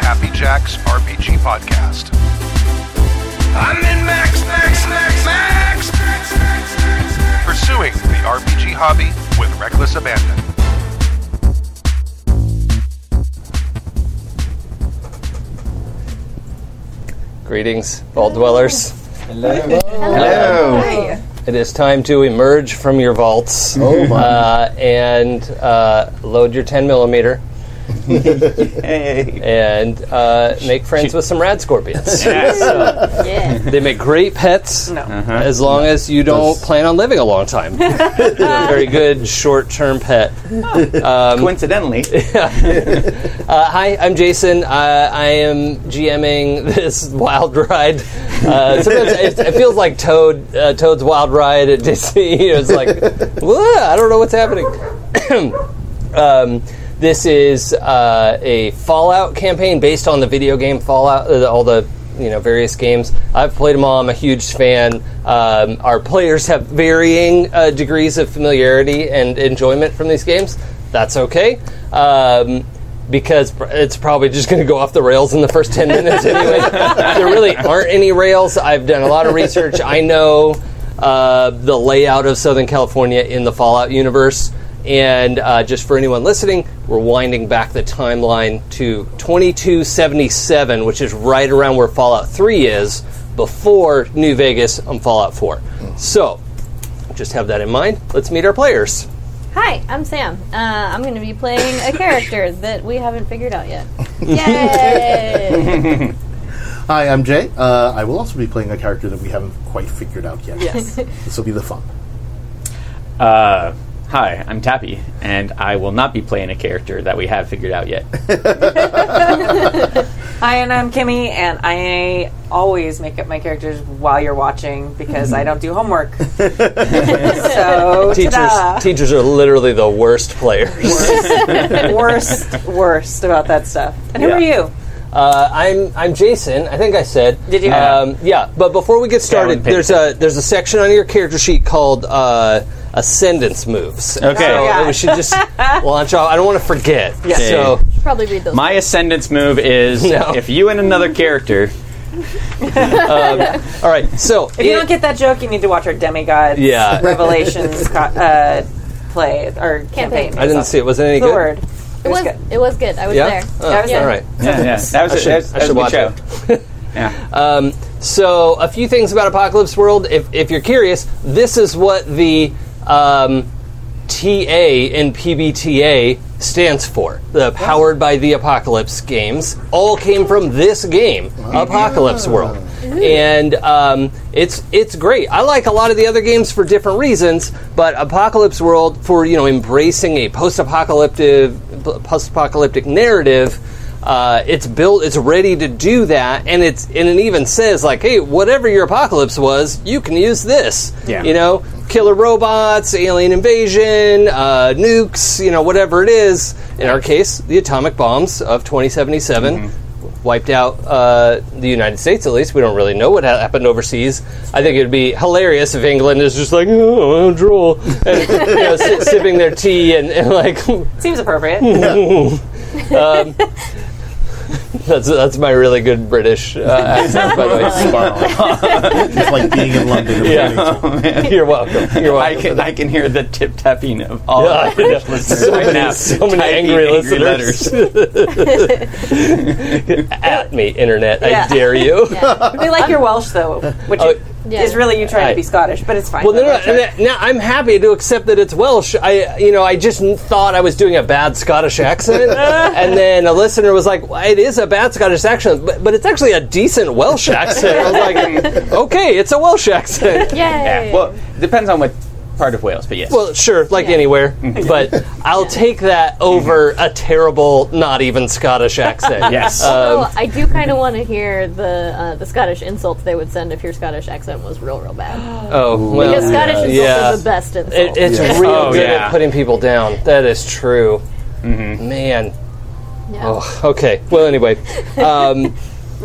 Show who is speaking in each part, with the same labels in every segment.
Speaker 1: Max RPG Podcast. I'm in Max, Max, Max, Max! Pursuing the RPG hobby with reckless abandon.
Speaker 2: Greetings, vault dwellers.
Speaker 3: Hello.
Speaker 2: It is time to emerge from your vaults
Speaker 3: Oh my.
Speaker 2: uh, and uh, load your 10 millimeter and uh, make friends with some rad scorpions.
Speaker 4: Yeah.
Speaker 2: They make great pets as long as you don't plan on living a long time. They're a very good short term pet.
Speaker 5: Coincidentally,
Speaker 2: Uh, hi, I'm Jason. Uh, I am GMing this wild ride. Uh, sometimes it, it feels like Toad, uh, Toad's Wild Ride at Disney. It's like, "Whoa, I don't know what's happening. um, this is uh, a Fallout campaign based on the video game Fallout, uh, all the you know various games. I've played them all. I'm a huge fan. Um, our players have varying uh, degrees of familiarity and enjoyment from these games. That's okay. Um, because pr- it's probably just going to go off the rails in the first 10 minutes anyway. there really aren't any rails. I've done a lot of research. I know uh, the layout of Southern California in the Fallout universe. And uh, just for anyone listening, we're winding back the timeline to 2277, which is right around where Fallout 3 is, before New Vegas on Fallout 4. So, just have that in mind. Let's meet our players.
Speaker 4: Hi, I'm Sam. Uh, I'm going to be playing a character that we haven't figured out yet. Yay!
Speaker 3: Hi, I'm Jay. Uh, I will also be playing a character that we haven't quite figured out yet.
Speaker 6: Yes.
Speaker 3: This will be the fun.
Speaker 5: uh, hi, I'm Tappy, and I will not be playing a character that we have figured out yet.
Speaker 6: Hi, and I'm Kimmy, and I always make up my characters while you're watching because I don't do homework. so,
Speaker 2: Teachers,
Speaker 6: ta-da.
Speaker 2: teachers are literally the worst players.
Speaker 6: worst, worst about that stuff. And who
Speaker 5: Yeah.
Speaker 6: are you?
Speaker 2: Uh, I'm I'm Jason. I think I said.
Speaker 6: Did you?
Speaker 2: Um, yeah. But before we get started,
Speaker 5: wouldn't pick
Speaker 2: there's a there's a section on your character sheet called uh, ascendance moves. Okay. So
Speaker 5: Oh,
Speaker 6: God.
Speaker 2: we should just launch off. I don't want to forget.
Speaker 6: Yeah. Okay.
Speaker 2: So
Speaker 4: Probably read those.
Speaker 5: My ascendance move is
Speaker 2: No.
Speaker 5: if you and another character.
Speaker 2: all right. So
Speaker 6: If you don't get that joke, you need to watch our Demigod
Speaker 2: Yeah.
Speaker 6: Revelations co- uh, play or campaign.
Speaker 4: Campaign.
Speaker 2: I didn't see it. Was it any
Speaker 6: the
Speaker 2: good?
Speaker 6: word.
Speaker 4: it, was,
Speaker 6: good.
Speaker 4: it was good. I was
Speaker 2: Yeah.
Speaker 4: there.
Speaker 2: Oh,
Speaker 6: That was
Speaker 2: All
Speaker 6: good.
Speaker 2: right.
Speaker 5: Yeah, yeah, that was, a,
Speaker 2: should-
Speaker 5: that was,
Speaker 2: I
Speaker 5: that was a
Speaker 2: should watch
Speaker 5: good show. yeah,
Speaker 2: Um, so, a few things about Apocalypse World. If, if you're curious, this is what the um, TA in PBTA stands for. The Powered by the Apocalypse games all came from this game, Apocalypse World, and um, it's it's great. I like a lot of the other games for different reasons, but Apocalypse World for you know embracing a post-apocalyptic post-apocalyptic narrative uh, it's built it's ready to do that and it's and it even says like hey whatever your apocalypse was you can use this
Speaker 5: Yeah.
Speaker 2: you know killer robots alien invasion uh, nukes you know whatever it is in our case the atomic bombs of 2077
Speaker 6: Mm-hmm.
Speaker 2: Wiped out uh, the United States, at least. We don't really know what ha- happened overseas. I think it would be hilarious if England is just like, oh, I'll drool, and you know, si- sipping their tea and, and like,
Speaker 6: Seems appropriate.
Speaker 2: That's that's my really good British uh, accent, by the way.
Speaker 3: Spot on. it's like being in London. Yeah.
Speaker 2: You're welcome. You're
Speaker 5: Oh, I
Speaker 2: welcome.
Speaker 5: can I can hear the tip tapping of all
Speaker 2: Yeah,
Speaker 5: of
Speaker 2: I know.
Speaker 5: our listeners
Speaker 2: So
Speaker 5: right
Speaker 2: many-
Speaker 5: now.
Speaker 2: so many
Speaker 5: typing
Speaker 2: angry listeners.
Speaker 5: letters.
Speaker 2: At me, internet.
Speaker 6: Yeah.
Speaker 2: I dare you.
Speaker 6: we like your Welsh though, which
Speaker 4: Yeah.
Speaker 6: is really you trying
Speaker 2: Oh. Right.
Speaker 6: to be Scottish, but it's fine.
Speaker 2: Well, no, no, no, no, I'm happy to accept that it's Welsh. I, you know, I just n- thought I was doing a bad Scottish accent, and then a listener was like, well, "It is a bad Scottish accent, but, but it's actually a decent Welsh accent." I was like, "Okay, it's a Welsh accent."
Speaker 4: Yay!
Speaker 5: Yeah, well, depends on what part of Wales, but yes.
Speaker 2: Well, sure, like
Speaker 4: Yeah.
Speaker 2: anywhere, but I'll take that over a terrible, not even Scottish accent.
Speaker 5: yes.
Speaker 4: Although, Oh,
Speaker 2: um,
Speaker 4: I do kind of want to hear the uh, the Scottish insults they would send if your Scottish accent was real, real bad.
Speaker 2: Oh well,
Speaker 4: Because Scottish insults
Speaker 2: Yeah.
Speaker 4: are the best
Speaker 2: It,
Speaker 4: insults.
Speaker 2: it's
Speaker 3: Yeah.
Speaker 2: real
Speaker 5: Oh,
Speaker 2: good
Speaker 5: yeah.
Speaker 2: at putting people down. That is true. Man.
Speaker 4: Yeah.
Speaker 2: Oh, okay. Well, anyway, um,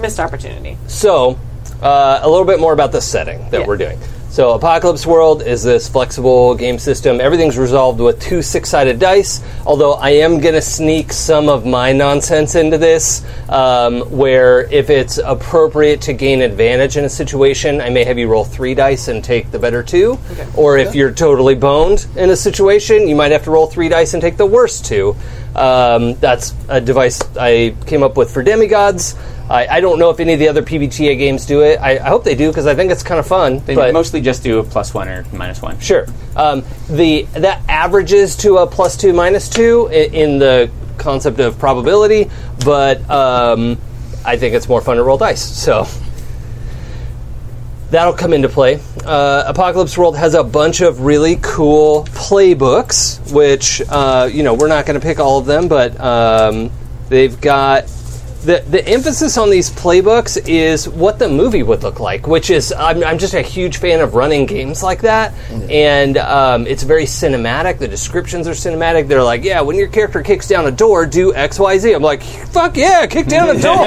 Speaker 6: missed opportunity.
Speaker 2: so uh, a little bit more about the setting that
Speaker 6: Yeah.
Speaker 2: we're doing. So, Apocalypse World is this flexible game system. Everything's resolved with two six sided dice, although I am going to sneak some of my nonsense into this, um, where if it's appropriate to gain advantage in a situation, I may have you roll three dice and take the better two. Or if you're totally boned in a situation, you might have to roll three dice and take the worst two. Um, that's a device I came up with for demigods. I, I don't know if any of the other PBTA games do it. I, I hope they do because I think it's kind of fun.
Speaker 5: They
Speaker 2: but-
Speaker 5: mostly just do a plus one or minus one.
Speaker 2: Sure. Um, the that averages to a plus two minus two i- in the concept of probability, but um, I think it's more fun to roll dice. So that'll come into play. Uh, Apocalypse World has a bunch of really cool playbooks, which uh, you know we're not going to pick all of them, but um, they've got. The, the emphasis on these playbooks is what the movie would look like, which is I'm, I'm just a huge fan of running games like that, and um, it's very cinematic. The descriptions are cinematic. They're like, yeah, when your character kicks down a door, do X Y Z. I'm like, fuck yeah, kick down a door.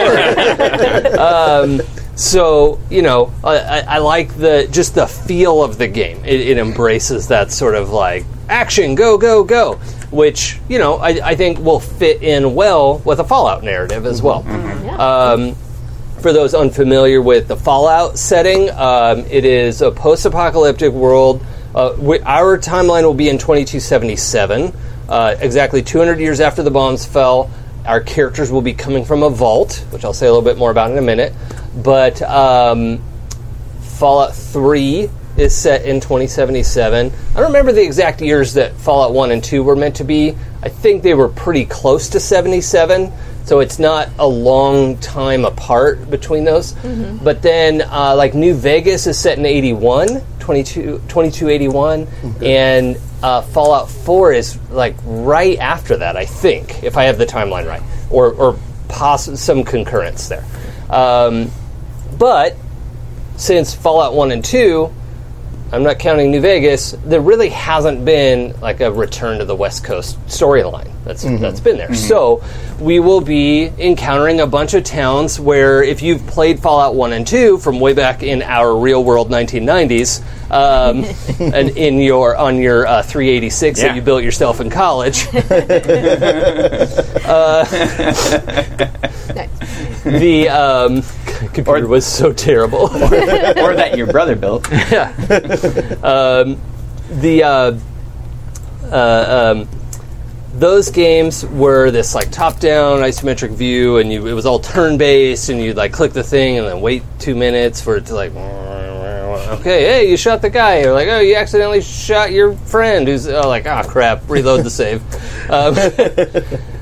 Speaker 2: So you know, I, I, I like the just the feel of the game. It, it embraces that sort of like action, go, go, go, which you know I, I think will fit in well with a Fallout narrative as well. Um, for those unfamiliar with the Fallout setting, um, it is a post apocalyptic world. Uh, we, our timeline will be in 2277, uh, exactly 200 years after the bombs fell. Our characters will be coming from a vault, which I'll say a little bit more about in a minute. But um, Fallout 3 is set in 2077. I don't remember the exact years that Fallout 1 and 2 were meant to be. I think they were pretty close to 77, so it's not a long time apart between those. But then, uh, like, New Vegas is set in 81, 22, 2281, and uh, Fallout 4 is, like, right after that, I think, if I have the timeline right, or, or poss- some concurrence there. Um, but since Fallout 1 and 2, I'm not counting New Vegas, there really hasn't been like a return to the West Coast storyline that's that's been there. So, we will be encountering a bunch of towns where if you've played Fallout 1 and 2 from way back in our real world 1990s, um, and in your on your uh, 386
Speaker 5: Yeah.
Speaker 2: that you built yourself in college, Uh, the um, computer was so terrible.
Speaker 5: or that your brother built.
Speaker 2: the uh, uh, um, those games were this like top-down isometric view, and you, it was all turn-based, and you'd like click the thing and then wait two minutes for it to like. Okay, hey, you shot the guy. You're like, oh, you accidentally shot your friend. Who's oh, like, ah, crap. Reload the save. Um,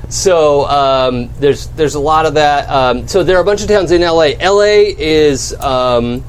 Speaker 2: so um, there's there's a lot of that. Um, so there are a bunch of towns in LA. LA is um,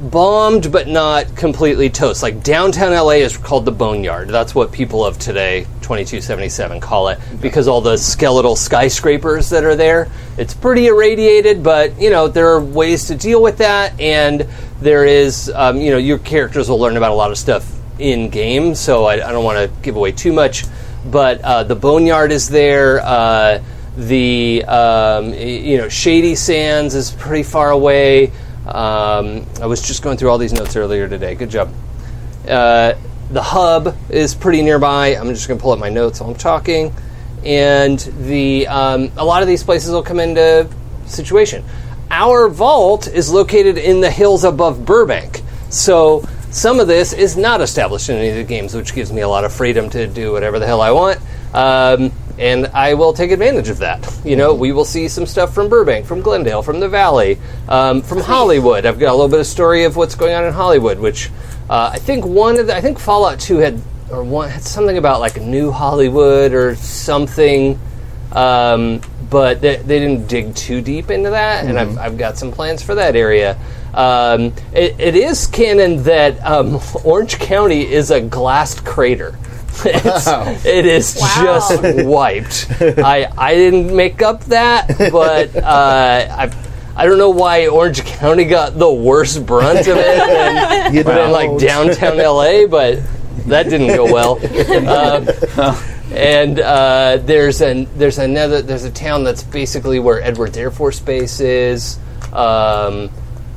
Speaker 2: bombed but not completely toast. Like downtown LA is called the Boneyard. That's what people of today, 2277, call it because all the skeletal skyscrapers that are there. It's pretty irradiated, but you know there are ways to deal with that, and there is um, you know your characters will learn about a lot of stuff in game. So I, I don't want to give away too much, but uh, the Boneyard is there. Uh, the um, y- you know Shady Sands is pretty far away. Um, I was just going through all these notes earlier today. Good job. Uh, the hub is pretty nearby. I'm just going to pull up my notes while I'm talking. And the um, a lot of these places will come into situation. Our vault is located in the hills above Burbank, so some of this is not established in any of the games, which gives me a lot of freedom to do whatever the hell I want. Um, and I will take advantage of that. You know, we will see some stuff from Burbank, from Glendale, from the Valley, um, from Hollywood. I've got a little bit of story of what's going on in Hollywood, which uh, I think one of the, I think Fallout Two had or one had something about like New Hollywood or something, um, but they, they didn't dig too deep into that. And I've, I've got some plans for that area. Um, it, it is canon that um, Orange County is a glassed crater. It's- It is
Speaker 4: Wow.
Speaker 2: just wiped. I I didn't make up that, but uh, I I don't know why Orange County got the worst brunt of it than,
Speaker 3: You
Speaker 2: than like
Speaker 3: don't.
Speaker 2: downtown LA, but that didn't go well. Um, and uh, there's an there's another there's a town that's basically where Edwards Air Force Base is. Um,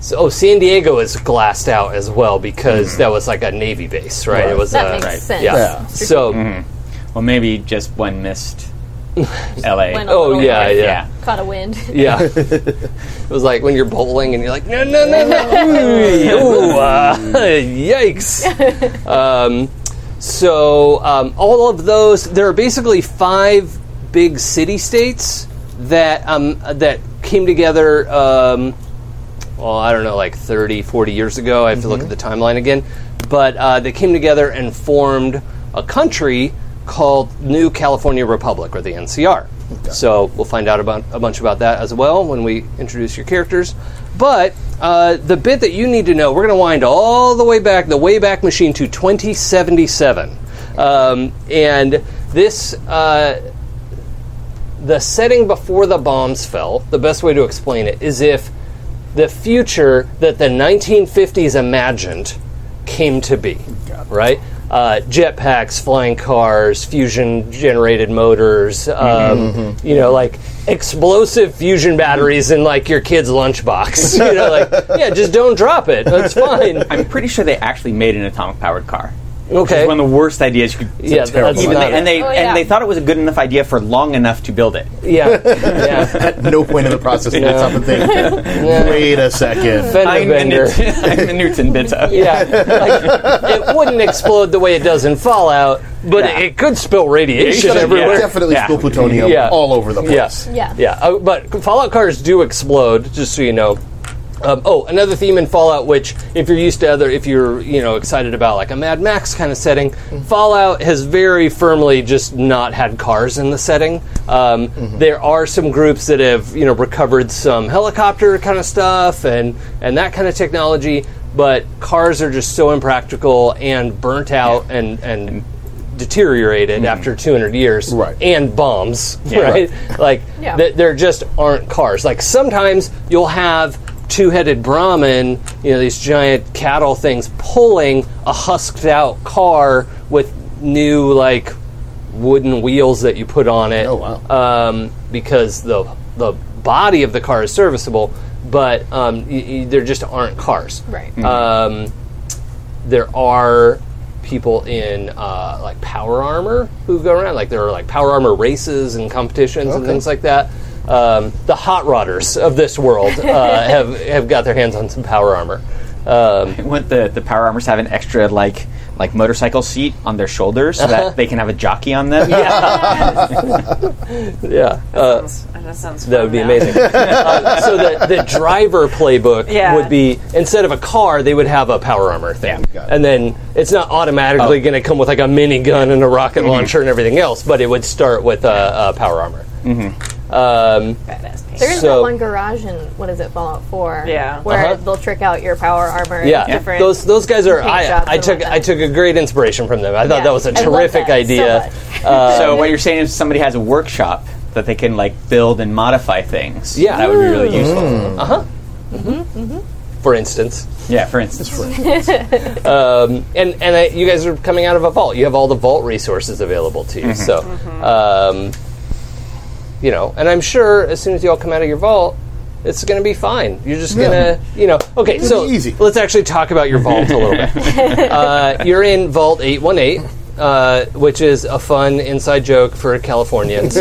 Speaker 2: So, oh, San Diego is glassed out as well because that was like a Navy base, uh, right? It was
Speaker 4: Mm-hmm. That
Speaker 2: a,
Speaker 4: makes sense.
Speaker 2: Yeah.
Speaker 3: Yeah.
Speaker 2: So,
Speaker 5: Well, maybe just one missed LA.
Speaker 4: Went a
Speaker 2: oh
Speaker 4: little
Speaker 2: yeah,
Speaker 4: bit.
Speaker 2: yeah,
Speaker 4: Caught a wind.
Speaker 2: yeah. it was like when you're bowling and you're like, no, no, no, no. Ooh, ooh, uh, yikes. Um, so, um, all of those, there are basically five big city states that um, that came together. Um, well, I don't know, like 30, 40 years ago. I have to look at the timeline again. But uh, they came together and formed a country called New California Republic, or the NCR. So we'll find out about a bunch about that as well when we introduce your characters. But uh, the bit that you need to know, we're going to wind all the way back, the way back Machine, to 2077. Um, and this. Uh, the setting before the bombs fell, the best way to explain it is if the future that the 1950s imagined came to be, right? Uh, jetpacks, flying cars, fusion generated motors, um, you know, like explosive fusion batteries in like your kid's lunchbox. you know, like, yeah, just don't drop it. That's fine.
Speaker 5: I'm pretty sure they actually made an atomic powered car. It's
Speaker 2: Okay.
Speaker 5: one of the worst ideas you could.
Speaker 2: Yeah,
Speaker 5: It's terrible.
Speaker 2: that's
Speaker 5: Even
Speaker 2: not
Speaker 5: they- and they
Speaker 4: Oh, yeah.
Speaker 5: and they thought it was a good enough idea for long enough to build it.
Speaker 2: Yeah. yeah.
Speaker 3: At no point in the process did I stop and think, wait a second.
Speaker 2: Fender bender.
Speaker 5: I'm a Newton Bitta.
Speaker 2: Yeah, like, it wouldn't explode the way it does in Fallout, but
Speaker 5: Yeah.
Speaker 2: it could spill radiation
Speaker 5: Yeah.
Speaker 2: everywhere.
Speaker 3: Definitely
Speaker 5: Yeah.
Speaker 3: spill plutonium
Speaker 2: Yeah.
Speaker 3: all over the
Speaker 2: Yeah,
Speaker 3: place.
Speaker 4: Yeah.
Speaker 2: yeah. Uh, but Fallout cars do explode, just so you know. Um, oh, another theme in Fallout, which if you're used to other, if you're you know excited about like a Mad Max kind of setting, Fallout has very firmly just not had cars in the setting. Um, There are some groups that have you know recovered some helicopter kind of stuff and and that kind of technology, but cars are just so impractical and burnt out and and deteriorated after 200 years
Speaker 3: Right.
Speaker 2: and bombs right, like
Speaker 4: Yeah.
Speaker 2: th- there just aren't cars like sometimes you'll have two-headed brahmin you know these giant cattle things pulling a husked out car with new like wooden wheels that you put on it
Speaker 3: Oh, wow.
Speaker 2: um, because the the body of the car is serviceable but um, y- y- there just aren't cars
Speaker 4: Right.
Speaker 2: um, there are people in uh, like power armor who go around. Like there are like power armor races and competitions and
Speaker 3: Okay.
Speaker 2: things like that. Um, the hot rodders of this world uh, have have got their hands on some power armor. Um,
Speaker 5: Want the the power armors have an extra like like motorcycle seat on their shoulders so that they can have a jockey on them.
Speaker 2: yeah, uh,
Speaker 6: that sounds
Speaker 2: that would be amazing. Uh, so the, the driver playbook
Speaker 6: Yeah.
Speaker 2: would be instead of a car, they would have a power armor thing,
Speaker 5: Yeah.
Speaker 3: Got it. Oh.
Speaker 2: and then it's not automatically going to come with like a minigun and a rocket launcher and everything else, but it would start with a, uh power armor. Um,
Speaker 6: Badass paint.
Speaker 4: There is
Speaker 2: So-
Speaker 4: that one garage in what is it Fallout Four?
Speaker 6: Yeah.
Speaker 4: where
Speaker 2: Uh-huh.
Speaker 4: they'll trick out your power armor. and
Speaker 2: yeah,
Speaker 4: different
Speaker 2: those those guys are.
Speaker 4: paint
Speaker 2: I,
Speaker 4: jobs
Speaker 2: I
Speaker 4: and
Speaker 2: took
Speaker 4: whatnot.
Speaker 2: I took a great inspiration from them. I thought
Speaker 4: Yeah.
Speaker 2: that was a
Speaker 4: I love
Speaker 2: terrific
Speaker 4: that so
Speaker 2: idea.
Speaker 4: much.
Speaker 2: Uh,
Speaker 5: so what you're saying is somebody has a workshop that they can like build and modify things.
Speaker 2: Yeah. Mm-hmm.
Speaker 5: that would be really useful.
Speaker 2: for instance,
Speaker 5: Yeah, for instance.
Speaker 2: and and I, you guys are coming out of a vault. You have all the vault resources available to you. So, um,
Speaker 4: Mm-hmm.
Speaker 2: you know, and I'm sure as soon as you all come out of your vault. It's going to be fine. You're just going to, you know. Okay, so
Speaker 3: be easy.
Speaker 2: let's actually talk about your vault a little bit. uh, you're in Vault 818, uh, which is a fun inside joke for Californians.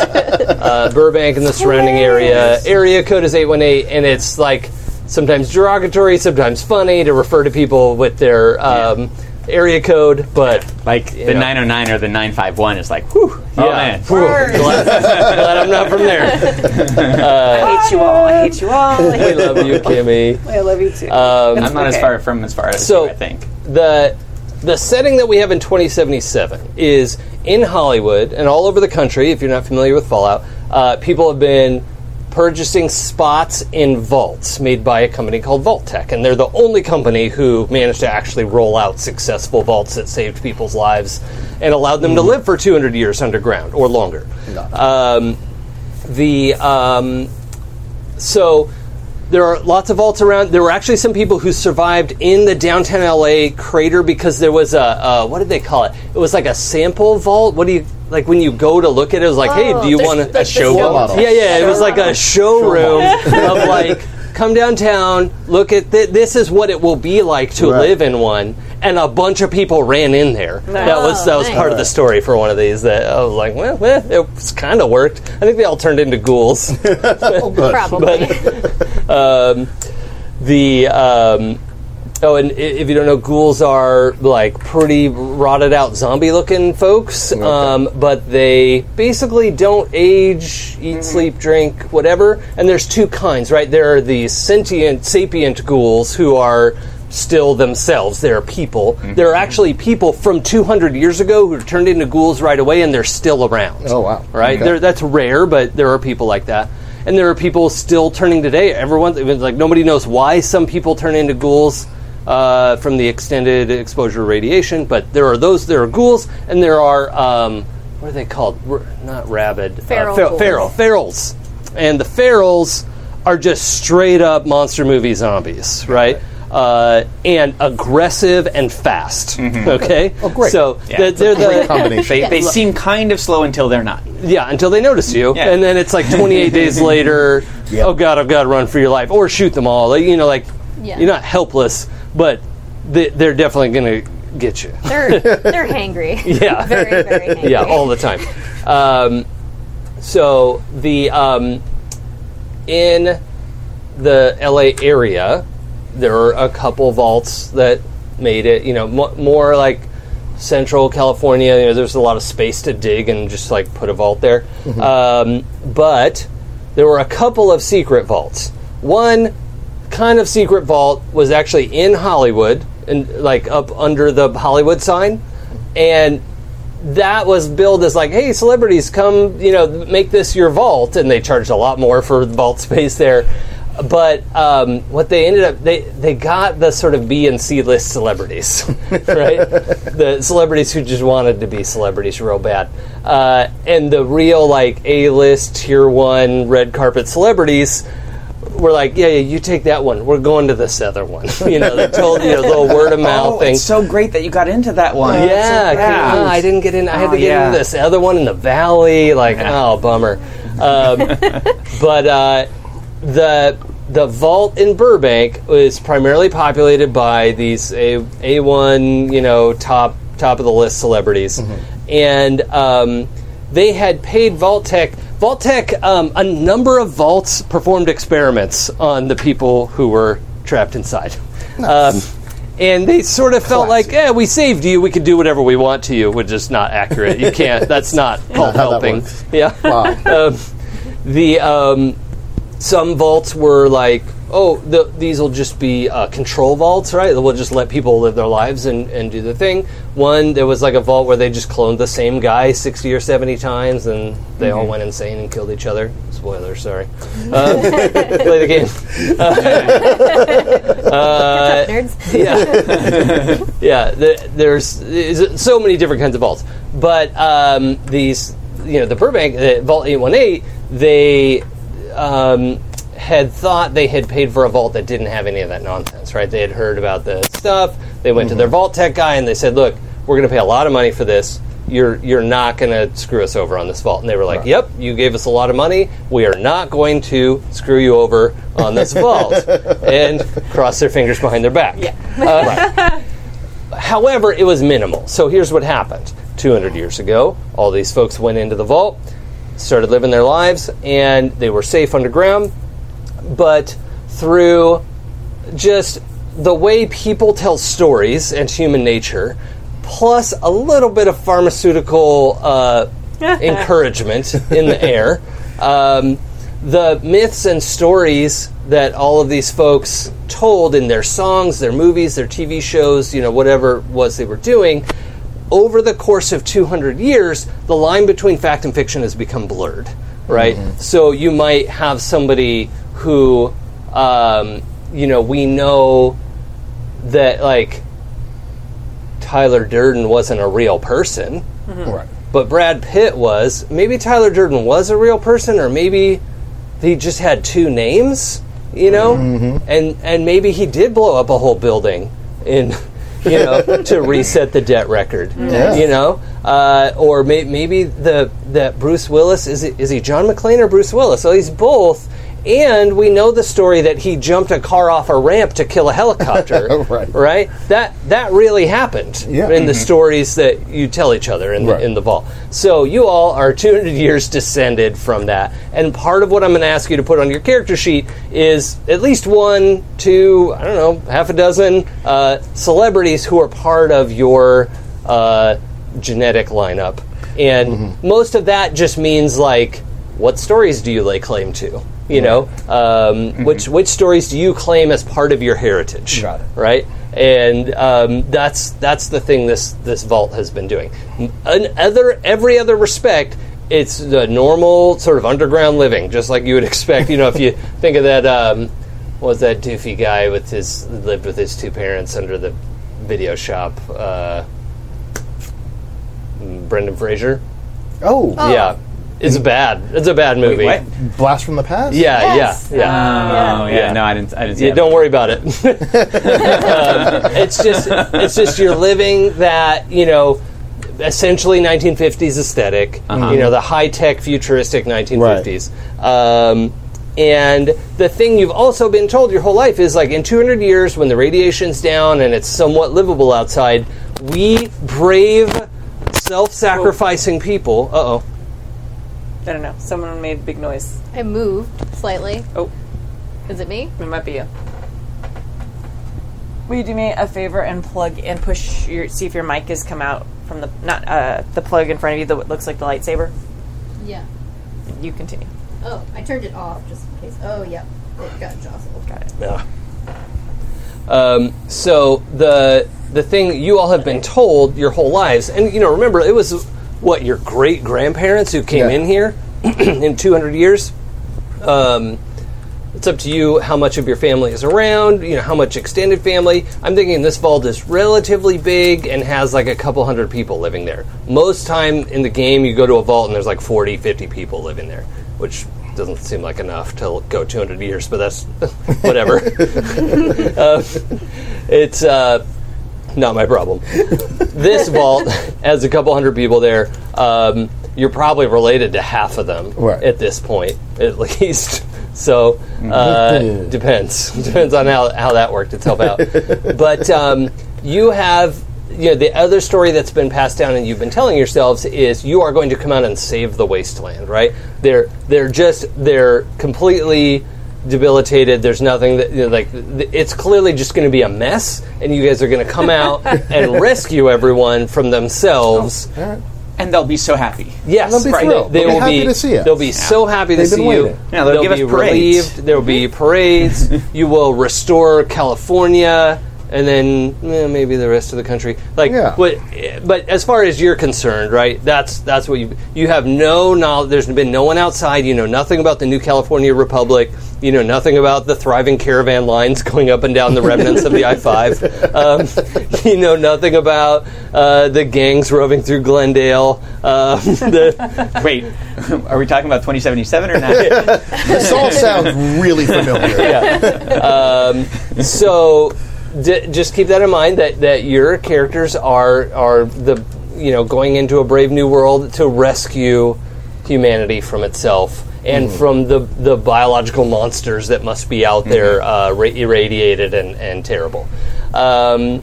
Speaker 2: uh, Burbank and the surrounding area. Area code is 818, and it's like sometimes derogatory, sometimes funny to refer to people with their um, area code, but.
Speaker 5: Like the
Speaker 2: Yeah.
Speaker 5: 909 or the 951 is like, whew, oh man.
Speaker 2: Whew, glad, glad I'm not from there.
Speaker 6: I hate you all. I hate you all. I,
Speaker 2: We
Speaker 6: hate
Speaker 2: love you, Kimmy.
Speaker 6: I love you too.
Speaker 5: I'm not as
Speaker 6: okay.
Speaker 5: far from as far as
Speaker 2: So-
Speaker 5: you, I think.
Speaker 2: the the setting that we have in 2077 is in Hollywood and all over the country. If you're not familiar with Fallout, uh, people have been purchasing spots in vaults made by a company called Vault Tech, and they're the only company who managed to actually roll out successful vaults that saved people's lives and allowed them to live for 200 years underground or longer.
Speaker 3: Uh,
Speaker 2: Um, the um, so there are lots of vaults around. There were actually some people who survived in the downtown LA crater because there was a uh, what did they call it? It was like a sample vault. What do you like when you go to look at it? It was like, hey, do you want
Speaker 4: to
Speaker 2: to?
Speaker 5: show
Speaker 3: model.
Speaker 2: Yeah, yeah. It was like a showroom of like come downtown, look at th- this is what it will be like to
Speaker 3: Right.
Speaker 2: live in one. And a bunch of people ran in there. That was that was
Speaker 4: nice.
Speaker 2: part of the story for one of these. That I was like, well, well it's kind of worked. I think they all turned into ghouls.
Speaker 3: Oh, good.
Speaker 4: Probably.
Speaker 2: um, the um, oh, and i- if you don't know, ghouls are like pretty rotted out zombie looking folks, um, but they basically don't age,
Speaker 3: Mm-hmm.
Speaker 2: eat, sleep, drink, whatever. And there's two kinds, right? There are the sentient, sapient ghouls who are. Still themselves, they are people.
Speaker 3: Mm-hmm.
Speaker 2: There are actually people from 200 years ago who are turned into ghouls right away, and they're still around
Speaker 3: Oh, wow.
Speaker 2: right?
Speaker 3: Okay.
Speaker 2: There, that's rare, but there are people like that, and there are people still turning today. Everyone, it was like nobody knows why some people turn into ghouls uh, from the extended exposure to radiation, but there are those. There are ghouls, and there are um, what are they called? R- not rabid,
Speaker 4: Feral
Speaker 2: fer-
Speaker 4: ghouls.
Speaker 2: feral, ferals, and the ferals are just straight up monster movie zombies, right? Uh, and aggressive and fast. Okay. Oh,
Speaker 3: great.
Speaker 2: So
Speaker 5: Yeah.
Speaker 2: th- they're the
Speaker 3: Combination.
Speaker 5: They, they seem kind of slow until they're not.
Speaker 2: yeah, until they notice you,
Speaker 5: Yeah.
Speaker 2: and then it's like 28 days later. Oh God, I've got to run for your life, or shoot them all. Like, you know, like
Speaker 4: Yeah.
Speaker 2: you're not helpless, but they, they're definitely going to get you.
Speaker 4: they're they're hangry.
Speaker 2: Yeah.
Speaker 4: very very hangry.
Speaker 2: yeah, all the time. Um, so the um, in the LA area, there are a couple vaults that made it. You know, mo more like Central California. You know, there's a lot of space to dig and just like put a vault there. Um, but there were a couple of secret vaults. One kind of secret vault was actually in Hollywood and like up under the Hollywood sign, and that was billed as like, hey, celebrities, come, you know, make this your vault, and they charged a lot more for vault space there. But um, what they ended up, they they got the sort of B and C list celebrities, right? the celebrities who just wanted to be celebrities real bad, uh, and the real like A list, tier one, red carpet celebrities we're like, yeah, yeah, you take that one. We're going to this other one. You know, they told you a little word of mouth
Speaker 5: Oh,
Speaker 2: thing.
Speaker 5: it's so great that you got into that
Speaker 2: Oh,
Speaker 5: one.
Speaker 2: yeah,
Speaker 5: Yeah.
Speaker 2: ah, I didn't get in. I had
Speaker 5: Oh,
Speaker 2: to get
Speaker 5: yeah.
Speaker 2: into this other one in the valley. Like, oh, bummer. Um, but uh, the the vault in Burbank is primarily populated by these a a one you know top top of the list celebrities,
Speaker 3: Mm-hmm.
Speaker 2: and um, they had paid Vault Tech. Vault Tech, um, a number of vaults performed experiments on the people who were trapped inside. Um, and they sort of felt like, eh, we saved you. We can do whatever we want to you, which is not accurate. You can't. That's not called
Speaker 3: how that
Speaker 2: helping.
Speaker 3: works.
Speaker 2: Yeah
Speaker 3: Wow.
Speaker 2: um, the um, some vaults were like, oh, the, these will just be uh, control vaults, right? We'll just let people live their lives and, and do the thing. One, there was like a vault where they just cloned the same guy sixty or seventy times, and they all went insane and killed each other. Spoiler, sorry. Uh, play the game.
Speaker 4: nerds.
Speaker 2: yeah, yeah. The, there's, there's so many different kinds of vaults, but um, these, you know, the Burbank the Vault Eight One Eight, they um, had thought they had paid for a vault that didn't have any of that nonsense, right? They had heard about the stuff. They went to their vault tech guy and they said, "Look, we're going to pay a lot of money for this." You're, you're not going to screw us over on this vault. And they were like, Yep, you gave us a lot of money. We are not going to screw you over on this vault. and cross their fingers behind their back. However, it was minimal. So here's what happened 200 years ago, all these folks went into the vault, started living their lives, and they were safe underground. But through just the way people tell stories and human nature, plus a little bit of pharmaceutical uh, encouragement in the air, um, the myths and stories that all of these folks told in their songs, their movies, their TV shows, you know, whatever it was they were doing, over the course of 200 years, the line between fact and fiction has become blurred, right? So you might have somebody who, um, you know, we know that, like, Tyler Durden wasn't a real person,
Speaker 3: Right.
Speaker 2: but Brad Pitt was. Maybe Tyler Durden was a real person, or maybe he just had two names, you know,
Speaker 3: Mm-hmm.
Speaker 2: and and maybe he did blow up a whole building in, you know, to reset the debt record,
Speaker 3: Yeah.
Speaker 2: you know, uh, or may, maybe the that Bruce Willis is he, is he John McClane or Bruce Willis? So he's both. And we know the story that he jumped a car off a ramp to kill a helicopter.
Speaker 3: Right.
Speaker 2: Right? That that really happened
Speaker 3: Yeah.
Speaker 2: in the stories that you tell each other in the,
Speaker 3: Right.
Speaker 2: in the vault. So you all are 200 years descended from that. And part of what I'm going to ask you to put on your character sheet is at least one, two, I don't know, half a dozen uh, celebrities who are part of your uh, genetic lineup. And
Speaker 3: Mm-hmm.
Speaker 2: most of that just means like, what stories do you lay claim to? You know, um, which which stories do you claim as part of your heritage?
Speaker 7: Mm-hmm. Got it.
Speaker 2: right? And um, that's that's the thing this this vault has been doing. In other every other respect, it's the normal sort of underground living, just like you would expect. You know, if you think of that, um, what was that doofy guy with his lived with his two parents under the video shop, uh, Brendan Fraser?
Speaker 3: Oh,
Speaker 2: Yeah, it's a bad it's a bad movie.
Speaker 5: Wait, what?
Speaker 3: blast from the past.
Speaker 2: Yeah,
Speaker 4: Yes.
Speaker 2: yeah, yeah.
Speaker 5: Oh yeah.
Speaker 2: Yeah.
Speaker 5: no, I didn't. I didn't. See
Speaker 2: Yeah,
Speaker 5: that.
Speaker 2: don't worry about it. Um, it's just it's just you're living that you know essentially 1950s esthetic
Speaker 5: Uh-huh.
Speaker 2: you know the high tech futuristic 1950s. Um, and the thing you've also been told your whole life is like in 200 years when the radiation's down and it's somewhat livable outside, we brave self-sacrificing people. Uh-oh.
Speaker 6: I don't know. Someone made a big noise.
Speaker 4: I moved slightly.
Speaker 6: Oh,
Speaker 4: Is it me?
Speaker 6: it might be you. Will you do me a favor and plug and push your see if your mic has come out from the not uh, the plug in front of you that looks like the lightsaber?
Speaker 4: Yeah.
Speaker 6: You continue.
Speaker 4: Oh, I turned it off just in case. Oh, yep. It got jostled. Got it.
Speaker 2: Um, so the the thing you all have been told your whole lives, and you know, remember it was what your great grandparents who came
Speaker 3: Yeah.
Speaker 2: in here in 200 years. Um, it's up to you how much of your family is around, you know, how much extended family. I'm thinking this vault is relatively big and has like a couple hundred people living there. Most time in the game, you go to a vault and there's like 40, 50 people living there, which doesn't seem like enough to go 200 years, but that's whatever. Uh, it's uh, not my problem. this vault has a couple hundred people there. Um, you're probably related to half of them
Speaker 3: Right.
Speaker 2: at this point, at least. So uh, depends depends on how, how that worked itself out. but um, you have you know the other story that's been passed down and you've been telling yourselves is you are going to come out and save the wasteland, right? They're they're just they're completely debilitated. There's nothing that you know, like th- it's clearly just going to be a mess, and you guys are going to come out and rescue everyone from themselves.
Speaker 3: All right.
Speaker 5: And they'll be so happy.
Speaker 2: Yes,
Speaker 3: They'll be thrilled.
Speaker 2: They,
Speaker 3: They'll be
Speaker 2: will
Speaker 3: happy to see us.
Speaker 2: They'll be so happy to
Speaker 3: They've been
Speaker 2: see you.
Speaker 3: waiting.
Speaker 5: Yeah, they'll give
Speaker 2: be
Speaker 5: us parades.
Speaker 2: relieved. There will be parades. you will restore California, and then eh, maybe the rest of the country. Like,
Speaker 3: Yeah.
Speaker 2: what, but as far as you're concerned, right? That's that's what you you have no knowledge. There's been no one outside. You know nothing about the new California Republic. You know nothing about the thriving caravan lines going up and down the remnants of the I five. Um, you know nothing about uh, the gangs roving through Glendale. Um, the,
Speaker 5: Wait, are we talking about 2077 or not?
Speaker 3: This all sounds really familiar.
Speaker 2: so d- just keep that in mind that, that your characters are are the you know going into a brave new world to rescue humanity from itself and from the the biological monsters that must be out there uh, ra- irradiated and, and terrible. Um,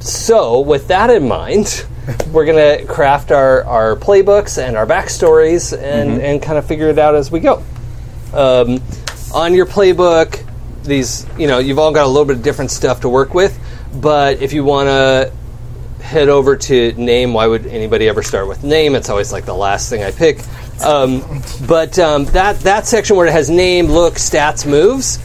Speaker 2: so, with that in mind, we're going to craft our, our playbooks and our backstories and, and kind of figure it out as we go. Um, on your playbook, these, you know, you've all got a little bit of different stuff to work with, but if you want to head over to name. Why would anybody ever start with name? It's always like the last thing I pick. Um, but um, that that section where it has name, look, stats, moves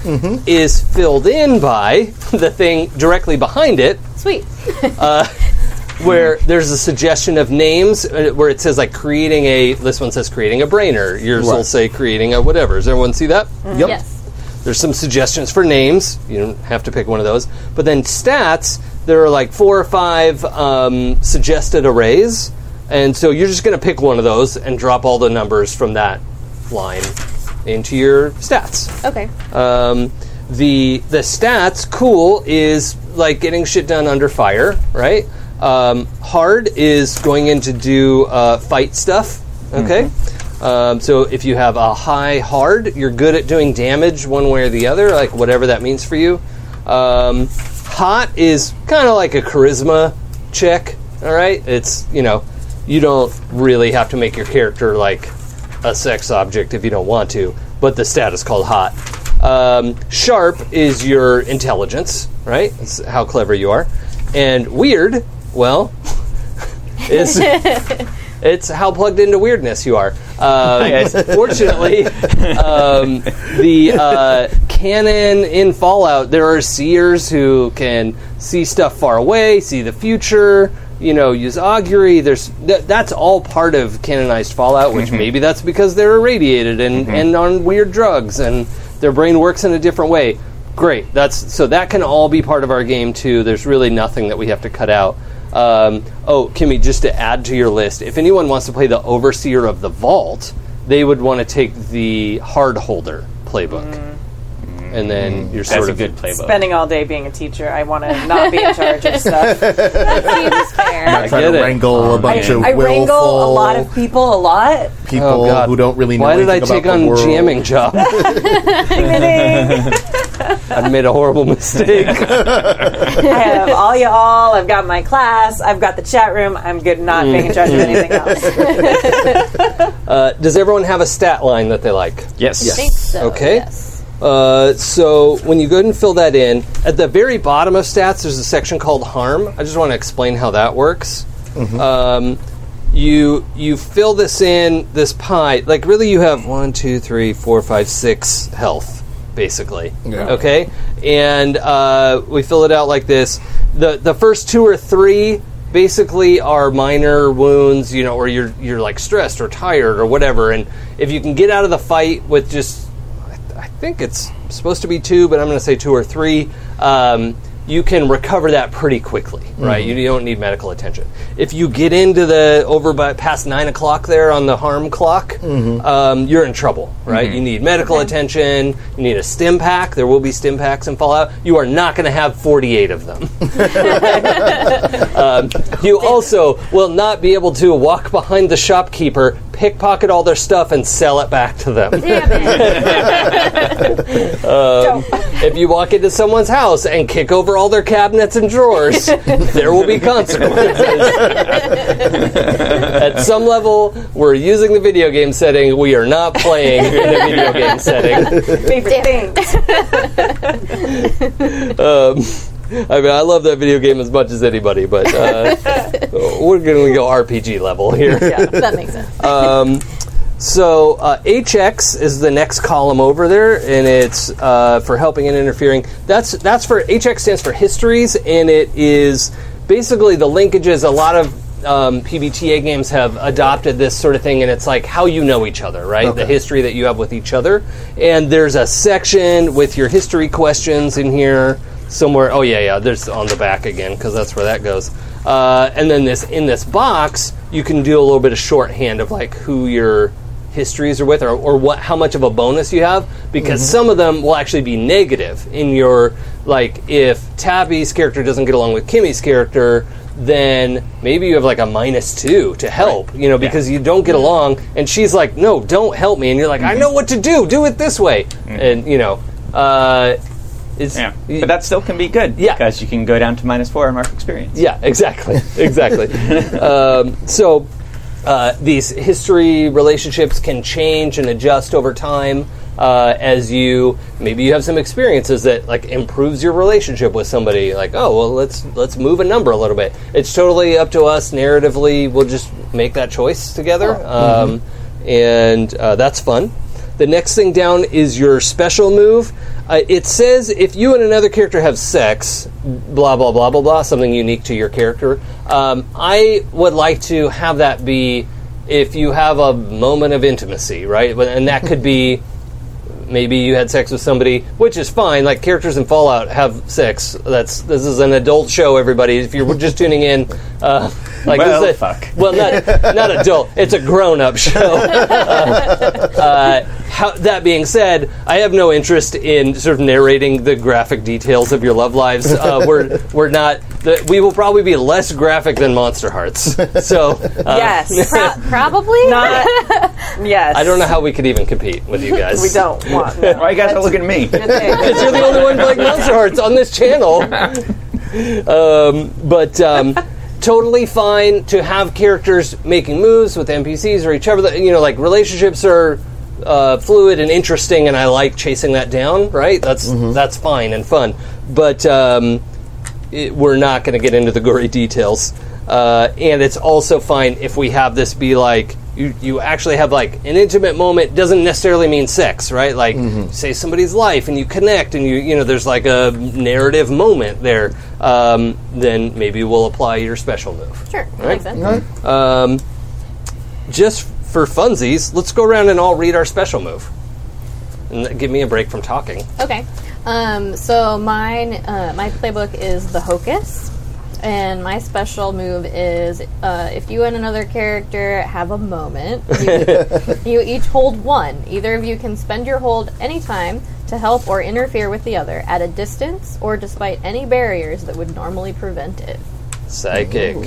Speaker 2: is filled in by the thing directly behind it, Uh,
Speaker 4: Sweet.
Speaker 2: where there's a suggestion of names uh, where it says like creating a. This one says creating a brainer. Yours will
Speaker 3: Right.
Speaker 2: say creating a whatever. Does everyone see that?
Speaker 3: Yep.
Speaker 4: Yes.
Speaker 2: There's some suggestions for names. You don't have to pick one of those. But then stats, there are like four or five um, suggested arrays. And so you're just going to pick one of those and drop all the numbers from that line into your stats.
Speaker 4: Okay.
Speaker 2: Um, the the stats cool is like getting shit done under fire, right? Um, hard is going in to do uh, fight stuff. Okay. Um, so if you have a high hard, you're good at doing damage one way or the other, like whatever that means for you. Um, hot is kind of like a charisma check. All right, it's you know you don't really have to make your character like a sex object if you don't want to, but the stat is called hot. Um, sharp is your intelligence, right? It's how clever you are. And weird, well, is it's how plugged into weirdness you are. Um, fortunately, um, the uh, canon in Fallout, there are seers who can see stuff far away, see the future. You know, use augury. There's th- that's all part of canonized Fallout, which maybe that's because they're irradiated and, and on weird drugs, and their brain works in a different way. Great. That's so that can all be part of our game too. There's really nothing that we have to cut out. Um, oh, Kimmy, just to add to your list, if anyone wants to play the Overseer of the Vault, they would want to take the Hard Holder playbook, and then you're
Speaker 5: That's
Speaker 2: sort
Speaker 5: a
Speaker 2: of
Speaker 5: good playbook.
Speaker 6: Spending all day being a teacher, I want to not be in charge of stuff.
Speaker 4: Seems fair.
Speaker 3: I try
Speaker 2: get
Speaker 3: to
Speaker 2: it. Uh,
Speaker 3: wrangle a bunch of
Speaker 6: I wrangle a
Speaker 3: willful
Speaker 6: lot of people a lot.
Speaker 3: people
Speaker 2: Oh, God.
Speaker 3: who don't really know
Speaker 2: Why did I
Speaker 3: anything
Speaker 2: take
Speaker 3: about the
Speaker 2: on
Speaker 3: world.
Speaker 2: jamming job?
Speaker 6: Kidding.
Speaker 2: I made a horrible mistake.
Speaker 6: I have all you all. I've got my class. I've got the chat room. I'm good not being in charge of anything else.
Speaker 2: Uh, does everyone have a stat line that they like?
Speaker 5: Yes.
Speaker 4: I think so.
Speaker 2: Okay.
Speaker 4: Yes.
Speaker 2: Uh, so when you go ahead and fill that in, at the very bottom of stats, there's a section called harm. I just want to explain how that works. Um, you you fill this in this pie like really you have one two three four five six health basically
Speaker 3: Yeah.
Speaker 2: okay and uh, we fill it out like this the the first two or three basically are minor wounds you know or you're you're like stressed or tired or whatever and if you can get out of the fight with just I think it's supposed to be two, but I'm going to say two or three. Um, you can recover that pretty quickly, right? You don't need medical attention. If you get into the over by past nine o'clock there on the harm clock, um, you're in trouble, right? You need medical attention. You need a stim pack. There will be stim packs in Fallout. You are not going to have 48 of them. Um, You also will not be able to walk behind the shopkeeper, pickpocket all their stuff, and sell it back to them.
Speaker 4: Damn it.
Speaker 2: If you walk into someone's house and kick over all their cabinets and drawers, there will be consequences. At some level, we're using the video game setting. We are not playing in a video game setting.
Speaker 6: Favorite things.
Speaker 2: Um, I mean, I love that video game as much as anybody, but uh, we're going to go RPG level here.
Speaker 4: That makes sense.
Speaker 2: So uh, HX is the next column over there, and it's uh, for helping and interfering. That's that's for HX stands for histories, and it is basically the linkages. A lot of um, PBTA games have adopted this sort of thing, and it's like how you know each other, right? The history that you have with each other, and there's a section with your history questions in here somewhere. Oh yeah, yeah. There's on the back again because that's where that goes. Uh, and then this in this box, you can do a little bit of shorthand of like who your histories are with, or, or what how much of a bonus you have, because
Speaker 5: Mm-hmm.
Speaker 2: some of them will actually be negative in your like if Tabby's character doesn't get along with Kimmy's character. Then maybe you have like a minus two to help, you know, because you don't get
Speaker 5: Mm-hmm.
Speaker 2: along, and she's like, "No, don't help me," and you're like, "I know what to do. Do it this way," and you know, uh, it's
Speaker 5: Mm-hmm. Yeah. But that still can be good.
Speaker 2: Yeah.
Speaker 5: Because you can go down to minus four and mark experience.
Speaker 2: yeah, exactly, exactly. um, so uh, these history relationships can change and adjust over time uh, as you maybe you have some experiences that like improves your relationship with somebody. Like, oh well, let's let's move a number a little bit. It's totally up to us narratively. We'll just make that choice together, um, and uh, that's fun. The next thing down is your special move. Uh, it says if you and another character have sex, blah blah blah blah blah, something unique to your character. Um, I would like to have that be if you have a moment of intimacy, right? But- And that could be maybe you had sex with somebody, which is fine. Like characters in Fallout have sex. That's this is an adult show, everybody. If you're just tuning in, uh, Like
Speaker 5: Well,
Speaker 2: this is a,
Speaker 5: fuck.
Speaker 2: Well, not not adult. It's a grown up show. Uh, uh, how, that being said, I have no interest in sort of narrating the graphic details of your love lives. Uh, we're we're not. The, we will probably be less graphic than Monster Hearts. So uh,
Speaker 6: yes.
Speaker 4: Pro- probably
Speaker 6: Not. Uh, Yes.
Speaker 2: I don't know how we could even compete with you guys.
Speaker 6: We don't want. No.
Speaker 5: Why you guys are looking at me?
Speaker 2: Because you're the only one playing Monster Hearts on this channel. Um, but um, totally fine to have characters making moves with NPCs or each other. You know, like relationships are uh, fluid and interesting, and I like chasing that down. Right? That's that's fine and fun. But um, it, we're not going to get into the gory details. Uh, and it's also fine if we have this be like you, you actually have like an intimate moment doesn't necessarily mean sex right like say somebody's life and you connect and you you know there's like a narrative moment there um, then maybe we'll apply your special move
Speaker 4: Sure, that makes sense.
Speaker 2: um, just for funsies let's go around and all read our special move and th- give me a break from talking
Speaker 4: Okay. Um, so mine, uh, my playbook is the Hocus, and my special move is uh, if you and another character have a moment, you, you each hold one. Either of you can spend your hold anytime to help or interfere with the other at a distance or despite any barriers that would normally prevent it.
Speaker 2: psychic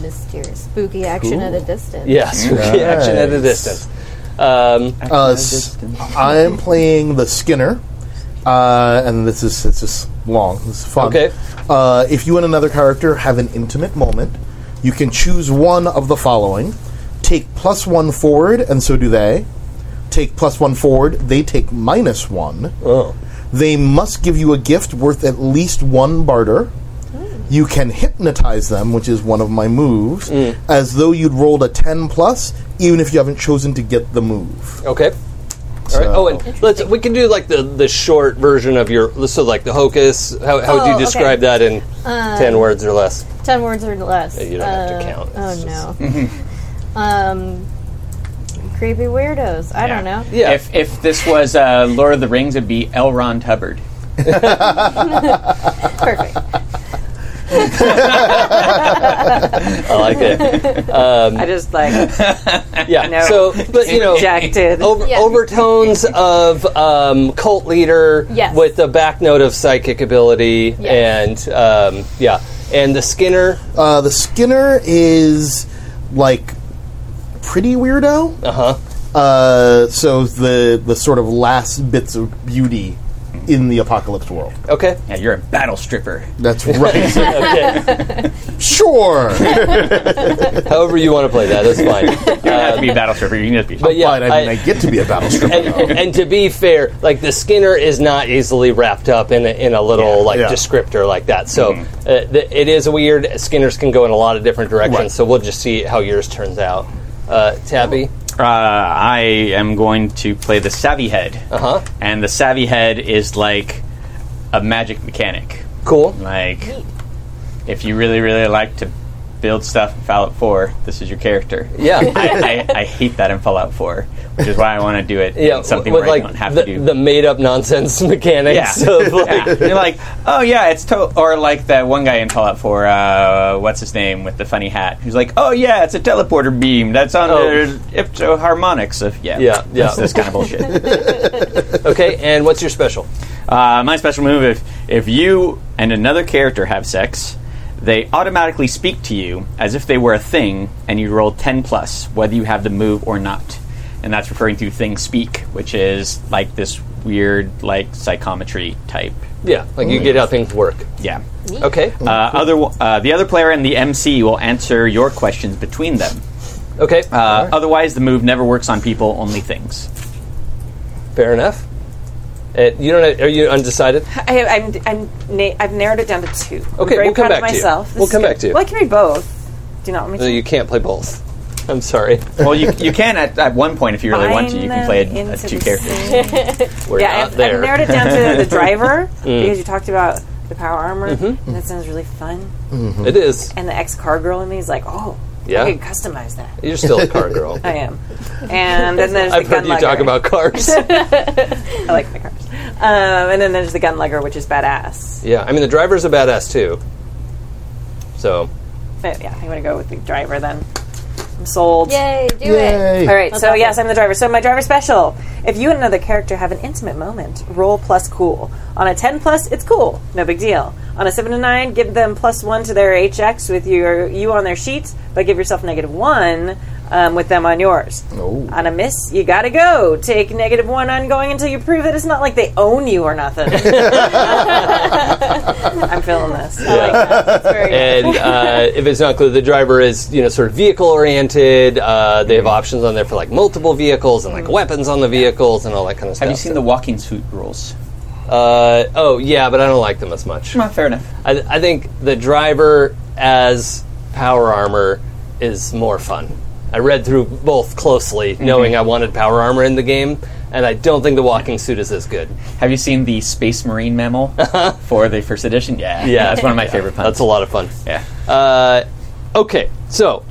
Speaker 4: Mysterious, spooky action at a distance.
Speaker 2: yes reaction at a
Speaker 3: Nice.
Speaker 2: distance um,
Speaker 3: Uh, s- I'm playing the Skinner, uh, and this is it's just long. This is fun.
Speaker 2: Okay.
Speaker 3: Uh, if you and another character have an intimate moment, you can choose one of the following: take plus one forward, and so do they. Take plus one forward. They take minus one.
Speaker 2: oh
Speaker 3: They must give you a gift worth at least one barter. You can hypnotize them, which is one of my moves,
Speaker 2: Hmm.
Speaker 3: as though you'd rolled a 10 plus, even if you haven't chosen to get the move.
Speaker 2: Okay. All right. Oh, and let's we can do like the the short version of your so like the hocus. How, how would
Speaker 4: Oh,
Speaker 2: you
Speaker 4: okay. Um,
Speaker 2: describe that in ten words or less?
Speaker 4: Ten words or less.
Speaker 2: you don't have to count. It's
Speaker 4: Oh no. um, creepy weirdos. I don't know.
Speaker 2: Yeah.
Speaker 5: If if this was uh, Lord of the Rings, it'd be L. Ron Hubbard.
Speaker 4: Perfect.
Speaker 2: Uh, I like it.
Speaker 6: I just like
Speaker 2: Yeah.
Speaker 6: No.
Speaker 2: So, but you know, oh.
Speaker 6: rejected.
Speaker 2: over,
Speaker 4: Yeah.
Speaker 2: overtones of um, cult leader
Speaker 4: Yes.
Speaker 2: with the back note of psychic ability
Speaker 4: Yes.
Speaker 2: and um, yeah, and the Skinner.
Speaker 3: Uh, the Skinner is like pretty weirdo.
Speaker 2: Uh huh.
Speaker 5: Uh-huh.
Speaker 3: Uh, so the the sort of last bits of beauty in the apocalypse world.
Speaker 2: Okay.
Speaker 5: Yeah, you're a battle stripper.
Speaker 3: That's right. sure.
Speaker 2: However you want to play that, that's fine.
Speaker 5: You don't have to be a battle stripper. You can just be.
Speaker 2: But yeah,
Speaker 3: Fine, I mean, I, get to be a battle stripper.
Speaker 2: and, and to be fair, like the Skinner is not easily wrapped up in a, in a little like
Speaker 3: Yeah. Mm-hmm.
Speaker 2: descriptor like that. So uh, th- it is weird. Skinners can go in a lot of different directions.
Speaker 3: Right.
Speaker 2: So we'll just see how yours turns out. Uh, Tabby,
Speaker 5: Uh, I am going to play the Savvy Head.
Speaker 2: Uh-huh.
Speaker 5: And the Savvy Head is like a magic mechanic.
Speaker 2: cool.
Speaker 5: Like, if you really, really like to build stuff in Fallout 4, this is your character.
Speaker 2: Yeah,
Speaker 5: I, I, I hate that in Fallout 4, which is why I want to do it
Speaker 2: yeah.
Speaker 5: in something
Speaker 2: with
Speaker 5: where
Speaker 2: like
Speaker 5: I don't have
Speaker 2: the,
Speaker 5: to do.
Speaker 2: the made up nonsense mechanics
Speaker 5: Yeah.
Speaker 2: of like
Speaker 5: yeah. You're like, oh yeah, it's to-, or like that one guy in Fallout 4, uh, what's his name with the funny hat, who's like, oh yeah, it's a teleporter beam that's on
Speaker 2: Oh.
Speaker 5: the ipso harmonics of yeah,
Speaker 2: Yeah, yeah.
Speaker 5: It's this kind of bullshit.
Speaker 2: okay. And what's your special?
Speaker 5: Uh, my special move: if if you and another character have sex, they automatically speak to you as if they were a thing, and you roll ten plus, whether you have the move or not. And that's referring to thing speak, which is like this weird like psychometry type.
Speaker 2: Yeah, like you get how things work.
Speaker 5: Yeah.
Speaker 2: Okay,
Speaker 5: Uh, other uh, the other player and the MC will answer your questions between them.
Speaker 2: okay,
Speaker 5: Uh, Otherwise, the move never works on people, only things.
Speaker 2: fair enough. Uh you don't. Have, are you undecided?
Speaker 6: I, I'm, I'm na- I've narrowed it down to two. I'm
Speaker 2: Okay,
Speaker 6: very
Speaker 2: we'll come
Speaker 6: proud of
Speaker 2: back to you.
Speaker 6: myself. This
Speaker 2: We'll
Speaker 6: is
Speaker 2: come
Speaker 6: good.
Speaker 2: back to you.
Speaker 6: Well, I can read both. Do you not want me
Speaker 2: No,
Speaker 6: to?
Speaker 2: You can't play both. I'm sorry.
Speaker 5: Well, you, you can at, at one point if you really want to. You can play
Speaker 6: uh,
Speaker 5: a, a two characters.
Speaker 2: We're
Speaker 6: Yeah,
Speaker 2: not
Speaker 6: I've,
Speaker 2: there.
Speaker 6: I've narrowed it down to the driver
Speaker 5: Mm.
Speaker 6: because you talked about the power armor,
Speaker 2: Mm-hmm.
Speaker 6: and that sounds really fun.
Speaker 2: It is.
Speaker 6: And the ex car girl in me is like, oh,
Speaker 2: Yeah.
Speaker 6: I could customize that.
Speaker 2: You're still a car girl.
Speaker 6: I am. And then there's
Speaker 2: I've
Speaker 6: the gun
Speaker 2: heard you talk
Speaker 6: lugger.
Speaker 2: about cars.
Speaker 6: I like my cars. Um, and then there's the gun lugger, which is badass.
Speaker 2: yeah, I mean the driver's a badass too. So
Speaker 6: But Uh, yeah, I'm gonna go with the driver then. I'm sold.
Speaker 4: Yay, do it.
Speaker 3: Yay.
Speaker 6: All right, so
Speaker 4: awesome.
Speaker 6: yes, I'm the driver. So my driver special. If you and another character have an intimate moment, roll plus cool. On a 10 plus, it's cool. No big deal. On a 7 to 9, give them plus 1 to their HX with your you on their sheets, but give yourself negative 1 um, with them on yours.
Speaker 3: Oh.
Speaker 6: On a miss, you gotta go. Take negative 1 ongoing until you prove that it's not like they own you or nothing. I'm feeling this. I like that. It's very good.
Speaker 2: And uh, if it's not clear, the driver is you know sort of vehicle oriented. Uh, they have options on there for like multiple vehicles and like
Speaker 6: Mm.
Speaker 2: weapons on the vehicles and all that kind of stuff.
Speaker 5: Have you seen the walking suit rules?
Speaker 2: Uh, oh yeah, but I don't like them as much.
Speaker 5: Come on, Oh, fair enough.
Speaker 2: I, I think the driver as power armor is more fun. I read through both closely, knowing I wanted power armor in the game, and I don't think the walking suit is as good.
Speaker 5: Have you seen the Space Marine mammal for the first edition? Yeah,
Speaker 2: Yeah.
Speaker 5: that's one of my favorite puns.
Speaker 2: That's a lot of fun.
Speaker 5: Yeah,
Speaker 2: Uh, okay, so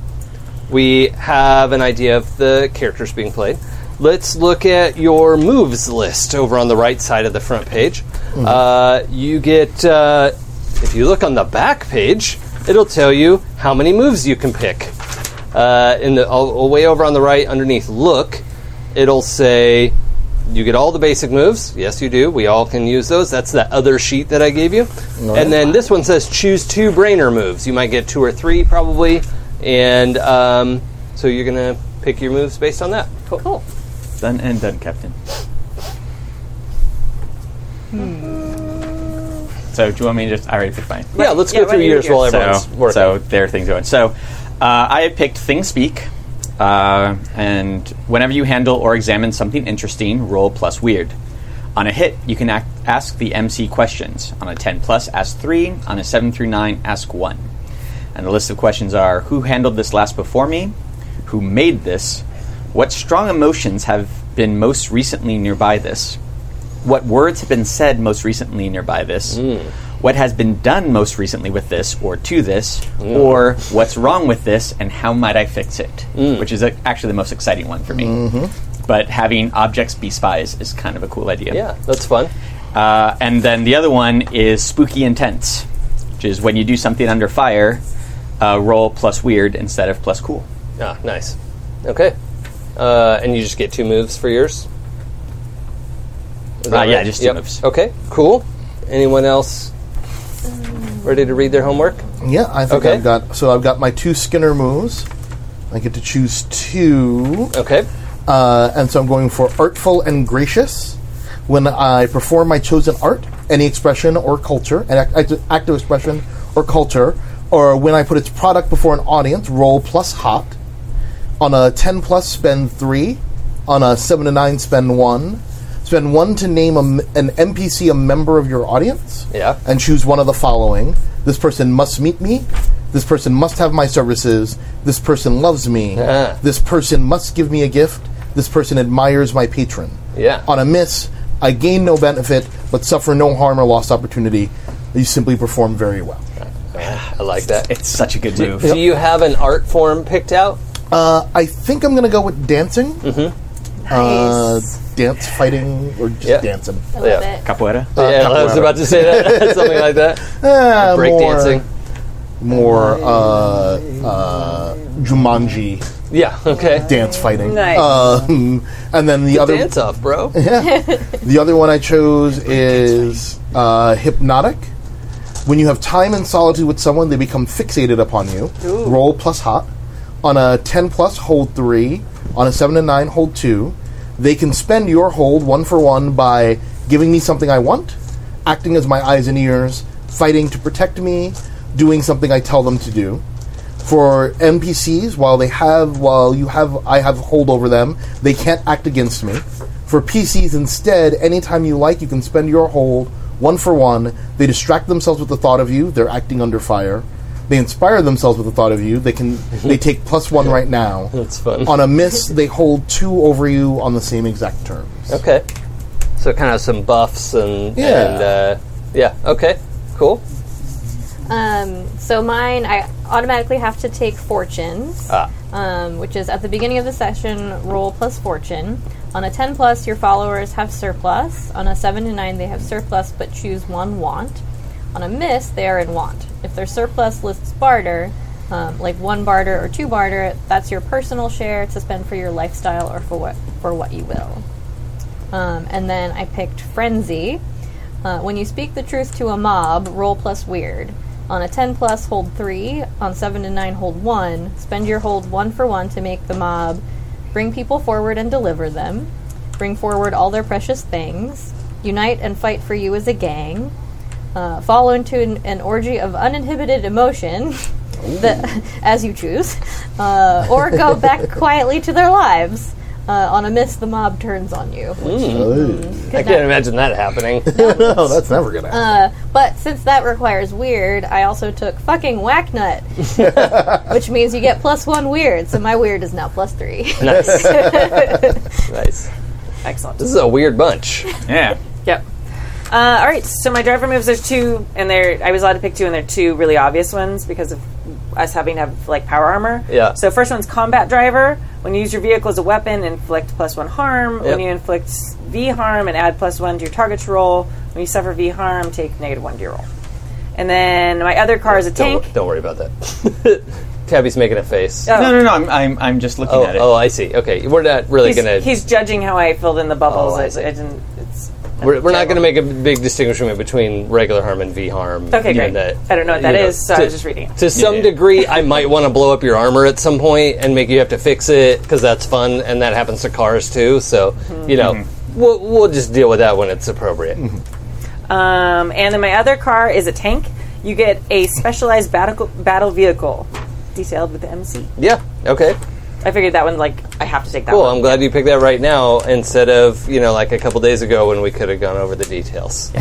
Speaker 2: we have an idea of the characters being played. Let's look at your moves list over on the right side of the front page. Uh, you get, uh, if you look on the back page, it'll tell you how many moves you can pick. Uh, in the all, all way over on the right, underneath look, it'll say you get all the basic moves. Yes, you do. We all can use those. That's that other sheet that I gave you. And then this one says choose two brainer moves. You might get two or three probably, and um, so you're gonna pick your moves based on that.
Speaker 4: Cool.
Speaker 5: done and done, Captain. So, do you want me to just? I already picked mine.
Speaker 2: Yeah, let's
Speaker 6: Yeah,
Speaker 2: go through
Speaker 6: right,
Speaker 2: yours
Speaker 6: yours.
Speaker 2: while everyone's
Speaker 5: so,
Speaker 2: working.
Speaker 5: so there are things going. So uh, I had picked Thing Speak, uh, and whenever you handle or examine something interesting, roll plus weird. On a hit, you can act, ask the MC questions. On a 10 plus, ask 3. On a 7 through 9, ask 1. And the list of questions are Who handled this last before me? Who made this? What strong emotions have been most recently nearby this? what words have been said most recently nearby this,
Speaker 2: Hmm.
Speaker 5: what has been done most recently with this or to this, or what's wrong with this and how might I fix it,
Speaker 2: Hmm.
Speaker 5: which is uh actually the most exciting one for me.
Speaker 2: Mm-hmm.
Speaker 5: But having objects be spies is kind of a cool idea.
Speaker 2: yeah, that's fun.
Speaker 5: Uh, and then the other one is spooky intense, which is when you do something under fire, uh, roll plus weird instead of plus cool.
Speaker 2: Ah, nice. Okay, uh, and you just get two moves for yours. Is that
Speaker 5: Uh, yeah, just two moves.
Speaker 2: Okay, cool. Anyone else ready to read their homework?
Speaker 3: Yeah, I think
Speaker 2: Okay.
Speaker 3: I've got. So I've got my two Skinner moves. I get to choose two.
Speaker 2: Okay.
Speaker 3: Uh, and so I'm going for artful and gracious. When I perform my chosen art, any expression or culture, an act- act- active expression or culture, or when I put its product before an audience, roll plus hot. On a 10 plus, spend 3. On a 7 to 9, spend 1. Spend 1 to name a m an NPC a member of your audience.
Speaker 2: Yeah.
Speaker 3: And choose one of the following This person must meet me. This person must have my services. This person loves me.
Speaker 2: Yeah.
Speaker 3: This person must give me a gift. This person admires my patron.
Speaker 2: Yeah.
Speaker 3: On a miss, I gain no benefit, but suffer no harm or lost opportunity. You simply perform very well.
Speaker 2: I like that.
Speaker 5: It's such a good move.
Speaker 2: Do you have an art form picked out?
Speaker 3: Uh, I think I'm going to go with dancing. Mm-hmm. Uh, dance fighting or just
Speaker 2: Yeah.
Speaker 3: dancing.
Speaker 4: I love
Speaker 2: Yeah.
Speaker 4: it.
Speaker 5: Capoeira?
Speaker 2: yeah, I was
Speaker 3: capoeira.
Speaker 2: about to say that. Something like that.
Speaker 3: Uh,
Speaker 2: Break dancing.
Speaker 3: More uh, uh, Jumanji
Speaker 2: Yeah, okay.
Speaker 3: dance fighting.
Speaker 6: Nice.
Speaker 3: Um, and then the other
Speaker 2: Dance off, bro.
Speaker 3: The other one I chose is uh, hypnotic. When you have time and solitude with someone, they become fixated upon you. Roll plus hot. On a 10 plus, hold 3. On a 7 and 9, hold 2. They can spend your hold one for one by giving me something I want, acting as my eyes and ears, fighting to protect me, doing something I tell them to do. For NPCs, while they have, while you have, I have hold over them, they can't act against me. For PCs, instead, anytime you like, you can spend your hold one for one. They distract themselves with the thought of you. They're acting under fire. They inspire themselves with the thought of you. They can, they take plus one right now.
Speaker 2: That's fun.
Speaker 3: On a miss, they hold two over you on the same exact terms.
Speaker 2: Okay. So kind of some buffs and
Speaker 3: Yeah.
Speaker 2: and uh, yeah, okay. Cool.
Speaker 4: Um, so mine, I automatically have to take fortunes,
Speaker 2: Ah.
Speaker 4: um, which is at the beginning of the session, roll plus fortune. On a 10 plus, your followers have surplus. On a 7 to 9, they have surplus, but choose one want. On a miss, they are in want. If their surplus lists barter, um, like one barter or two barter, that's your personal share to spend for your lifestyle or for what for what you will. Um, and then I picked frenzy. Uh, when you speak the truth to a mob, roll plus weird. On a 10 plus, hold 3. On 7 to 9, hold 1. Spend your hold 1 for 1 to make the mob. Bring people forward and deliver them. Bring forward all their precious things. Unite and fight for you as a gang. Uh, fall into an, an orgy of uninhibited emotion, the, as you choose, uh, or go back quietly to their lives. Uh, on a miss, the mob turns on you.
Speaker 2: I can't imagine that happening.
Speaker 3: no, Oh, that's never gonna happen.
Speaker 4: But since that requires weird, I also took fucking whack nut, which means you get plus one weird. So my weird is now plus three.
Speaker 2: nice. nice.
Speaker 6: Excellent.
Speaker 2: This is a weird bunch.
Speaker 5: Yeah.
Speaker 6: Yep. Uh, all right. So my driver moves. There's two, and there I was allowed to pick two, and they're two really obvious ones because of us having to have like power armor.
Speaker 2: Yeah.
Speaker 6: So first one's combat driver. When you use your vehicle as a weapon, inflict plus one harm.
Speaker 2: Yep.
Speaker 6: When you inflict V harm and add plus one to your target's roll. When you suffer V harm, take negative one to your roll. And then my other car is a tank.
Speaker 2: Don't, don't worry about that. Tabby's making a face.
Speaker 6: Oh.
Speaker 5: No, no, no. I'm, I'm, I'm just looking
Speaker 2: Oh,
Speaker 5: at it.
Speaker 2: oh, I see. Okay, we're not really
Speaker 6: He's,
Speaker 2: gonna.
Speaker 6: he's judging how I filled in the bubbles.
Speaker 2: Oh, I
Speaker 6: I, I
Speaker 2: see.
Speaker 6: didn't. It's
Speaker 2: we're we're not gonna make a big distinction between regular harm and V harm.
Speaker 6: Okay, great.
Speaker 2: And that-
Speaker 6: I don't know what that
Speaker 2: you
Speaker 6: is, so I was just reading it.
Speaker 2: To some
Speaker 5: yeah.
Speaker 2: degree, I might want to blow up your armor at some point and make you have to fix it because that's fun, and that happens to cars too. So
Speaker 5: Mm-hmm.
Speaker 2: you know, we'll, we'll just deal with that when it's appropriate.
Speaker 6: Um, and then my other car is a tank. You get a specialized battle battle vehicle, detailed with the MC.
Speaker 2: Yeah. Okay.
Speaker 6: I figured that one like I have to take that
Speaker 2: Cool.
Speaker 6: one.
Speaker 2: I'm glad you picked that right now instead of you know like a couple days ago when we could have gone over the details.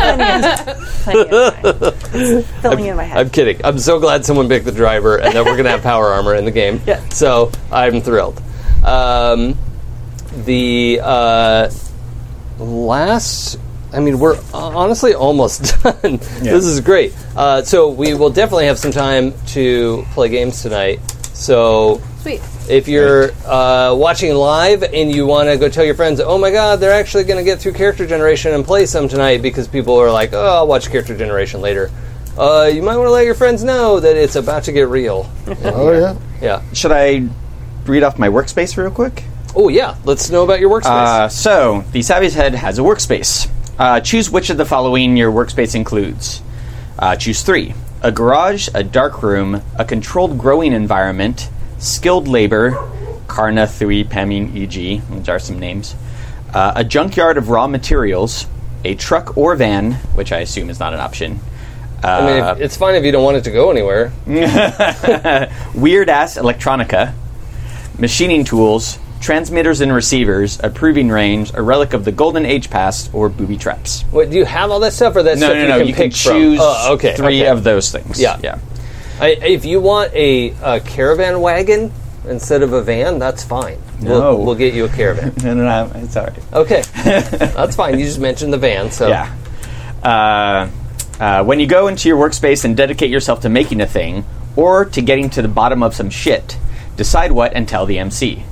Speaker 6: Plenty of time. It's filling in my head.
Speaker 2: I'm kidding. I'm so glad someone picked the driver and that we're going to have power armor in the game.
Speaker 6: Yeah.
Speaker 2: So I'm thrilled. Um, the uh, last. I mean, we're honestly almost done. This is great. Uh, so we will definitely have some time to play games tonight. So
Speaker 4: Sweet.
Speaker 2: if you're uh, watching live and you want to go tell your friends, oh my god, they're actually going to get through character generation and play some tonight because people are like, oh, I'll watch character generation later. Uh, you might want to let your friends know that it's about to get real.
Speaker 3: oh yeah.
Speaker 2: yeah.
Speaker 5: Should I read off my workspace real quick?
Speaker 2: Oh yeah. Let's know about your workspace.
Speaker 5: Uh, so, the Savvy's Head has a workspace. Uh, choose which of the following your workspace includes. Uh, choose three a garage, a dark room, a controlled growing environment, skilled labor, Karna 3 Pamin EG, which are some names, uh, a junkyard of raw materials, a truck or van, which I assume is not an option, uh,
Speaker 2: I mean, if, it's fine if you don't want it to go anywhere.
Speaker 5: weird ass electronica, machining tools, transmitters and receivers, a proving range, a relic of the golden age past, or booby traps.
Speaker 2: What, do you have all that stuff, or that
Speaker 5: No,
Speaker 2: stuff
Speaker 5: no,
Speaker 2: you
Speaker 5: no.
Speaker 2: can
Speaker 5: You can
Speaker 2: pick from?
Speaker 5: choose
Speaker 2: Oh, okay,
Speaker 5: three
Speaker 2: okay.
Speaker 5: of those things.
Speaker 2: Yeah.
Speaker 5: yeah.
Speaker 2: I, if you want a, a caravan wagon instead of a van, that's fine.
Speaker 5: No.
Speaker 2: We'll, we'll get you a caravan.
Speaker 5: No, no, no. It's all right.
Speaker 2: Okay, that's fine. You just mentioned the van, so
Speaker 5: Yeah. Uh, uh, when you go into your workspace and dedicate yourself to making a thing or to getting to the bottom of some shit, decide what and tell the MC.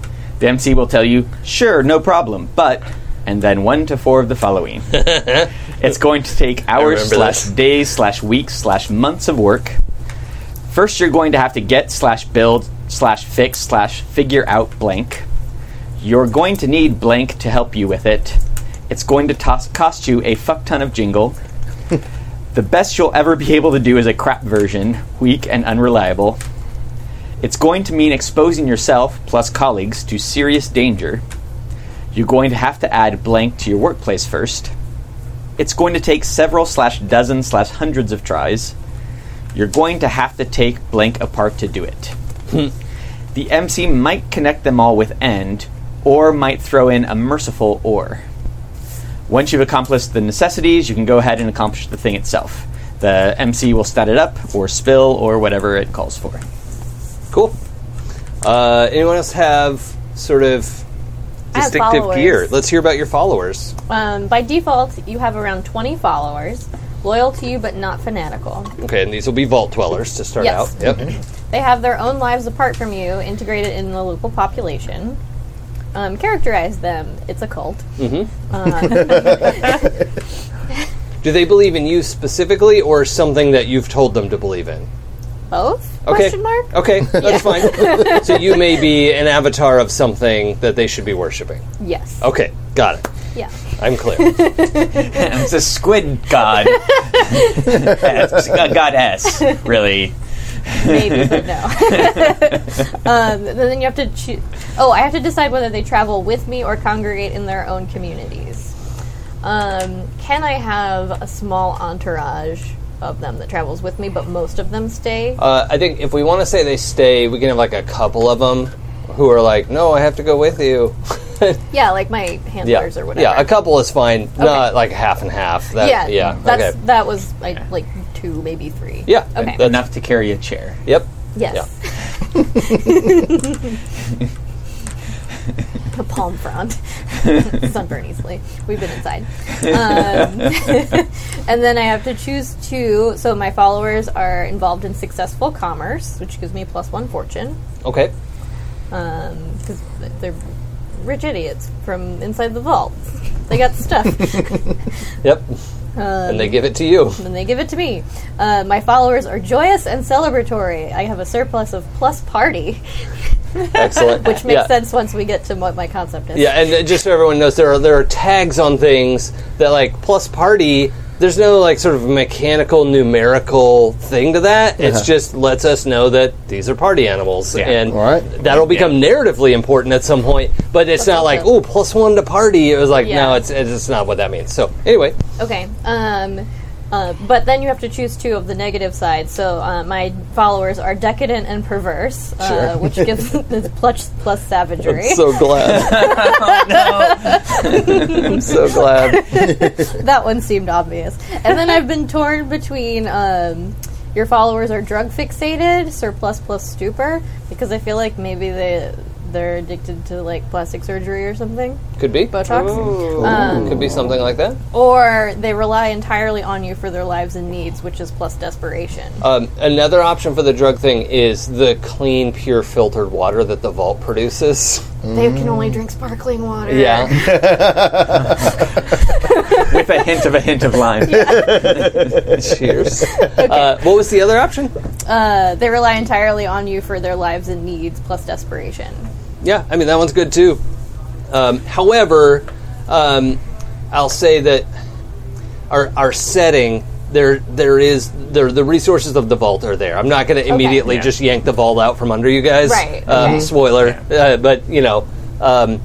Speaker 5: The MC will tell you, sure, no problem, but, and then one to four of the following. it's going to take hours
Speaker 2: remember
Speaker 5: slash
Speaker 2: this.
Speaker 5: days slash weeks slash months of work. First, you're going to have to get slash build slash fix slash figure out blank. You're going to need blank to help you with it. It's going to tos- cost you a fuck ton of jingle. the best you'll ever be able to do is a crap version, weak and unreliable. It's going to mean exposing yourself plus colleagues to serious danger. You're going to have to add blank to your workplace first. It's going to take several slash dozen slash hundreds of tries. You're going to have to take blank apart to do it Hmm. the MC might connect them all with end, or might throw in a merciful or. Once you've accomplished the necessities, you can go ahead and accomplish the thing itself. The MC will stat it up, or spill, or whatever it calls for.
Speaker 2: cool. Uh, anyone else have sort of
Speaker 4: I have
Speaker 2: distinctive
Speaker 4: followers.
Speaker 2: gear? Let's hear about your followers.
Speaker 4: Um, by default, you have around 20 followers, loyal to you but not fanatical.
Speaker 2: Okay, and these will be vault dwellers to start
Speaker 4: Yes.
Speaker 2: out. Yep.
Speaker 4: They have their own lives apart from you, integrated in the local population. Um, characterize them. It's a cult.
Speaker 2: Mm-hmm.
Speaker 4: Uh,
Speaker 2: Do they believe in you specifically, or something that you've told them to believe in?
Speaker 4: both?
Speaker 2: Okay.
Speaker 4: Question mark.
Speaker 2: Okay, that's fine. so you may be an avatar of something that they should be worshiping.
Speaker 4: Yes.
Speaker 2: Okay, got it.
Speaker 4: Yeah.
Speaker 2: I'm clear.
Speaker 5: It's a squid god. It's a goddess, really.
Speaker 4: Maybe, but no. um, then you have to choose. Oh, I have to decide whether they travel with me or congregate in their own communities. Um, can I have a small entourage of them that travels with me, but most of them stay?
Speaker 2: Uh, I think if we want to say they stay, we can have like a couple of them who are like, "No, I have to go with you."
Speaker 4: yeah, like my handlers or whatever.
Speaker 2: Yeah, a couple is fine. Not like half and half. That,
Speaker 4: yeah,
Speaker 2: yeah, yeah.
Speaker 4: That's,
Speaker 2: okay.
Speaker 4: That was like, like two, maybe three.
Speaker 2: Yeah.
Speaker 4: Okay.
Speaker 2: That's-
Speaker 5: Enough to carry a chair.
Speaker 2: Yep.
Speaker 4: Yes.
Speaker 2: Yeah.
Speaker 4: a palm frond. Sunburn easily. We've been inside. Um, and then I have to choose two. So my followers are involved in successful commerce, which gives me plus one fortune
Speaker 2: Okay.
Speaker 4: because they're rich idiots from inside the vault. They got stuff,
Speaker 2: Yep.
Speaker 4: Um,
Speaker 2: and they give it to you.
Speaker 4: and they give it to me. Uh, my followers are joyous and celebratory. I have a surplus of plus party,
Speaker 2: Excellent.
Speaker 4: which makes
Speaker 2: yeah.
Speaker 4: sense once we get to what my concept is.
Speaker 2: Yeah, and uh, just so everyone knows, there are there are tags on things that like plus party. There's no like sort of mechanical numerical thing to that. It's just lets us know that these are party animals,
Speaker 5: Yeah.
Speaker 2: and
Speaker 3: All right.
Speaker 2: that'll become narratively important at some point. But it's not like
Speaker 4: also-
Speaker 2: oh plus one to party. It was like
Speaker 4: Yeah.
Speaker 2: no, it's it's not what that means. So anyway,
Speaker 4: Okay. Um, uh, but then you have to choose two of the negative side. So uh, my followers are decadent and perverse, uh, which gives this plus plus savagery.
Speaker 2: I'm so glad. I'm so glad.
Speaker 4: that one seemed obvious. And then I've been torn between. Um, your followers are drug fixated, surplus plus stupor, because I feel like maybe they they're addicted to like plastic surgery or something,
Speaker 2: Could be.
Speaker 4: Botox.
Speaker 2: Could be something like that.
Speaker 4: Or they rely entirely on you for their lives and needs, which is plus desperation.
Speaker 2: Um, another option for the drug thing is the clean, pure, filtered water that the vault produces.
Speaker 4: They can only drink sparkling water.
Speaker 2: Yeah.
Speaker 5: With a hint of a hint of lime.
Speaker 2: Cheers. Uh, what was the other option?
Speaker 4: Uh, they rely entirely on you for their lives and needs, plus desperation.
Speaker 2: Yeah, I mean that one's good too. Um, however, um, I'll say that our our setting there there is there the resources of the vault are there. I'm not going to immediately
Speaker 5: Yeah.
Speaker 2: just yank the vault out from under you guys.
Speaker 4: Right, Mm-hmm.
Speaker 2: Um,
Speaker 4: okay.
Speaker 2: Spoiler, uh, but you know, um,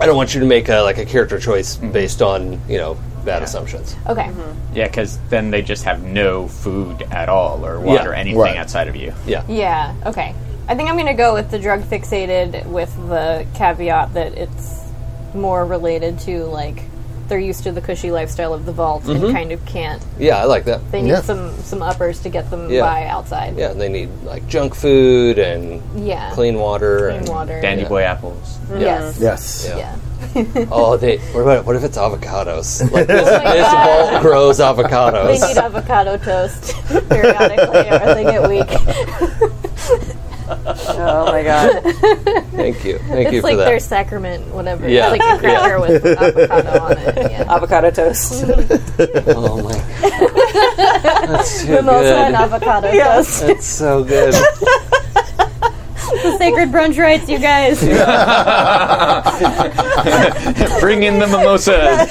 Speaker 2: I don't want you to make a, like a character choice based on you know bad assumptions.
Speaker 4: Okay.
Speaker 5: Yeah, because then they just have no food at all or water,
Speaker 2: Yeah.
Speaker 5: anything
Speaker 3: Right.
Speaker 5: outside of you.
Speaker 2: Yeah.
Speaker 4: Yeah. Okay. I think I'm going to go with the drug fixated with the caveat that it's more related to like they're used to the cushy lifestyle of the vault and kind of can't.
Speaker 2: Mm-hmm. Yeah, I like that.
Speaker 4: They need
Speaker 3: Yeah.
Speaker 4: some some uppers to get them
Speaker 2: Yeah.
Speaker 4: by outside.
Speaker 2: Yeah, they need like junk food and
Speaker 4: Yeah.
Speaker 2: clean water and
Speaker 4: water.
Speaker 5: Dandy
Speaker 2: Yeah.
Speaker 5: boy apples.
Speaker 4: Yes.
Speaker 3: Yes.
Speaker 2: Yeah.
Speaker 4: Yeah.
Speaker 2: Oh, they. What about what if it's avocados? Like this,
Speaker 4: Oh my
Speaker 2: this
Speaker 4: God.
Speaker 2: vault grows
Speaker 4: They
Speaker 2: avocados.
Speaker 4: need avocado toast periodically, or they get weak.
Speaker 6: Oh my god.
Speaker 2: Thank you, thank you
Speaker 4: It's
Speaker 2: for
Speaker 4: like
Speaker 2: that.
Speaker 4: their sacrament, whatever.
Speaker 2: Yeah.
Speaker 4: It's like a cracker with avocado on it. Yeah.
Speaker 6: Avocado toast.
Speaker 2: Oh my, that's too
Speaker 4: Mimosa
Speaker 2: good.
Speaker 4: and avocado toast.
Speaker 2: That's so good.
Speaker 4: The sacred brunch rites, you guys.
Speaker 5: Bring in the mimosa.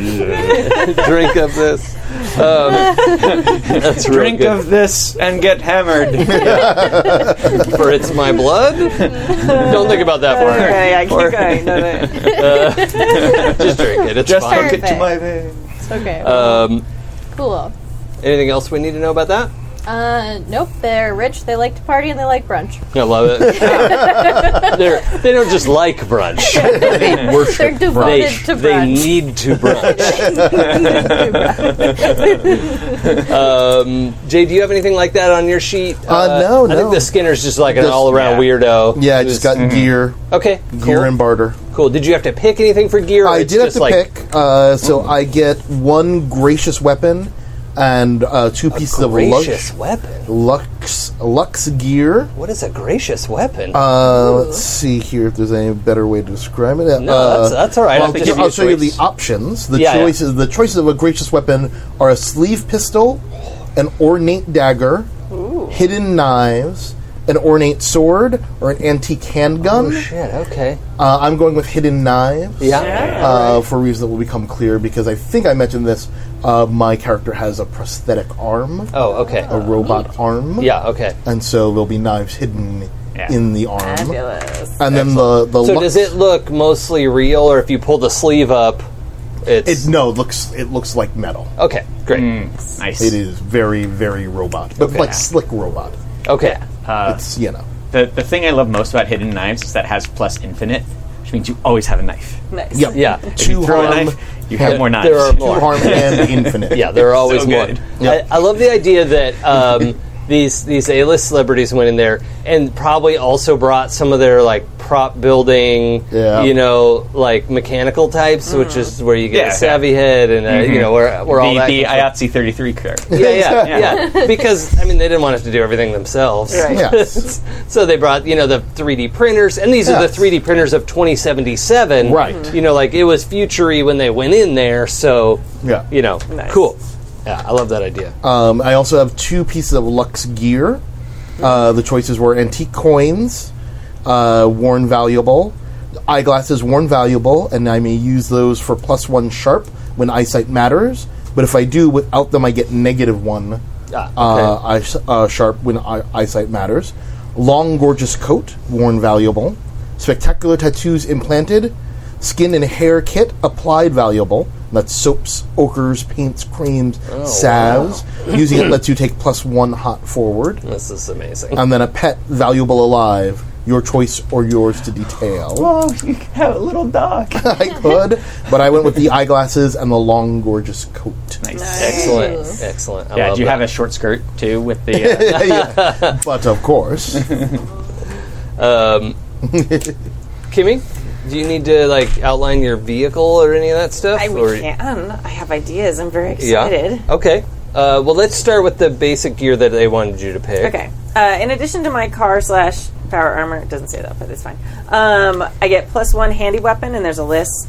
Speaker 2: Drink of this. Um, that's real
Speaker 5: Drink
Speaker 2: good.
Speaker 5: of this and get hammered.
Speaker 2: for it's my blood. Don't think about that part.
Speaker 6: okay, I keep going. No, no.
Speaker 2: Just drink it. It's
Speaker 5: Just
Speaker 2: fine.
Speaker 5: hook it to
Speaker 4: Perfect.
Speaker 5: my vein.
Speaker 4: Okay,
Speaker 2: Um,
Speaker 4: cool.
Speaker 2: anything else we need to know about that?
Speaker 4: Uh, nope, they're rich, they like to party, and they like brunch.
Speaker 2: I love it. They're, they don't just like brunch.
Speaker 4: They're devoted
Speaker 2: They,
Speaker 4: to
Speaker 2: they
Speaker 4: brunch.
Speaker 2: need to brunch. um, Jay, do you have anything like that on your sheet?
Speaker 3: Uh,
Speaker 2: Uh,
Speaker 3: no,
Speaker 2: I
Speaker 3: no.
Speaker 2: think the Skinner's just like an
Speaker 3: Just-
Speaker 2: all-around
Speaker 5: yeah.
Speaker 2: weirdo.
Speaker 3: Yeah, I
Speaker 2: who's-
Speaker 3: just got gear,
Speaker 2: okay.
Speaker 3: gear
Speaker 2: Cool.
Speaker 3: and barter.
Speaker 2: cool. Did you have to pick anything for gear? or
Speaker 3: I
Speaker 2: it's
Speaker 3: did have
Speaker 2: just
Speaker 3: to
Speaker 2: like,
Speaker 3: pick, uh, so I get one gracious weapon and uh, two pieces of
Speaker 2: gracious
Speaker 3: lux,
Speaker 2: weapon.
Speaker 3: lux lux gear.
Speaker 2: What is a gracious weapon?
Speaker 3: Uh, let's see here if there's any better way to describe it.
Speaker 2: no,
Speaker 3: Uh,
Speaker 2: Oh, that's, that's all right.
Speaker 5: well,
Speaker 2: I'll
Speaker 5: they
Speaker 2: just-
Speaker 5: give
Speaker 3: I'll
Speaker 5: a
Speaker 3: show you the
Speaker 5: choice.
Speaker 3: options. The
Speaker 2: Yeah, yeah.
Speaker 3: choices. The choices of a gracious weapon are a sleeve pistol, an ornate dagger, hidden knives, an ornate sword, or an antique handgun.
Speaker 2: oh shit. Okay.
Speaker 3: Uh, I'm going with hidden knives.
Speaker 2: Yeah.
Speaker 3: Uh, for reasons that will become clear, because I think I mentioned this, uh, my character has a prosthetic arm,
Speaker 2: Oh, okay.
Speaker 3: a robot arm.
Speaker 2: Yeah. Okay.
Speaker 3: And so there'll be knives hidden
Speaker 5: Yeah.
Speaker 3: in the arm.
Speaker 6: Fabulous.
Speaker 3: And then the the
Speaker 2: So
Speaker 3: lu-
Speaker 2: does it look mostly real, or if you pull the sleeve up, it's
Speaker 3: It, no, it looks it looks like metal.
Speaker 2: okay. Great.
Speaker 5: Mm. Nice.
Speaker 3: It is very, very robot, but
Speaker 2: Oh. Okay. Uh.
Speaker 3: like slick robot.
Speaker 2: Okay.
Speaker 3: it's you know,
Speaker 5: The, the thing I love most about hidden knives is that it has plus infinite, which means you always have a knife.
Speaker 6: Nice.
Speaker 3: yep,
Speaker 2: Yeah.
Speaker 5: If you
Speaker 3: Two
Speaker 5: throw a
Speaker 3: harm,
Speaker 5: knife, you have more knives.
Speaker 2: There are
Speaker 3: two
Speaker 2: more.
Speaker 3: harm and infinite.
Speaker 2: Yeah, Uh, there are always
Speaker 5: So
Speaker 2: more.
Speaker 5: good.
Speaker 3: Yep.
Speaker 2: I, I love the idea that um, these these A list celebrities went in there and probably also brought some of their like prop building,
Speaker 3: Yeah.
Speaker 2: you know, like mechanical types, which is where you get
Speaker 5: Yeah, Mm-hmm.
Speaker 2: a savvy head and uh, you know where where
Speaker 5: the,
Speaker 2: all that.
Speaker 5: the
Speaker 2: comes from.
Speaker 5: IATSE 33 card.
Speaker 2: yeah, yeah, yeah, Because I mean, they didn't want us to do everything themselves.
Speaker 6: Right.
Speaker 3: Yes.
Speaker 2: so they brought you know the 3D printers, and these are
Speaker 3: Yes.
Speaker 2: the 3D printers of 2077.
Speaker 3: Right. Mhm.
Speaker 2: You know, like it was futury when they went in there. So
Speaker 3: Yeah.
Speaker 2: you know,
Speaker 6: Nice.
Speaker 2: cool. Yeah, I love that idea.
Speaker 5: Uh,
Speaker 3: Um, I also have two pieces of Lux gear. Uh, the choices were antique coins, uh, worn valuable, eyeglasses worn valuable, and I may use those for plus one sharp when eyesight matters. But if I do without them, I get negative one
Speaker 2: Ah, okay.
Speaker 3: uh, eye, uh, sharp when eye, eyesight matters. Long, gorgeous coat worn valuable, spectacular tattoos implanted, skin and hair kit applied valuable. That's soaps, ochres, paints, creams,
Speaker 2: Oh,
Speaker 3: salves. Using it lets you take plus one hot forward.
Speaker 2: this is amazing.
Speaker 3: And then a pet, valuable alive, your choice or yours to detail.
Speaker 5: Oh, you have a little dog.
Speaker 3: I could, but I went with the eyeglasses and the long, gorgeous coat.
Speaker 2: excellent, excellent. I
Speaker 5: Yeah,
Speaker 2: love
Speaker 5: do you
Speaker 2: that.
Speaker 5: have a short skirt too with the? Uh,
Speaker 3: Yeah, but of course,
Speaker 2: Kimmy? Do you need to like outline your vehicle or any of that stuff?
Speaker 6: I
Speaker 2: or-
Speaker 6: can. I have ideas. I'm very excited.
Speaker 2: Yeah. Okay. Uh, well, let's start with the basic gear that they wanted you to pick.
Speaker 6: Okay. Uh, in addition to my car slash power armor, it doesn't say that, but it's fine. Um, I get plus one handy weapon, and there's a list.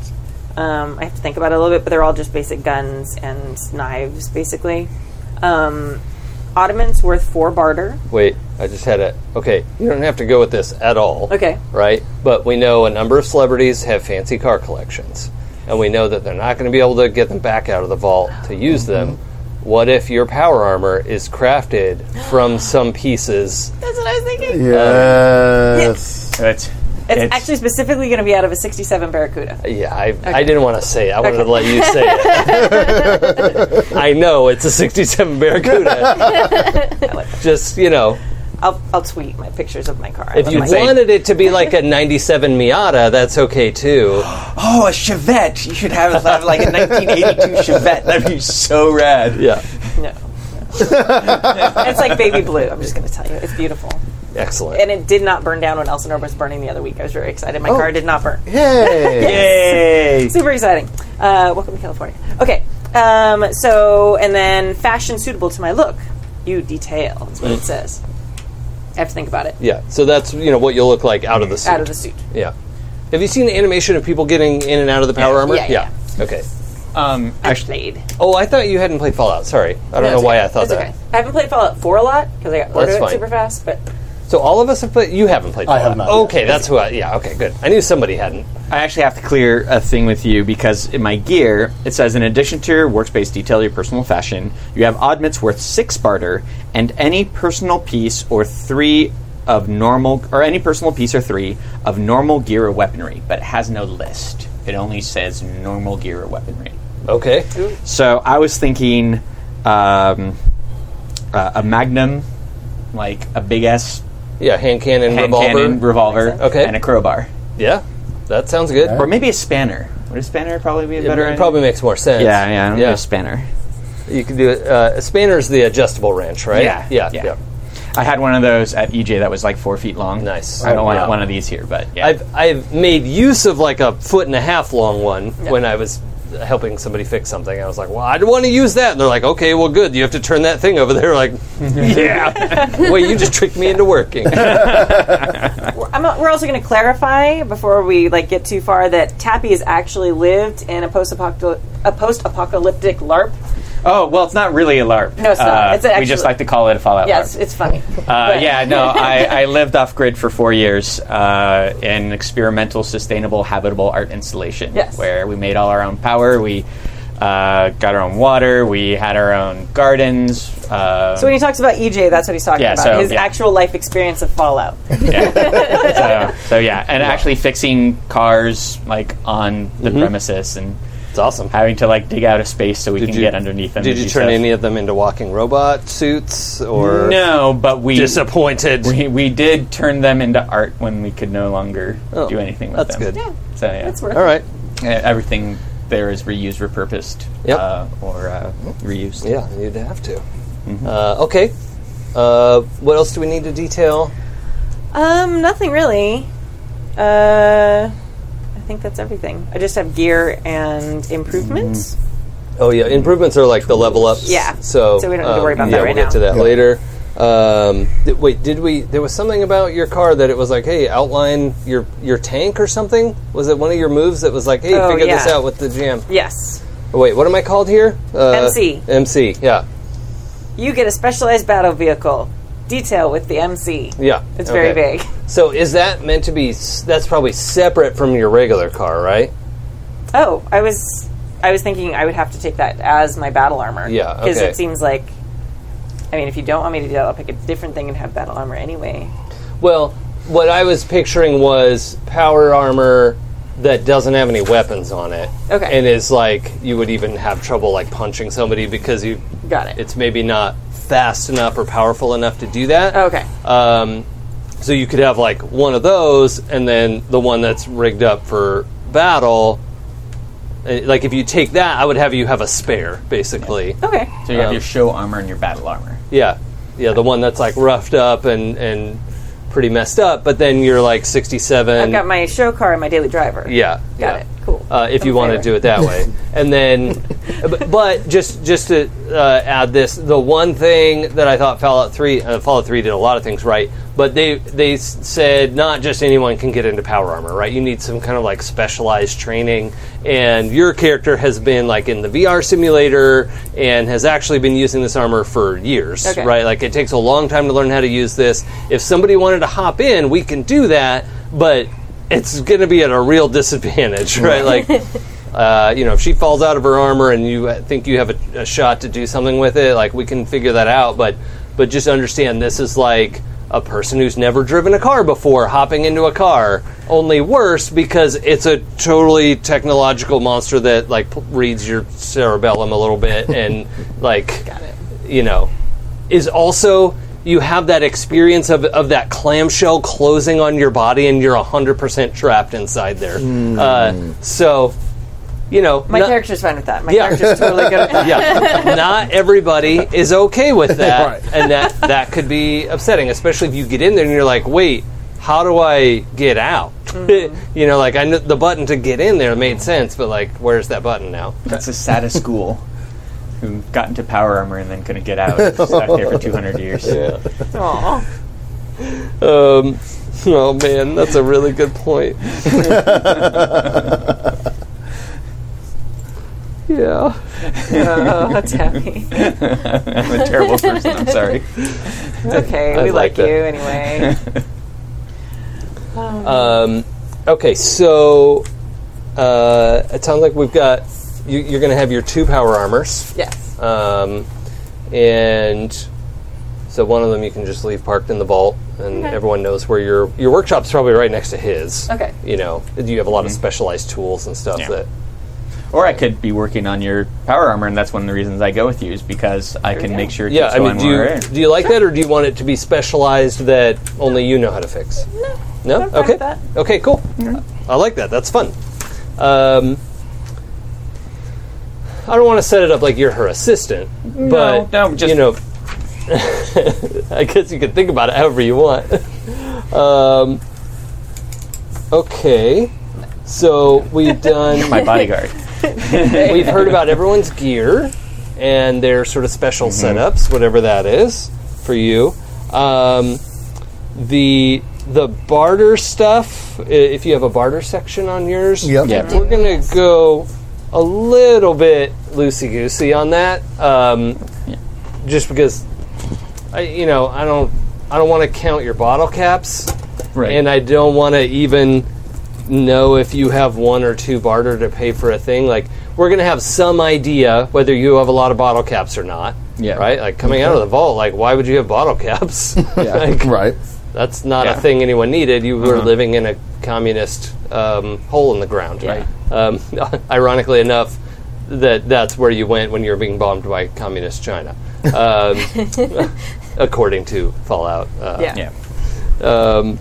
Speaker 6: Um, I have to think about it a little bit, but they're all just basic guns and knives, basically. Um, Ottoman's worth four barter.
Speaker 2: Wait, I just had a. Okay, you don't have to go with this at all.
Speaker 6: Okay.
Speaker 2: Right? But we know a number of celebrities have fancy car collections, and we know that they're not going to be able to get them back out of the vault to use them.
Speaker 6: Mm-hmm.
Speaker 2: What if your power armor is crafted from some pieces?
Speaker 6: That's what I was thinking.
Speaker 3: yes.
Speaker 5: that's
Speaker 6: It's, actually specifically going to be out of a 67 Barracuda.
Speaker 2: Yeah, I, I didn't want to say it. I wanted to let you say it. I know it's a 67 Barracuda. just, you know,
Speaker 6: I'll, I'll tweet my pictures of my car. I
Speaker 2: if
Speaker 6: love
Speaker 2: you
Speaker 6: my-
Speaker 5: Insane.
Speaker 2: wanted it to be like a 97 Miata, that's okay too.
Speaker 5: oh a Chevette. You should have, have like a 1982 Chevette. That'd be so rad.
Speaker 2: Yeah.
Speaker 6: No. it's like baby blue. I'm just going to tell you. It's beautiful.
Speaker 2: Excellent.
Speaker 6: And it did not burn down when Elsinore was burning the other week. I was very excited. My car did not burn.
Speaker 3: Hey.
Speaker 5: Yay!
Speaker 6: Super exciting. Uh, welcome to California. Okay. Um, so, and then fashion suitable to my look. You detail is what it says. I have to think about it.
Speaker 2: Mm. Yeah, so that's you know what you'll look like out of the suit.
Speaker 6: Out of the suit.
Speaker 2: yeah. Have you seen the animation of people getting in and out of the power armor?
Speaker 6: Yeah, yeah,
Speaker 2: Okay.
Speaker 5: Um,
Speaker 6: I
Speaker 5: actually,
Speaker 6: played.
Speaker 2: Oh, I thought you hadn't played Fallout. Sorry, I don't know why I thought
Speaker 6: That's
Speaker 2: that.
Speaker 6: okay. I haven't played Fallout 4 a lot because I got bored
Speaker 2: That's
Speaker 6: of it
Speaker 2: fine.
Speaker 6: super fast, but
Speaker 2: So all of us have played. You haven't played.
Speaker 3: I
Speaker 2: Fallout.
Speaker 3: have not.
Speaker 2: Okay, that's who. I, yeah. Okay, good. I knew somebody hadn't.
Speaker 5: I actually have to clear a thing with you because in my gear it says in addition to your workspace detail, your personal fashion, you have oddments worth six barter and any personal piece or three of normal or any personal piece or three of normal gear or weaponry, but it has no list. It only says normal gear or weaponry.
Speaker 2: Okay.
Speaker 5: So I was thinking um, uh, a magnum, like a big ass
Speaker 2: Yeah, hand cannon,
Speaker 5: hand
Speaker 2: revolver.
Speaker 5: cannon revolver,
Speaker 2: Okay.
Speaker 5: and a crowbar,
Speaker 2: yeah, that sounds good.
Speaker 5: or maybe a spanner. Would a spanner probably be a
Speaker 2: It,
Speaker 5: better?
Speaker 2: it
Speaker 5: idea?
Speaker 2: probably makes more sense.
Speaker 5: Yeah, yeah, I'm
Speaker 2: yeah.
Speaker 5: a spanner.
Speaker 2: you can do it. Uh, a spanner's the adjustable wrench, right?
Speaker 5: Yeah,
Speaker 2: yeah,
Speaker 5: yeah. I had one of those at EJ that was like four feet long.
Speaker 2: Nice.
Speaker 5: I don't want
Speaker 2: Yeah.
Speaker 5: one of these here, but yeah.
Speaker 2: I've I've made use of like a foot and a half long one when I was helping somebody fix something. I was like, well, I want to use that. And they're like, okay, well, good. You have to turn that thing over there. Like, yeah. Wait, you just tricked me into working.
Speaker 6: I'm, we're also going to clarify before we like get too far that Tappy has actually lived in a post-apocalyptic, a post-apocalyptic LARP.
Speaker 5: Oh well, it's not really a LARP.
Speaker 6: No, it's not.
Speaker 5: Uh,
Speaker 6: It's an
Speaker 5: we just
Speaker 6: actual-
Speaker 5: like to call it a Fallout
Speaker 6: Yes,
Speaker 5: LARP.
Speaker 6: it's funny.
Speaker 2: Um,
Speaker 5: Uh, yeah, no, I, I lived off grid for four years uh, in experimental, sustainable, habitable art installation.
Speaker 6: Yes.
Speaker 5: Where we made all our own power, we uh, got our own water, we had our own gardens. Uh,
Speaker 6: So when he talks about EJ, that's what he's talking
Speaker 5: Yeah,
Speaker 6: about.
Speaker 5: so,
Speaker 6: his
Speaker 5: yeah.
Speaker 6: actual life experience of Fallout.
Speaker 5: yeah. so, so yeah, and actually fixing cars like on the
Speaker 2: Mm-hmm.
Speaker 5: premises and
Speaker 2: It's awesome.
Speaker 5: having to like dig out a space so we can
Speaker 2: you-
Speaker 5: get underneath them.
Speaker 2: Did
Speaker 5: to
Speaker 2: you
Speaker 5: do
Speaker 2: turn
Speaker 5: stuff.
Speaker 2: any of them into walking robot suits or
Speaker 5: No, but we
Speaker 2: disappointed?
Speaker 5: we, we did turn them into art when we could no longer
Speaker 2: Oh,
Speaker 5: do anything with
Speaker 2: that's
Speaker 5: them.
Speaker 2: good.
Speaker 5: So yeah,
Speaker 6: That's worth
Speaker 2: All right.
Speaker 5: Uh, everything there is reused, repurposed,
Speaker 2: Yep.
Speaker 5: uh, or uh, reused.
Speaker 2: Yeah, you'd have to.
Speaker 5: Mm-hmm.
Speaker 2: Uh, okay. Uh, what else do we need to detail?
Speaker 6: it. Um, nothing really. Uh, I think that's everything. I just have gear and improvements.
Speaker 2: Oh yeah, improvements are like the level ups.
Speaker 6: Yeah.
Speaker 2: So, um,
Speaker 6: So we don't need to worry about
Speaker 2: yeah,
Speaker 6: that
Speaker 2: we'll
Speaker 6: right now.
Speaker 2: get to that
Speaker 3: Yeah.
Speaker 2: later. Um, th- wait, did we? There was something about your car that it was like, hey, outline your your tank or something. Was it one of your moves that was like, hey,
Speaker 6: Oh,
Speaker 2: figure this
Speaker 6: yeah.
Speaker 2: out with the jam?
Speaker 6: Yes,
Speaker 2: Oh, wait, what am I called here? Uh,
Speaker 6: MC.
Speaker 2: MC. Yeah.
Speaker 6: you get a specialized battle vehicle. Detail with the MC.
Speaker 2: Yeah.
Speaker 6: It's very
Speaker 2: Okay.
Speaker 6: big.
Speaker 2: So is that meant to be? s- That's probably separate from your regular car, right?
Speaker 6: Oh, I was I was thinking I would have to take that as my battle armor.
Speaker 2: Yeah,
Speaker 6: because
Speaker 2: okay.
Speaker 6: it seems like. I mean, if you don't want me to do that, I'll pick a different thing and have battle armor anyway.
Speaker 2: Well, what I was picturing was power armor that doesn't have any weapons on it.
Speaker 6: Okay.
Speaker 2: And is like you would even have trouble like punching somebody because you
Speaker 6: Got it.
Speaker 2: it's maybe not fast enough or powerful enough to do that.
Speaker 6: Oh, Okay.
Speaker 2: Um, so you could have like one of those, and then the one that's rigged up for battle. Uh, Like if you take that, I would have you have a spare, basically.
Speaker 6: Okay.
Speaker 5: So you have
Speaker 2: Um,
Speaker 5: your show armor and your battle armor.
Speaker 2: Yeah, yeah, the one that's like roughed up and and pretty messed up. But then you're like 67.
Speaker 6: I've got my show car and my daily driver.
Speaker 2: Yeah,
Speaker 6: Got
Speaker 2: yeah.
Speaker 6: it. Cool.
Speaker 2: Uh, if you
Speaker 6: I'm
Speaker 2: want to
Speaker 6: fair.
Speaker 2: do it that way, and then, but, but just just to uh, add this, the one thing that I thought Fallout Three, uh, Fallout Three did a lot of things right, but they they s- said not just anyone can get into power armor, right? You need some kind of like specialized training, and your character has been like in the VR simulator and has actually been using this armor for years,
Speaker 6: Okay.
Speaker 2: right? Like it takes a long time to learn how to use this. If somebody wanted to hop in, we can do that, but it's going to be at a real disadvantage, right? Like, uh, you know, if she falls out of her armor and you uh, think you have a, a shot to do something with it, like we can figure that out. But but just understand this is like a person who's never driven a car before hopping into a car. Only worse because it's a totally technological monster that like p- reads your cerebellum a little bit and like you know, is also you have that experience of, of that clamshell closing on your body and you're 100% trapped inside there. Uh, so, you know.
Speaker 6: My
Speaker 2: not-
Speaker 6: character's fine with that. My
Speaker 2: Yeah.
Speaker 6: character's totally good with that.
Speaker 2: yeah, not everybody is okay with that,
Speaker 3: Right.
Speaker 2: and that that could be upsetting, especially if you get in there and you're like, "Wait, how do I get out?"
Speaker 6: Mm-hmm.
Speaker 2: you know, like I kn- the button to get in there made sense, but like, where's that button now?
Speaker 5: That's the saddest school who got into power armor and then couldn't get out. Stuck there for 200 years.
Speaker 6: Aw.
Speaker 2: Um, oh man, that's a really good point. yeah.
Speaker 6: Oh, that's happy.
Speaker 5: I'm a terrible person. I'm sorry.
Speaker 6: It's okay.
Speaker 2: I
Speaker 6: we
Speaker 2: like
Speaker 6: like,
Speaker 2: that.
Speaker 6: you anyway.
Speaker 2: Um, okay, so uh, it sounds like we've got you, you're going to have your two power armors,
Speaker 6: yes.
Speaker 2: um, and so one of them you can just leave parked in the vault, and
Speaker 6: Okay.
Speaker 2: everyone knows where your your workshop's probably right next to his.
Speaker 6: Okay.
Speaker 2: you know you have a lot of specialized tools and stuff
Speaker 5: Yeah.
Speaker 2: that
Speaker 5: Or I could be working on your power armor, and that's one of the reasons I go with you is because I can
Speaker 6: go.
Speaker 5: make sure. it
Speaker 2: Yeah,
Speaker 5: keeps
Speaker 2: I mean,
Speaker 5: going
Speaker 2: do
Speaker 5: where
Speaker 2: you,
Speaker 5: we're in.
Speaker 2: do you like that, or do you want it to be specialized that only you know how to fix? No. No.
Speaker 6: I'm fine
Speaker 2: okay.
Speaker 6: with that.
Speaker 2: Okay. Cool. I like that. That's fun. Um, I don't want to set it up like you're her assistant, but
Speaker 5: Oh, no, just-
Speaker 2: you know, I guess you can think about it however you want. um, okay. So we've done.
Speaker 5: my bodyguard.
Speaker 2: We've heard about everyone's gear and their sort of special setups, whatever that is for you. Um, the the barter stuff. i- If you have a barter section on yours,
Speaker 3: Yep.
Speaker 5: Yep.
Speaker 2: we're gonna go a little bit loosey goosey on that. Um, Just because, I, you know, I don't I don't want to count your bottle caps
Speaker 5: Right.
Speaker 2: and I don't want to even know if you have one or two barter to pay for a thing. Like we're gonna have some idea whether you have a lot of bottle caps or not.
Speaker 5: Yeah.
Speaker 2: Right. Like coming out of the vault, like why would you have bottle caps?
Speaker 5: Yeah.
Speaker 2: like,
Speaker 3: Right.
Speaker 2: That's not
Speaker 5: Yeah. Uh-huh.
Speaker 2: a thing anyone needed. You were living in a communist um, hole in the ground,
Speaker 5: Yeah.
Speaker 2: right? Um, ironically enough, that that's where you went when you were being bombed by communist China, um, according to Fallout. Uh,
Speaker 6: Yeah.
Speaker 5: yeah.
Speaker 2: um,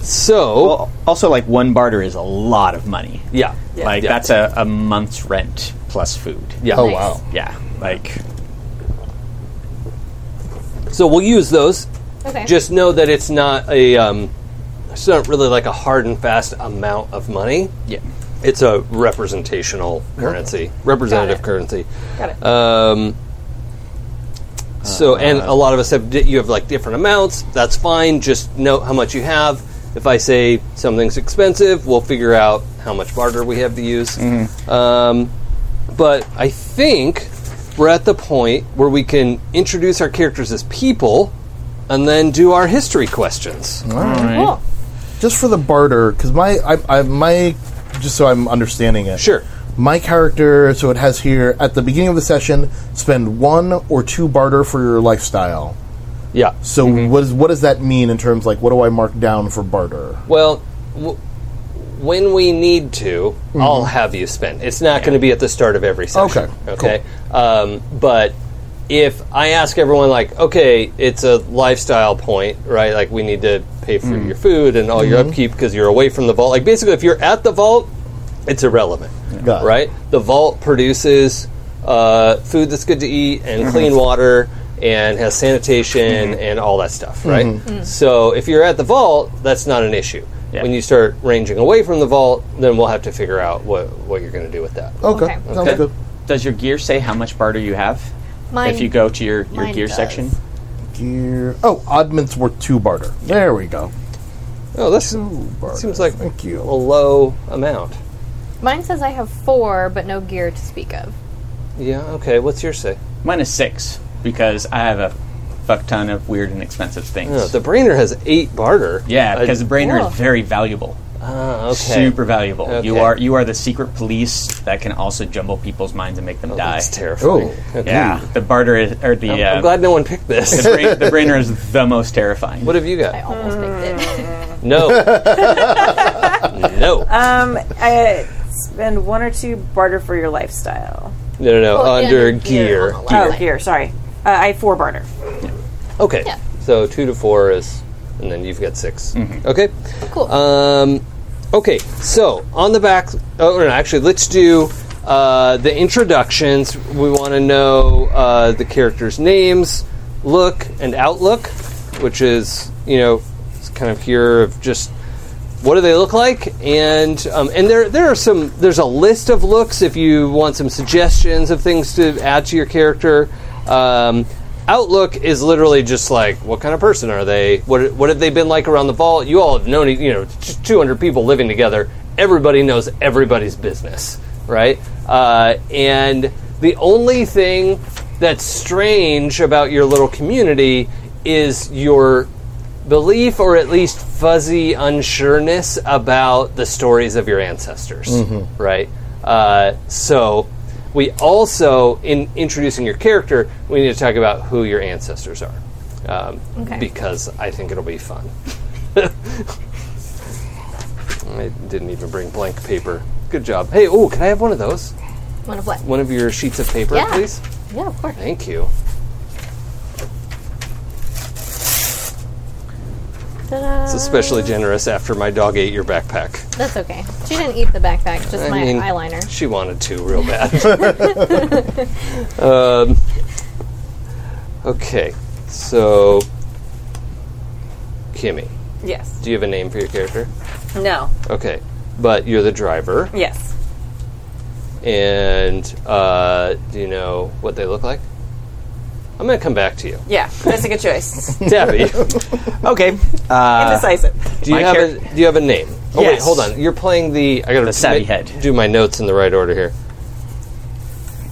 Speaker 2: so,
Speaker 5: Well, also like one barter is a lot of money.
Speaker 2: Oh. yeah,
Speaker 5: Like that's a, a month's rent plus food.
Speaker 2: yeah.
Speaker 3: Oh wow.
Speaker 5: Yeah. Like
Speaker 2: So we'll use those.
Speaker 4: Okay.
Speaker 2: Just know that it's not a, um, it's not really like a hard and fast amount of money.
Speaker 5: yeah.
Speaker 2: It's a representational currency, representative
Speaker 6: Got it.
Speaker 2: currency.
Speaker 6: Got it.
Speaker 2: Um, so, and a lot of us have, di- you have like different amounts. That's fine. Just note how much you have. If I say something's expensive, we'll figure out how much barter we have to use. Um, but I think we're at the point where we can introduce our characters as people and then do our history questions.
Speaker 4: Cool.
Speaker 3: Just for the barter, because my I, I my just so I'm understanding it.
Speaker 2: Sure.
Speaker 3: My character, so it has here at the beginning of the session, spend one or two barter for your lifestyle.
Speaker 2: Yeah.
Speaker 3: So what is what does that mean in terms like what do I mark down for barter?
Speaker 2: Well, w- when we need to, I'll have you spend. It's not going to be at the start of every session.
Speaker 3: Mm-hmm. Okay,
Speaker 2: Okay. Um, but if I ask everyone, like, okay, it's a lifestyle point, right? Like, we need to pay for
Speaker 3: Mm-hmm.
Speaker 2: your food and all your upkeep because you're away from the vault. Like, basically, if you're at the vault, it's irrelevant,
Speaker 3: Got it.
Speaker 2: right? The vault produces uh, food that's good to eat and
Speaker 5: Mm-hmm.
Speaker 2: clean water and has sanitation and all that stuff, right? So if you're at the vault, that's not an issue.
Speaker 5: Mm-hmm. Yeah.
Speaker 2: When you start ranging away from the vault, then we'll have to figure out what, what you're going to do with that.
Speaker 5: Oh.
Speaker 3: Okay,
Speaker 4: Okay.
Speaker 3: sounds
Speaker 5: Okay.
Speaker 3: good.
Speaker 5: Does your gear say how much barter you have?
Speaker 4: Mine-
Speaker 5: if you go to your, your
Speaker 4: mine
Speaker 5: gear
Speaker 4: does.
Speaker 5: section?
Speaker 3: Gear. Oh, oddments worth two barter. There we go.
Speaker 2: Oh, that's,
Speaker 3: barter.
Speaker 2: that seems like
Speaker 3: Thank
Speaker 2: a
Speaker 3: you.
Speaker 2: low amount.
Speaker 4: Mine says I have four, but no gear to speak of.
Speaker 2: Yeah, okay. What's your say?
Speaker 5: Mine is six because I have a fuck ton of weird and expensive things.
Speaker 2: Oh, the brainer has eight barter.
Speaker 5: yeah,
Speaker 2: I-
Speaker 5: because the brainer
Speaker 4: Cool.
Speaker 5: is very valuable.
Speaker 2: Ah, okay.
Speaker 5: Super valuable. You
Speaker 2: Okay.
Speaker 5: are you are the secret police that can also jumble people's minds and make them die.
Speaker 2: Oh, That's terrifying.
Speaker 3: Oh.
Speaker 2: Okay.
Speaker 5: Yeah, the barter is, or the
Speaker 2: I'm,
Speaker 5: uh,
Speaker 2: I'm glad no one picked this.
Speaker 5: the, brain, the brainer is the most terrifying.
Speaker 2: what have you
Speaker 4: I
Speaker 2: got?
Speaker 4: almost picked it.
Speaker 2: No. no.
Speaker 6: Um, I spend one or two barter for your lifestyle.
Speaker 2: No, no, no.
Speaker 4: Well,
Speaker 2: Under
Speaker 4: in
Speaker 2: gear.
Speaker 4: gear on the
Speaker 6: Oh,
Speaker 4: Right.
Speaker 6: here, sorry. Uh, I have four barter.
Speaker 2: Okay.
Speaker 4: Yeah.
Speaker 2: So two to four is, and then you've got 6 Okay.
Speaker 4: Cool.
Speaker 2: Um, okay. So on the back. Oh no, actually, let's do uh, the introductions. We want to know uh, the characters' names, look, and outlook, which is you know, it's kind of here of just what do they look like and um, and there there are some there's a list of looks if you want some suggestions of things to add to your character um, outlook is literally just like what kind of person are they what what have they been like around the vault you all have known you know t- 200 people living together everybody knows everybody's business right uh, and the only thing that's strange about your little community is your belief or at least fuzzy unsureness about the stories of your ancestors right uh, so we also in introducing your character we need to talk about who your ancestors are um,
Speaker 4: Okay.
Speaker 2: because i think it'll be fun i didn't even bring blank paper good job hey oh can i have one of those
Speaker 4: One of what?
Speaker 2: one of your sheets of paper
Speaker 4: Yeah.
Speaker 2: please
Speaker 4: Yeah, of course.
Speaker 2: Thank you.
Speaker 4: Ta-da.
Speaker 2: It's
Speaker 4: Uh.
Speaker 2: especially generous after my dog ate your backpack.
Speaker 4: That's okay. She didn't eat the backpack, just
Speaker 2: I
Speaker 4: my
Speaker 2: mean-
Speaker 4: eyeliner.
Speaker 2: She wanted to real bad. um, okay, so Kimmy,
Speaker 6: Yes.
Speaker 2: do you have a name for your character?
Speaker 6: No.
Speaker 2: Okay, but you're the driver.
Speaker 6: Yes.
Speaker 2: And uh, do you know what they look like? I'm gonna come back to you,
Speaker 6: Yeah, that's a good choice.
Speaker 2: Debbie.
Speaker 5: Okay. Uh,
Speaker 6: Indecisive.
Speaker 2: Do you
Speaker 5: My
Speaker 2: have
Speaker 5: char-
Speaker 2: a Do you have a name? Oh wait,
Speaker 5: Yes.
Speaker 2: hold on. You're playing the. I gotta
Speaker 5: The savvy
Speaker 2: ma-
Speaker 5: head.
Speaker 2: Do my notes in the right order here.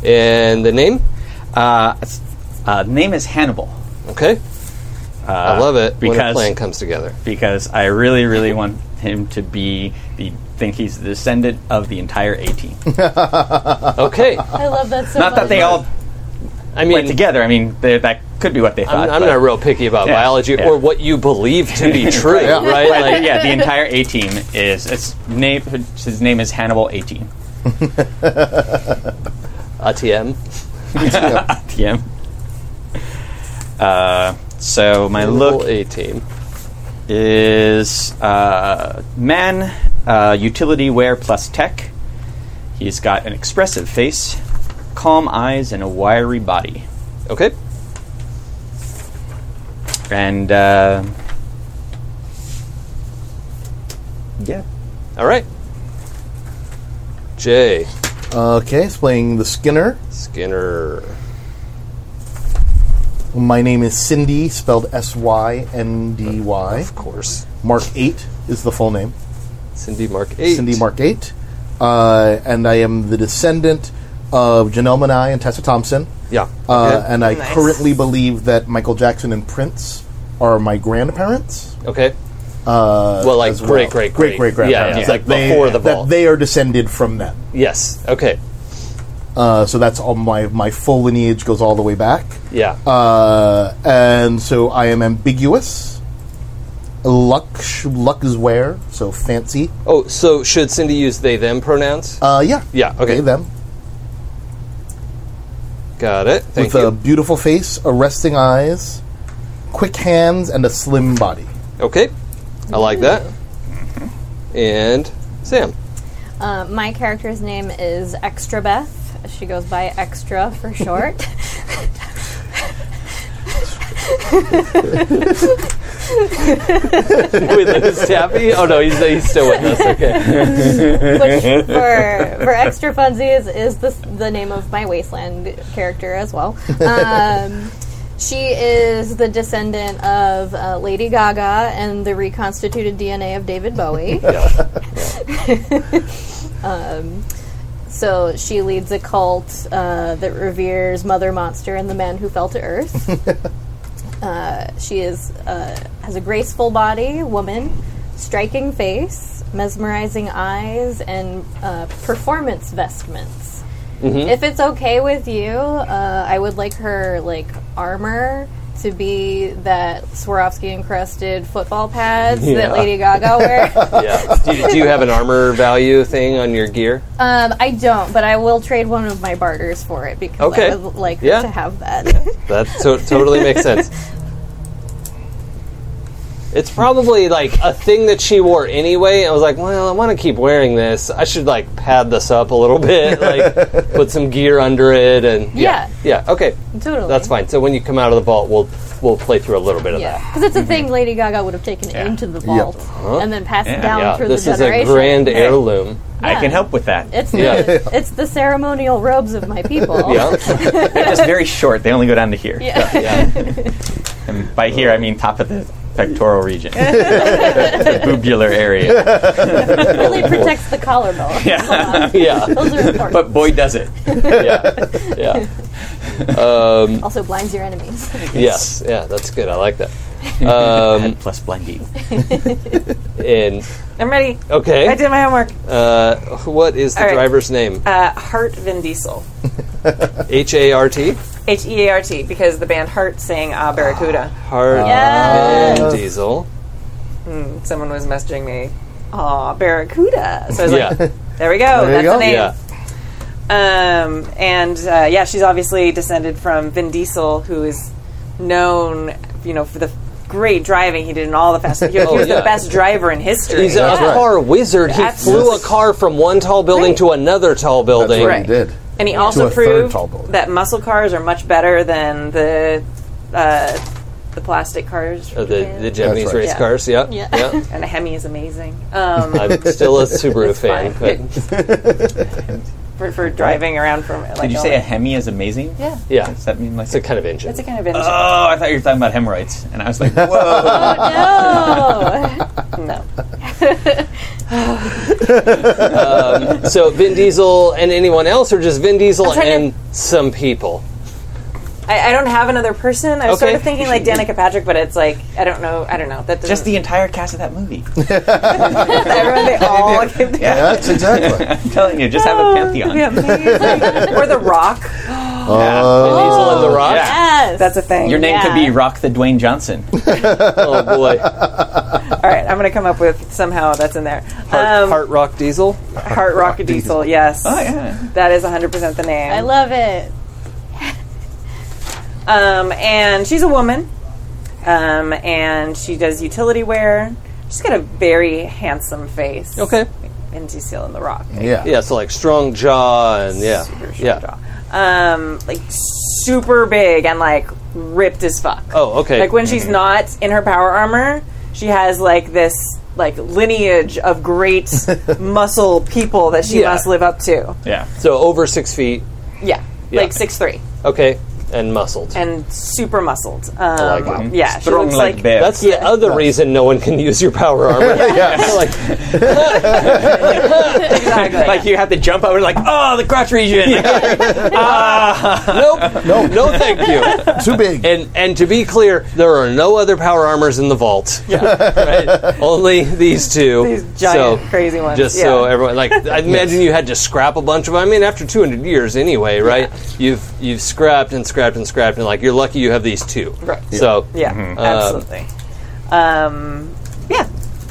Speaker 2: And the name.
Speaker 5: uh, it's- uh, name is Hannibal
Speaker 2: Okay. I love it when a
Speaker 5: because-
Speaker 2: plan comes together.
Speaker 5: because I really, really want him to be the think he's the descendant of the entire A team.
Speaker 2: Okay.
Speaker 4: I love that so
Speaker 5: Not
Speaker 4: much.
Speaker 5: that they all
Speaker 2: I mean,
Speaker 5: went together. I mean, they- that could be what they
Speaker 2: I'm,
Speaker 5: thought.
Speaker 2: I'm
Speaker 5: but-
Speaker 2: not real picky about
Speaker 5: Yeah,
Speaker 2: biology
Speaker 5: yeah.
Speaker 2: or what you believe to be true,
Speaker 3: Yeah.
Speaker 2: right?
Speaker 5: But
Speaker 2: Like,
Speaker 5: yeah, the entire A team is its name. His name is Hannibal A team.
Speaker 2: ATM.
Speaker 5: TM. Uh, so my look
Speaker 2: A team.
Speaker 5: is uh, man, uh, utility wear plus tech. He's got an expressive face, calm eyes, and a wiry body.
Speaker 2: Okay.
Speaker 5: And uh, yeah,
Speaker 2: All right. Jay
Speaker 3: Okay, it's playing the Skinner.
Speaker 2: Skinner.
Speaker 3: My name is Cindy, spelled S Y N D Y.
Speaker 2: Of course.
Speaker 3: Mark 8 is the full name.
Speaker 2: Cindy Mark Eight.
Speaker 3: Cindy Mark 8. Uh, and I am the descendant of Janelle Monáe and Tessa Thompson.
Speaker 2: Yeah.
Speaker 3: Uh, And I
Speaker 6: Nice.
Speaker 3: currently believe that Michael Jackson and Prince are my grandparents.
Speaker 2: okay.
Speaker 3: Uh,
Speaker 2: Well, like
Speaker 3: as
Speaker 2: great, great,
Speaker 3: great, great
Speaker 2: great. Yeah,
Speaker 3: grandparents.
Speaker 2: yeah, yeah.
Speaker 3: Like they,
Speaker 2: Before the ball.
Speaker 3: that they are descended from them.
Speaker 2: Yes. Okay.
Speaker 3: Uh, so that's all my my full lineage goes all the way back.
Speaker 2: Yeah.
Speaker 3: Uh, and so I am ambiguous. Lux luck is where so fancy.
Speaker 2: oh, so should Cindy use they them pronouns?
Speaker 3: Uh, yeah,
Speaker 2: Yeah, okay.
Speaker 3: They, them
Speaker 2: Got it. Thank
Speaker 3: with
Speaker 2: you.
Speaker 3: a beautiful face, arresting eyes, quick hands, and a slim body.
Speaker 2: okay. I like that. And Sam.
Speaker 4: Uh, my character's name is Extra Beth. She goes by Extra for short.
Speaker 2: with us, Tappy? Oh no, he's, he's still with us. Okay.
Speaker 4: which for for extra funsies is the the name of my wasteland character as well. Um, she is the descendant of uh, Lady Gaga and the reconstituted DNA of David Bowie. um, so she leads a cult uh, that reveres Mother Monster and the Man Who Fell to Earth. uh, she is uh, has a graceful body, woman, striking face, mesmerizing eyes, and uh, performance vestments.
Speaker 2: Mm-hmm.
Speaker 4: If it's okay with you, uh, I would like her like armor to be that Swarovski encrusted football pads
Speaker 2: Yeah.
Speaker 4: that Lady Gaga wears.
Speaker 2: Yeah. Do, you- do you have an armor value thing on your gear?
Speaker 4: Um, I don't, but I will trade one of my barters for it because
Speaker 2: Okay.
Speaker 4: I would like
Speaker 2: Yeah.
Speaker 4: to have that.
Speaker 2: That to- totally makes sense. It's probably like a thing that she wore anyway. I was like, well, I want to keep wearing this. I should like pad this up a little bit, like put some gear under it, and yeah, yeah, okay,
Speaker 4: totally.
Speaker 2: that's fine. So when you come out of the vault, we'll we'll play through a little bit of
Speaker 4: Yeah,
Speaker 2: that.
Speaker 4: because it's a thing Lady Gaga would have taken
Speaker 5: Yeah.
Speaker 4: into the vault and then passed
Speaker 5: Yeah.
Speaker 4: down
Speaker 2: Yeah,
Speaker 4: through
Speaker 2: this
Speaker 4: the
Speaker 2: is a
Speaker 4: generation.
Speaker 2: grand heirloom.
Speaker 5: I can help with that.
Speaker 4: It's
Speaker 2: Yeah.
Speaker 4: the it's the ceremonial robes of my people.
Speaker 2: Yeah,
Speaker 5: They're just very short. They only go down to here.
Speaker 4: Yeah.
Speaker 2: yeah.
Speaker 5: And by here, I mean top of the pectoral region, the bubular area.
Speaker 4: it really protects the collarbone.
Speaker 5: Yeah.
Speaker 2: yeah,
Speaker 4: Those are important.
Speaker 5: But boy, does it.
Speaker 2: yeah, yeah.
Speaker 4: also blinds your enemies.
Speaker 2: Yes, yeah, that's good. I like that. Um,
Speaker 5: Head plus blending.
Speaker 2: and
Speaker 6: I'm ready. I
Speaker 2: okay,
Speaker 6: did my homework.
Speaker 2: uh, what is the
Speaker 6: All right.
Speaker 2: driver's name?
Speaker 6: Uh, Heart Vin Diesel.
Speaker 2: H A R T.
Speaker 6: H E A R T, because the band Heart sang Ah Barracuda.
Speaker 2: Hard
Speaker 4: Yes.
Speaker 2: and diesel.
Speaker 6: Someone was messaging me, Ah Barracuda. So I was like,
Speaker 2: Yeah,
Speaker 6: there we go.
Speaker 3: There
Speaker 6: That's
Speaker 3: you
Speaker 6: the
Speaker 3: go.
Speaker 6: name.
Speaker 2: yeah.
Speaker 6: Um, and uh, yeah, she's obviously descended from Vin Diesel, who is known, you know, for the great driving he did in all the Fast. He was
Speaker 2: Oh, yeah.
Speaker 6: the best driver in history.
Speaker 2: He's a
Speaker 3: right.
Speaker 2: car wizard. He
Speaker 6: Absolutely.
Speaker 2: flew a car from one tall building to another tall building.
Speaker 3: That's what
Speaker 6: Right.
Speaker 3: he did.
Speaker 6: And he
Speaker 3: To
Speaker 6: also
Speaker 3: a third
Speaker 6: proved
Speaker 3: tall boat.
Speaker 6: that muscle cars are much better than the uh, the plastic cars.
Speaker 2: Uh, the, the Japanese
Speaker 3: right.
Speaker 2: race
Speaker 6: Yeah.
Speaker 2: cars. Yeah,
Speaker 4: Yeah.
Speaker 6: And a Hemi is amazing. Um,
Speaker 2: I'm still a Subaru fan,
Speaker 6: fine.
Speaker 2: but
Speaker 6: for, for driving around from. Like,
Speaker 5: Did you
Speaker 6: all
Speaker 5: say a
Speaker 6: that.
Speaker 5: hemi is amazing?
Speaker 6: Yeah,
Speaker 2: Yeah,
Speaker 5: Does that mean like?
Speaker 2: it's a kind of engine.
Speaker 6: it's a kind of engine.
Speaker 5: oh, I thought you were talking about hemorrhoids, and I was like, whoa.
Speaker 2: Um,
Speaker 4: Oh
Speaker 6: no,
Speaker 2: so Vin Diesel and anyone else, or just Vin Diesel
Speaker 6: I'm trying to-
Speaker 2: and some people.
Speaker 6: I, I don't have another person. I was
Speaker 2: Okay.
Speaker 6: sort of thinking like Danica Patrick, but it's like I don't know. I don't know. That doesn't-
Speaker 5: Just the entire cast of that movie.
Speaker 6: everyone they all came together.
Speaker 3: Yeah, that's exactly.
Speaker 5: I'm telling you, just have a pantheon.
Speaker 6: That'd be amazing. or the Rock.
Speaker 2: Vin
Speaker 6: Oh.
Speaker 3: Uh,
Speaker 2: Diesel and The Rock.
Speaker 4: no!
Speaker 5: Yeah.
Speaker 4: yes.
Speaker 6: That's a thing.
Speaker 5: Your name could
Speaker 4: Yeah.
Speaker 5: be Rock the Dwayne Johnson.
Speaker 2: Oh boy,
Speaker 6: all right, I'm gonna come up with somehow that's in there.
Speaker 2: Heart,
Speaker 6: Um,
Speaker 2: Heart Rock Diesel.
Speaker 6: Heart Rock Diesel. Yes.
Speaker 5: Oh yeah.
Speaker 6: That is 100% the name.
Speaker 4: I love it.
Speaker 6: Um, and she's a woman, um, and she does utility wear. She's got a very handsome face.
Speaker 2: Okay.
Speaker 6: And she's still in the rock.
Speaker 3: yeah.
Speaker 2: Yeah, so like strong jaw and yeah,
Speaker 6: Super strong
Speaker 2: yeah.
Speaker 6: jaw. Um, like super big and like ripped as fuck.
Speaker 2: Oh, okay.
Speaker 6: Like when she's not in her power armor, she has like this like lineage of great muscle people that she
Speaker 2: Yeah.
Speaker 6: must live up to.
Speaker 5: Yeah.
Speaker 2: so over six feet.
Speaker 6: Yeah. Like six three
Speaker 2: Okay, and muscled.
Speaker 6: and super muscled. Um,
Speaker 2: like it.
Speaker 6: Yeah, she
Speaker 5: Strong
Speaker 6: looks
Speaker 5: like,
Speaker 6: like
Speaker 5: bear.
Speaker 2: That's the other reason no one can use your power armor.
Speaker 3: Yeah.
Speaker 2: Like,
Speaker 6: exactly.
Speaker 5: like you have to jump over like,
Speaker 2: "Ah!"
Speaker 5: oh, the crotch region.
Speaker 2: nope, no, no, thank you.
Speaker 3: Too big.
Speaker 2: And and to be clear, there are no other power armors in the vault. Right? Only these two.
Speaker 6: these giant
Speaker 2: So,
Speaker 6: crazy ones.
Speaker 2: Just
Speaker 6: yeah.
Speaker 2: so everyone, like, I imagine you had to scrap a bunch of. I mean, after 200 years, anyway, right? You've you've scrapped and scrapped and scrapped, and like, you're lucky you have these two.
Speaker 6: Right.
Speaker 2: So
Speaker 6: Yeah, absolutely. Um, yeah,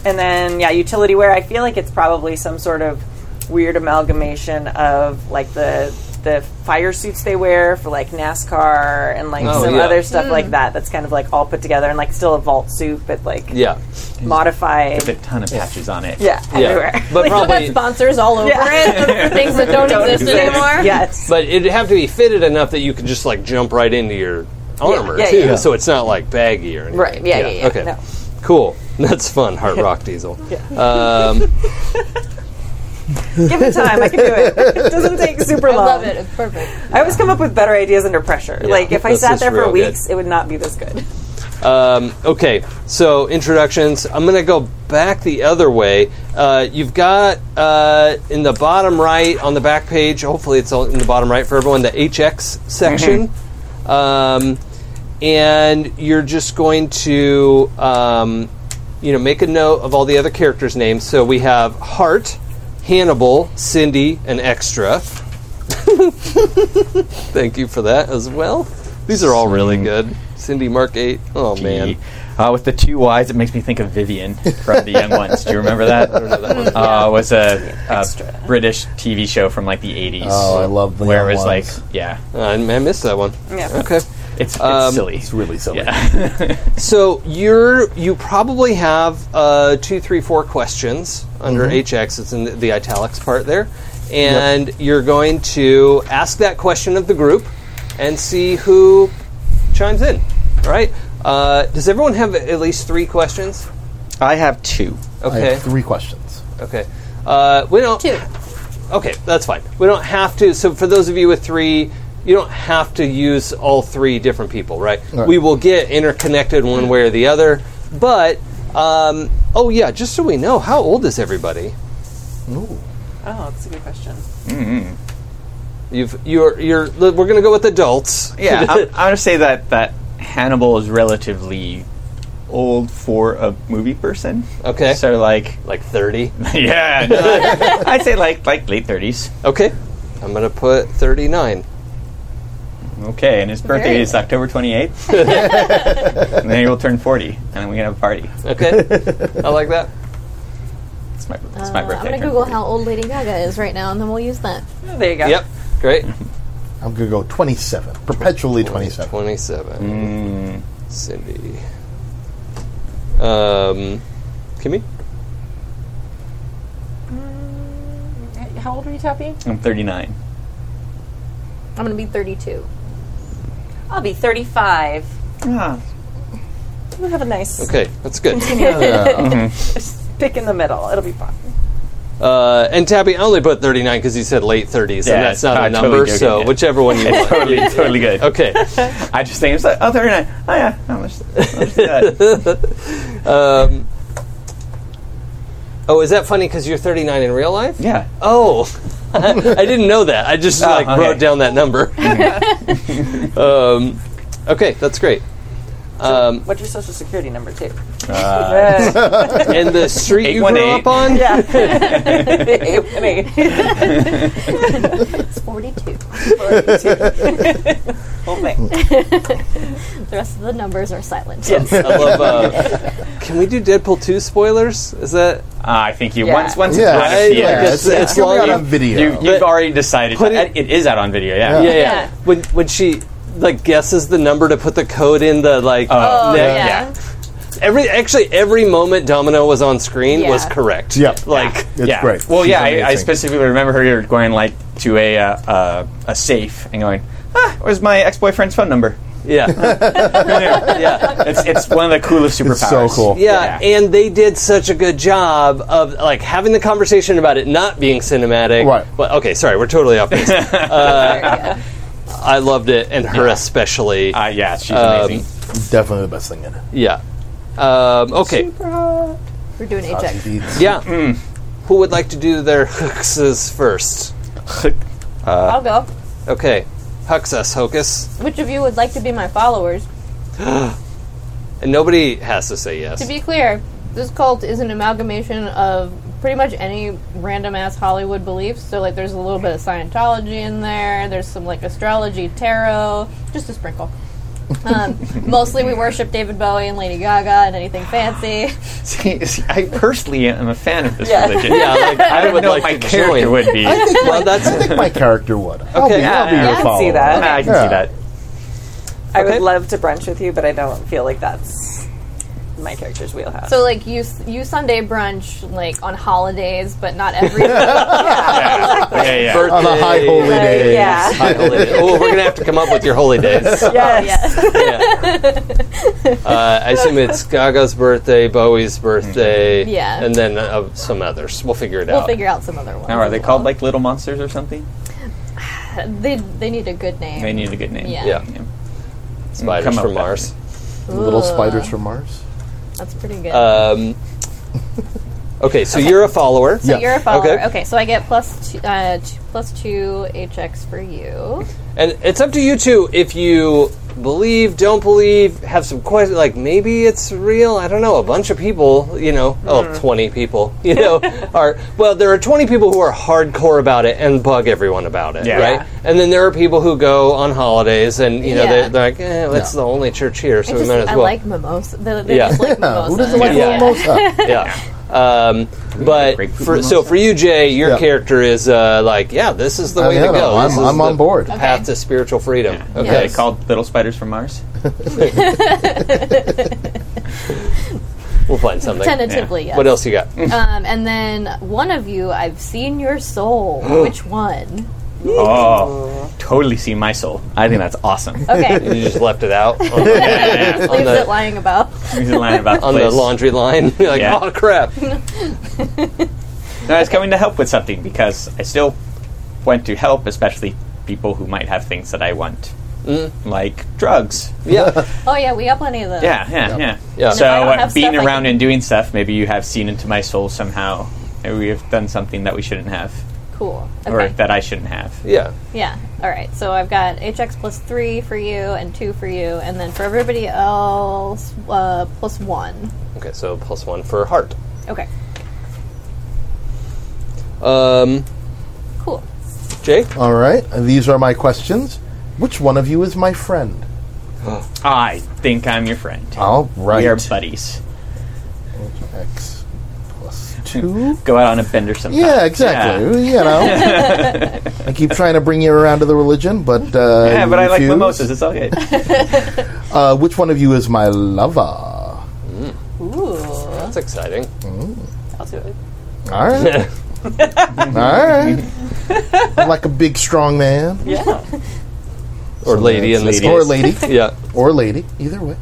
Speaker 6: and then yeah, utility wear. I feel like it's probably some sort of weird amalgamation of like the the fire suits they wear for like NASCAR and like
Speaker 2: Oh,
Speaker 6: some
Speaker 2: yeah.
Speaker 6: other stuff
Speaker 4: Mm.
Speaker 6: like that. That's kind of like all put together and like still a vault suit, but like
Speaker 2: yeah,
Speaker 6: modified.
Speaker 5: a ton of patches on it.
Speaker 6: Yeah,
Speaker 2: yeah.
Speaker 6: everywhere.
Speaker 2: But
Speaker 4: Still got
Speaker 2: probably,
Speaker 4: sponsors all over it. Things that don't,
Speaker 6: Don't
Speaker 4: exist,
Speaker 6: exist.
Speaker 4: anymore.
Speaker 6: Yes.
Speaker 2: but it'd have to be fitted enough that you could just like jump right into your armor
Speaker 6: yeah,
Speaker 2: too.
Speaker 6: yeah.
Speaker 2: So it's not like baggy or anything.
Speaker 6: Right. Yeah. Yeah. yeah.
Speaker 2: Okay.
Speaker 6: No.
Speaker 2: Cool. That's fun. Hard rock diesel.
Speaker 6: Give it time. I can do it. It doesn't take super
Speaker 4: I
Speaker 6: long.
Speaker 4: love it. It's perfect.
Speaker 6: I always come up with better ideas under pressure. like if I
Speaker 2: This
Speaker 6: sat
Speaker 2: is
Speaker 6: there for
Speaker 2: real good.
Speaker 6: weeks, it would not be this good.
Speaker 2: Um, okay, so introductions. I'm going to go back the other way. Uh, you've got uh, in the bottom right on the back page, hopefully it's all in the bottom right for everyone, the HX section. Um, and you're just going to um, you know, make a note of all the other characters' names. So we have Hart, Hannibal, Cindy, and Extra. Thank you for that as well. These are all really good. Cindy Mark 8. Oh, man.
Speaker 5: Uh, with the two Y's, it makes me think of Vivian from The Young Ones. Do you remember that? Uh, it was a, a British TV show from like the 80s.
Speaker 3: Oh, I love The Young
Speaker 5: Where it was
Speaker 3: Ones.
Speaker 5: like, yeah,
Speaker 2: Uh, I I missed that one.
Speaker 6: Yeah.
Speaker 2: Okay.
Speaker 5: it's, it's
Speaker 2: Um,
Speaker 5: silly.
Speaker 3: it's really silly.
Speaker 5: Yeah.
Speaker 2: So you're you probably have uh, two, three, four questions under HX. It's in the, the italics part there, and you're going to ask that question of the group and see who chimes in. All right. Uh, does everyone have at least three questions?
Speaker 5: I have two.
Speaker 3: I
Speaker 2: Okay.
Speaker 3: have three questions.
Speaker 2: Okay. Uh, we don't.
Speaker 4: Two.
Speaker 2: Okay, that's fine. We don't have to. So for those of you with three, you don't have to use all three different people, right?
Speaker 3: Right.
Speaker 2: We will get interconnected one way or the other. But um, oh yeah, just so we know, how old is everybody?
Speaker 3: Ooh.
Speaker 6: Oh, that's a good question.
Speaker 2: You've you're you're. We're gonna go with adults.
Speaker 5: Yeah, I'm, I'm gonna say that that Hannibal is relatively old for a movie person.
Speaker 2: Okay.
Speaker 5: so like,
Speaker 2: like thirty.
Speaker 5: yeah, no, I- I'd say like like late thirties.
Speaker 2: Okay, I'm gonna put thirty nine.
Speaker 5: Okay, and his birthday
Speaker 4: Very
Speaker 5: is October twenty eighth, and then he will turn forty, and we can have a party.
Speaker 2: Okay, I like that.
Speaker 5: It's my it's
Speaker 4: Uh,
Speaker 5: my
Speaker 4: I'm
Speaker 5: birthday.
Speaker 4: gonna
Speaker 5: turn
Speaker 4: Google
Speaker 5: 40.
Speaker 4: how old Lady Gaga is right now, and then we'll use that.
Speaker 6: Oh, there you go.
Speaker 2: Yep, great.
Speaker 3: I'm going to go 27. Perpetually 27.
Speaker 2: Twenty seven.
Speaker 5: Mm.
Speaker 2: Cindy. Um, Kimmy.
Speaker 6: Mm, How old were you, Tappy?
Speaker 5: I'm thirty nine.
Speaker 4: I'm gonna be 32.
Speaker 6: I'll be 35.
Speaker 4: Ah.
Speaker 6: We'll have a nice
Speaker 2: Okay, that's good.
Speaker 3: Yeah.
Speaker 5: Mm-hmm.
Speaker 6: pick in the middle. It'll be fun.
Speaker 2: Uh, and Tabby, I only put 39 because you said late 30s,
Speaker 5: Yeah,
Speaker 2: and that's
Speaker 5: it's-
Speaker 2: not a
Speaker 5: I'm totally
Speaker 2: number,
Speaker 5: joking,
Speaker 2: so
Speaker 5: yeah.
Speaker 2: whichever one you want.
Speaker 5: totally, totally good.
Speaker 2: Okay.
Speaker 5: I just think it's like, oh, 39. Oh, yeah. How much? How much is that?
Speaker 2: Um, oh, is that funny because you're 39 in real life?
Speaker 5: yeah.
Speaker 2: Oh, I didn't know that. I just
Speaker 5: Oh,
Speaker 2: like
Speaker 5: okay.
Speaker 2: wrote down that number. um, okay, that's great. Um,
Speaker 6: What's your social security number, too?
Speaker 5: Uh,
Speaker 6: Uh,
Speaker 2: and the street you grew
Speaker 5: 818.
Speaker 2: up on?
Speaker 6: yeah.
Speaker 5: Uh,
Speaker 6: Hey,
Speaker 4: It's 42.
Speaker 6: whole thing.
Speaker 4: The rest of the numbers are silent.
Speaker 2: I love. Uh, can we do Deadpool 2 spoilers? Is that
Speaker 5: I think you
Speaker 6: Yeah.
Speaker 5: once once
Speaker 3: Yeah,
Speaker 5: out of
Speaker 2: I-
Speaker 5: theater,
Speaker 2: yeah, it's-
Speaker 3: it's, it's,
Speaker 2: it's
Speaker 3: going
Speaker 2: long-
Speaker 3: out on video.
Speaker 5: You, you've already decided
Speaker 2: Put it-
Speaker 5: it is out on video. Yeah.
Speaker 2: yeah, yeah.
Speaker 4: Yeah.
Speaker 2: When when she like guesses the number to put the code in the like
Speaker 5: Oh,
Speaker 2: neck-
Speaker 4: yeah.
Speaker 5: yeah.
Speaker 2: every actually every moment Domino was on screen
Speaker 4: Yeah.
Speaker 2: was correct.
Speaker 3: Yeah.
Speaker 2: Like
Speaker 3: it's
Speaker 5: yeah.
Speaker 3: great.
Speaker 5: Well,
Speaker 3: She's
Speaker 5: yeah, I, I
Speaker 3: amazing.
Speaker 5: specifically remember her going like to a uh, uh, a safe and going, ah, "Where's my ex boyfriend's phone number?"
Speaker 2: yeah.
Speaker 5: yeah, it's it's one of the coolest superpowers.
Speaker 3: It's so cool.
Speaker 2: Yeah, and they did such a good job of like having the conversation about it not being cinematic.
Speaker 3: Right.
Speaker 2: But okay, sorry, we're totally off base. I loved it, and her especially.
Speaker 5: Uh, yeah, she's
Speaker 2: Um,
Speaker 5: amazing.
Speaker 3: Definitely the best thing in it.
Speaker 2: yeah. Um, okay.
Speaker 4: We're doing
Speaker 3: Hot
Speaker 4: Ajax.
Speaker 3: indeed.
Speaker 2: Yeah. Who would like to do their hookses first?
Speaker 4: I'll go.
Speaker 2: Okay. Huxus, Hocus.
Speaker 4: Which of you would like to be my followers?
Speaker 2: And nobody has to say yes.
Speaker 4: To be clear, this cult is an amalgamation of pretty much any random ass Hollywood beliefs. So, like, there's a little bit of Scientology in there. There's some like astrology, tarot, just a sprinkle. Um, mostly, we worship David Bowie and Lady Gaga and anything fancy.
Speaker 5: See, see, I personally am a fan of this
Speaker 6: Yeah.
Speaker 5: religion.
Speaker 2: yeah, like,
Speaker 5: I
Speaker 2: I
Speaker 5: don't
Speaker 2: would
Speaker 5: know
Speaker 2: like
Speaker 5: what my
Speaker 2: to
Speaker 5: character
Speaker 2: join.
Speaker 5: would be.
Speaker 3: I think
Speaker 2: Well,
Speaker 3: my,
Speaker 2: that's-
Speaker 3: I think my character would. I'll
Speaker 2: Okay,
Speaker 3: be, I'll be your
Speaker 5: yeah, I
Speaker 6: can see
Speaker 3: follower.
Speaker 5: Ah,
Speaker 6: that.
Speaker 5: I can
Speaker 3: Yeah.
Speaker 5: see that.
Speaker 6: I
Speaker 2: Okay.
Speaker 6: would love to brunch with you, but I don't feel like that's my character's wheelhouse.
Speaker 4: So, like, you you Sunday brunch like on holidays, but not every. yeah,
Speaker 5: Yeah, yeah. yeah.
Speaker 2: Birthday.
Speaker 3: On a high holy
Speaker 6: Like,
Speaker 3: day.
Speaker 6: yeah.
Speaker 2: High holy day. Oh, we're gonna have to come up with your holy days.
Speaker 6: Yes.
Speaker 2: Yeah. Uh, I assume it's Gaga's birthday, Bowie's birthday,
Speaker 4: Mm-hmm. Yeah.
Speaker 2: and then uh, some others. We'll figure it
Speaker 4: we'll
Speaker 2: out.
Speaker 4: figure out some other ones.
Speaker 5: Now, are
Speaker 4: as
Speaker 5: they
Speaker 4: well.
Speaker 5: called like little monsters or something?
Speaker 4: They they need a good name.
Speaker 5: They need a good name.
Speaker 4: Yeah.
Speaker 2: yeah,
Speaker 5: Come
Speaker 2: spiders
Speaker 5: up
Speaker 2: from
Speaker 5: with that.
Speaker 2: Mars.
Speaker 3: The Little
Speaker 4: Ugh.
Speaker 3: spiders from Mars.
Speaker 4: That's pretty good.
Speaker 2: Um, okay, so you're a follower.
Speaker 4: So
Speaker 3: Yeah.
Speaker 4: you're a follower.
Speaker 2: Okay.
Speaker 4: Okay. so I get plus two, uh, two, plus two HX for you.
Speaker 2: And it's up to you two if you believe, don't believe, have some questions. Like maybe it's real. I don't know. A bunch of people, you know,
Speaker 4: Mm-hmm.
Speaker 2: oh, 20 people, you know, are well. There are twenty people who are hardcore about it and bug everyone about it,
Speaker 5: Yeah.
Speaker 2: right? And then there are people who go on holidays and you know
Speaker 4: Yeah.
Speaker 2: they're, they're like, eh, that's the only church here, so
Speaker 4: I
Speaker 2: we
Speaker 4: just
Speaker 2: might as
Speaker 4: I
Speaker 2: well.
Speaker 4: like mimosa. They, they
Speaker 2: Yeah.
Speaker 4: just like
Speaker 3: Yeah,
Speaker 4: mimosa.
Speaker 3: who doesn't like
Speaker 5: Yeah.
Speaker 3: yeah. mimosa?
Speaker 2: yeah. Um, but
Speaker 5: grapefruit
Speaker 2: for, so
Speaker 5: mimosa?
Speaker 2: for you, Jay, your
Speaker 3: Yeah.
Speaker 2: character is uh, like, yeah, this is the way
Speaker 3: yeah,
Speaker 2: to go.
Speaker 3: I'm-
Speaker 2: This is
Speaker 3: I'm
Speaker 2: the
Speaker 3: on board.
Speaker 2: Path
Speaker 4: Okay.
Speaker 2: to spiritual freedom. Okay.
Speaker 5: Are they
Speaker 4: Yes.
Speaker 5: called little spiders from Mars?
Speaker 2: We'll find something.
Speaker 4: Tentatively, yes.
Speaker 2: What else you got?
Speaker 4: Um, and then one of you, I've seen your soul. Which one?
Speaker 5: Oh, totally see my soul. I think that's awesome.
Speaker 4: Okay.
Speaker 2: You just left it out on the,
Speaker 4: Leaves
Speaker 2: the-
Speaker 4: it lying about.
Speaker 5: He's lying about
Speaker 2: on the
Speaker 5: place.
Speaker 2: laundry line. You're like,
Speaker 5: Yeah.
Speaker 2: oh crap.
Speaker 5: No, I was coming to help with something because I still want to help, especially people who might have things that I want, like drugs.
Speaker 2: Yeah.
Speaker 4: Oh yeah, we got plenty of those.
Speaker 5: Yeah, yeah, yeah.
Speaker 2: Yeah.
Speaker 4: And if
Speaker 5: So
Speaker 4: I don't
Speaker 5: uh,
Speaker 4: have
Speaker 5: being
Speaker 4: stuff, I
Speaker 5: around
Speaker 4: can-
Speaker 5: and doing stuff, maybe you have seen into my soul somehow. Maybe we have done something that we shouldn't have,
Speaker 4: Cool.
Speaker 5: or
Speaker 4: Okay.
Speaker 5: that I shouldn't have.
Speaker 2: Yeah.
Speaker 4: Yeah. All right. So I've got HX plus three for you and two for you, and then for everybody else, uh, plus one.
Speaker 2: Okay, so plus one for heart.
Speaker 4: Okay.
Speaker 2: Um,
Speaker 4: Cool.
Speaker 2: Jay?
Speaker 3: All right, these are my questions. Which one of you is my friend?
Speaker 5: I think I'm your friend.
Speaker 3: All right.
Speaker 5: We are buddies.
Speaker 3: X plus two.
Speaker 5: Go out on a bender sometime.
Speaker 3: Yeah, exactly. You know, I keep trying to bring you around to the religion, but uh,
Speaker 5: Yeah, but I like
Speaker 3: refuse.
Speaker 5: mimosas. It's all good.
Speaker 3: Uh, which one of you is my lover? All
Speaker 4: Ooh.
Speaker 2: That's exciting.
Speaker 6: I'll do it.
Speaker 3: right, all right. I'm like a big, strong man
Speaker 6: Yeah.
Speaker 2: Or lady in this
Speaker 5: lady.
Speaker 2: case.
Speaker 5: Mm-hmm.
Speaker 3: or lady,
Speaker 2: Yeah.
Speaker 3: or lady. Either way.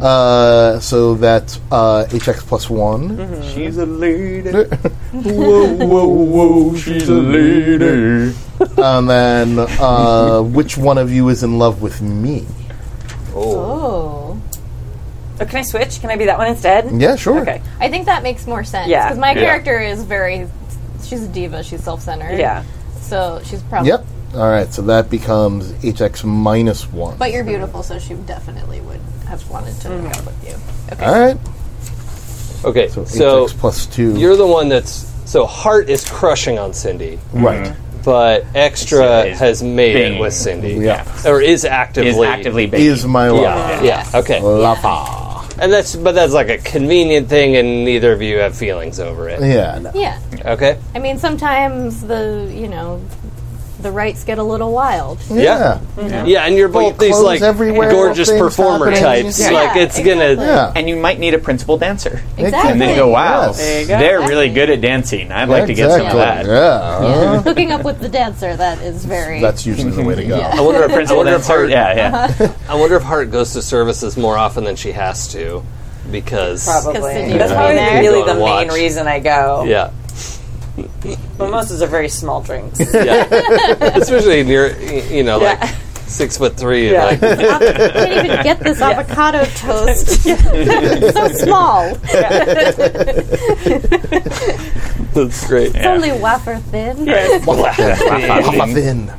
Speaker 3: Uh, so that's uh, HX plus one.
Speaker 5: Mm-hmm. She's a lady.
Speaker 3: Whoa, whoa, whoa, she's a lady. and then, uh, which one of you is in love with me?
Speaker 4: Oh.
Speaker 6: Oh, can I switch? Can I be that one instead?
Speaker 2: Mm.
Speaker 3: Yeah, sure.
Speaker 6: Okay.
Speaker 4: I think that makes more sense.
Speaker 6: Yeah.
Speaker 4: Because my
Speaker 5: Yeah.
Speaker 4: character is very. She's a diva. She's self centered.
Speaker 6: Yeah.
Speaker 4: So she's probably.
Speaker 3: Yep. All right, so that becomes HX minus one.
Speaker 4: But you're beautiful, so she definitely would have wanted to make out with you. Okay.
Speaker 3: All right,
Speaker 2: Okay,
Speaker 3: so,
Speaker 2: so,
Speaker 3: HX plus 2
Speaker 2: you're the one that's so heart is crushing on Cindy,
Speaker 3: right.
Speaker 5: Mm-hmm.
Speaker 2: but extra
Speaker 5: It's- it's
Speaker 2: has made it
Speaker 5: banging.
Speaker 2: with Cindy,
Speaker 3: Yeah.
Speaker 2: or is actively
Speaker 5: Is actively baking.
Speaker 3: Is my love.
Speaker 2: Yeah, yeah, okay,
Speaker 3: Lapa.
Speaker 2: and that's but that's like a convenient thing, and neither of you have feelings over it.
Speaker 3: Yeah. no.
Speaker 4: Yeah.
Speaker 2: Okay,
Speaker 4: I mean, sometimes the, you know, the rights get a little wild.
Speaker 2: yeah, yeah, and you're
Speaker 3: Well,
Speaker 2: both these
Speaker 3: clothes
Speaker 2: like
Speaker 3: everywhere,
Speaker 2: gorgeous
Speaker 3: things
Speaker 2: performer
Speaker 3: happening.
Speaker 2: types.
Speaker 5: Yeah.
Speaker 2: Like it's gonna,
Speaker 3: Yeah.
Speaker 5: and you might need a principal dancer.
Speaker 4: Exactly.
Speaker 5: And then go, wow,
Speaker 3: Yes. There
Speaker 6: you go.
Speaker 5: they're really good at dancing. I'd like to get some of that.
Speaker 3: Exactly, Yeah.
Speaker 4: Hooking up with the dancer, that is very.
Speaker 3: That's usually the way to go.
Speaker 2: I wonder if I
Speaker 5: Principal
Speaker 2: wonder if
Speaker 5: dancer,
Speaker 2: heart,
Speaker 5: yeah, yeah.
Speaker 2: I wonder if heart goes to services more often than she has to, because
Speaker 6: Probably.
Speaker 4: Continue.
Speaker 6: That's probably
Speaker 4: Yeah.
Speaker 6: really
Speaker 2: Go
Speaker 6: the
Speaker 2: and watch.
Speaker 6: main reason I go.
Speaker 2: yeah.
Speaker 6: Mimosas are very small drinks.
Speaker 2: Yeah, especially if you're, y- you know, like
Speaker 6: Yeah.
Speaker 2: six foot three.
Speaker 6: Yeah.
Speaker 2: Like,
Speaker 4: I can't even get this avocado toast. so small. It's
Speaker 2: that's great.
Speaker 4: only wafer thin.
Speaker 3: Papa Finn.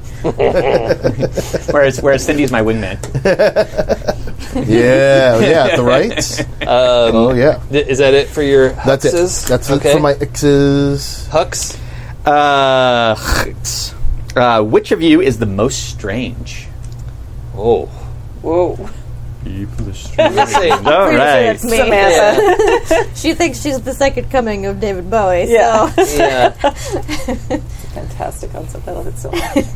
Speaker 5: Whereas, whereas Cindy's my wingman.
Speaker 3: Yeah, yeah, at the right. oh yeah,
Speaker 2: Um, Th- Is that it for your
Speaker 3: that's it.
Speaker 2: huxes?
Speaker 3: That's it for my X's.
Speaker 2: hucks.
Speaker 5: Uh, uh, which of you is the most strange?
Speaker 2: Oh,
Speaker 6: Whoa.
Speaker 2: Let's see.
Speaker 5: All
Speaker 4: Pretty sure
Speaker 5: right.
Speaker 4: that's me.
Speaker 6: Samantha.
Speaker 4: She thinks she's the second coming of David Bowie.
Speaker 6: Yeah.
Speaker 4: So
Speaker 2: yeah.
Speaker 6: Fantastic concept. I love it so much.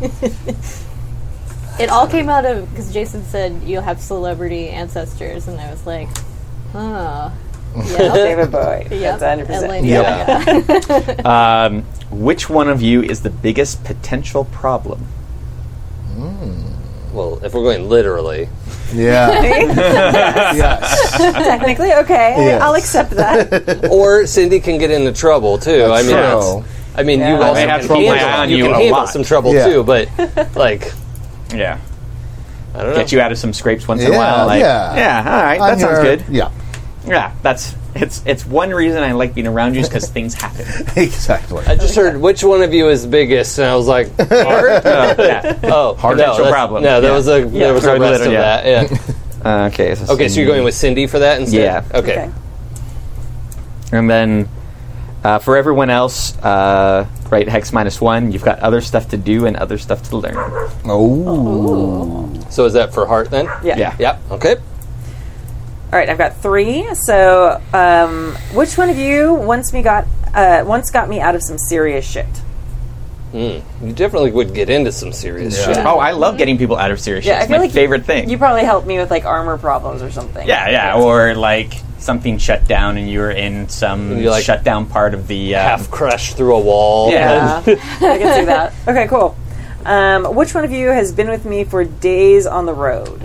Speaker 4: it all came out of because Jason said you'll have celebrity ancestors, and I was like, huh. Yep.
Speaker 6: David Bowie.
Speaker 4: yep.
Speaker 6: That's 100%.
Speaker 4: Atlanta.
Speaker 2: Yeah.
Speaker 5: Um, which one of you is the biggest potential problem?
Speaker 2: Well, if we're going literally,
Speaker 3: Yeah. yes.
Speaker 6: Technically, okay. I-
Speaker 3: Yes.
Speaker 6: I'll accept that.
Speaker 2: or Cindy can get into trouble too. I mean,
Speaker 3: true.
Speaker 2: that's. I mean,
Speaker 6: Yeah.
Speaker 2: you
Speaker 6: I
Speaker 2: also
Speaker 5: have
Speaker 2: can
Speaker 5: to keep my
Speaker 2: handle-
Speaker 5: eye on
Speaker 2: you
Speaker 5: you
Speaker 2: can
Speaker 5: a
Speaker 2: handle
Speaker 5: lot.
Speaker 2: some trouble
Speaker 3: Yeah.
Speaker 2: too, but like
Speaker 5: Yeah.
Speaker 2: I don't know.
Speaker 5: Get you out of some scrapes once in
Speaker 3: Yeah,
Speaker 5: a while. Like,
Speaker 3: yeah.
Speaker 5: Yeah, all right.
Speaker 3: I'm
Speaker 5: that sounds
Speaker 3: here.
Speaker 5: good.
Speaker 3: Yeah.
Speaker 5: Yeah, that's it's it's one reason I like being around you is because things happen.
Speaker 3: Exactly.
Speaker 2: I just heard which one of you is biggest, and I was like, heart.
Speaker 5: Uh, yeah.
Speaker 2: Oh,
Speaker 5: Heart.
Speaker 2: no,
Speaker 5: Potential
Speaker 2: that's-
Speaker 5: problem.
Speaker 2: No, there
Speaker 5: Yeah.
Speaker 2: was a
Speaker 5: Yeah.
Speaker 2: there was a
Speaker 5: Probably
Speaker 2: rest
Speaker 5: later,
Speaker 2: of
Speaker 5: yeah.
Speaker 2: that. Yeah.
Speaker 5: Uh, okay.
Speaker 2: Okay, so you're going with Cindy for that instead?
Speaker 5: Yeah.
Speaker 2: Okay.
Speaker 6: Okay.
Speaker 5: And then uh, for everyone else, uh, right, hex minus one, you've got other stuff to do and other stuff to learn.
Speaker 3: Oh.
Speaker 2: So is that for Heart then?
Speaker 6: Yeah.
Speaker 5: Yeah.
Speaker 2: Yep. Okay.
Speaker 6: All right, I've got three. So, um, which one of you once me got uh, once got me out of some serious shit?
Speaker 2: You definitely would get into some serious
Speaker 3: Yeah.
Speaker 2: shit.
Speaker 5: Oh, I love getting people out of serious shit.
Speaker 6: I
Speaker 5: It's
Speaker 6: feel
Speaker 5: my
Speaker 6: like you-
Speaker 5: favorite thing.
Speaker 6: You probably helped me with like armor problems or something.
Speaker 5: yeah, yeah. Or like something shut down and you were in some
Speaker 2: You're like-
Speaker 5: shut down part of the. Uh,
Speaker 2: Half crushed through a wall.
Speaker 5: yeah.
Speaker 6: I can see that. Okay, cool. Um, which one of you has been with me for days on the road?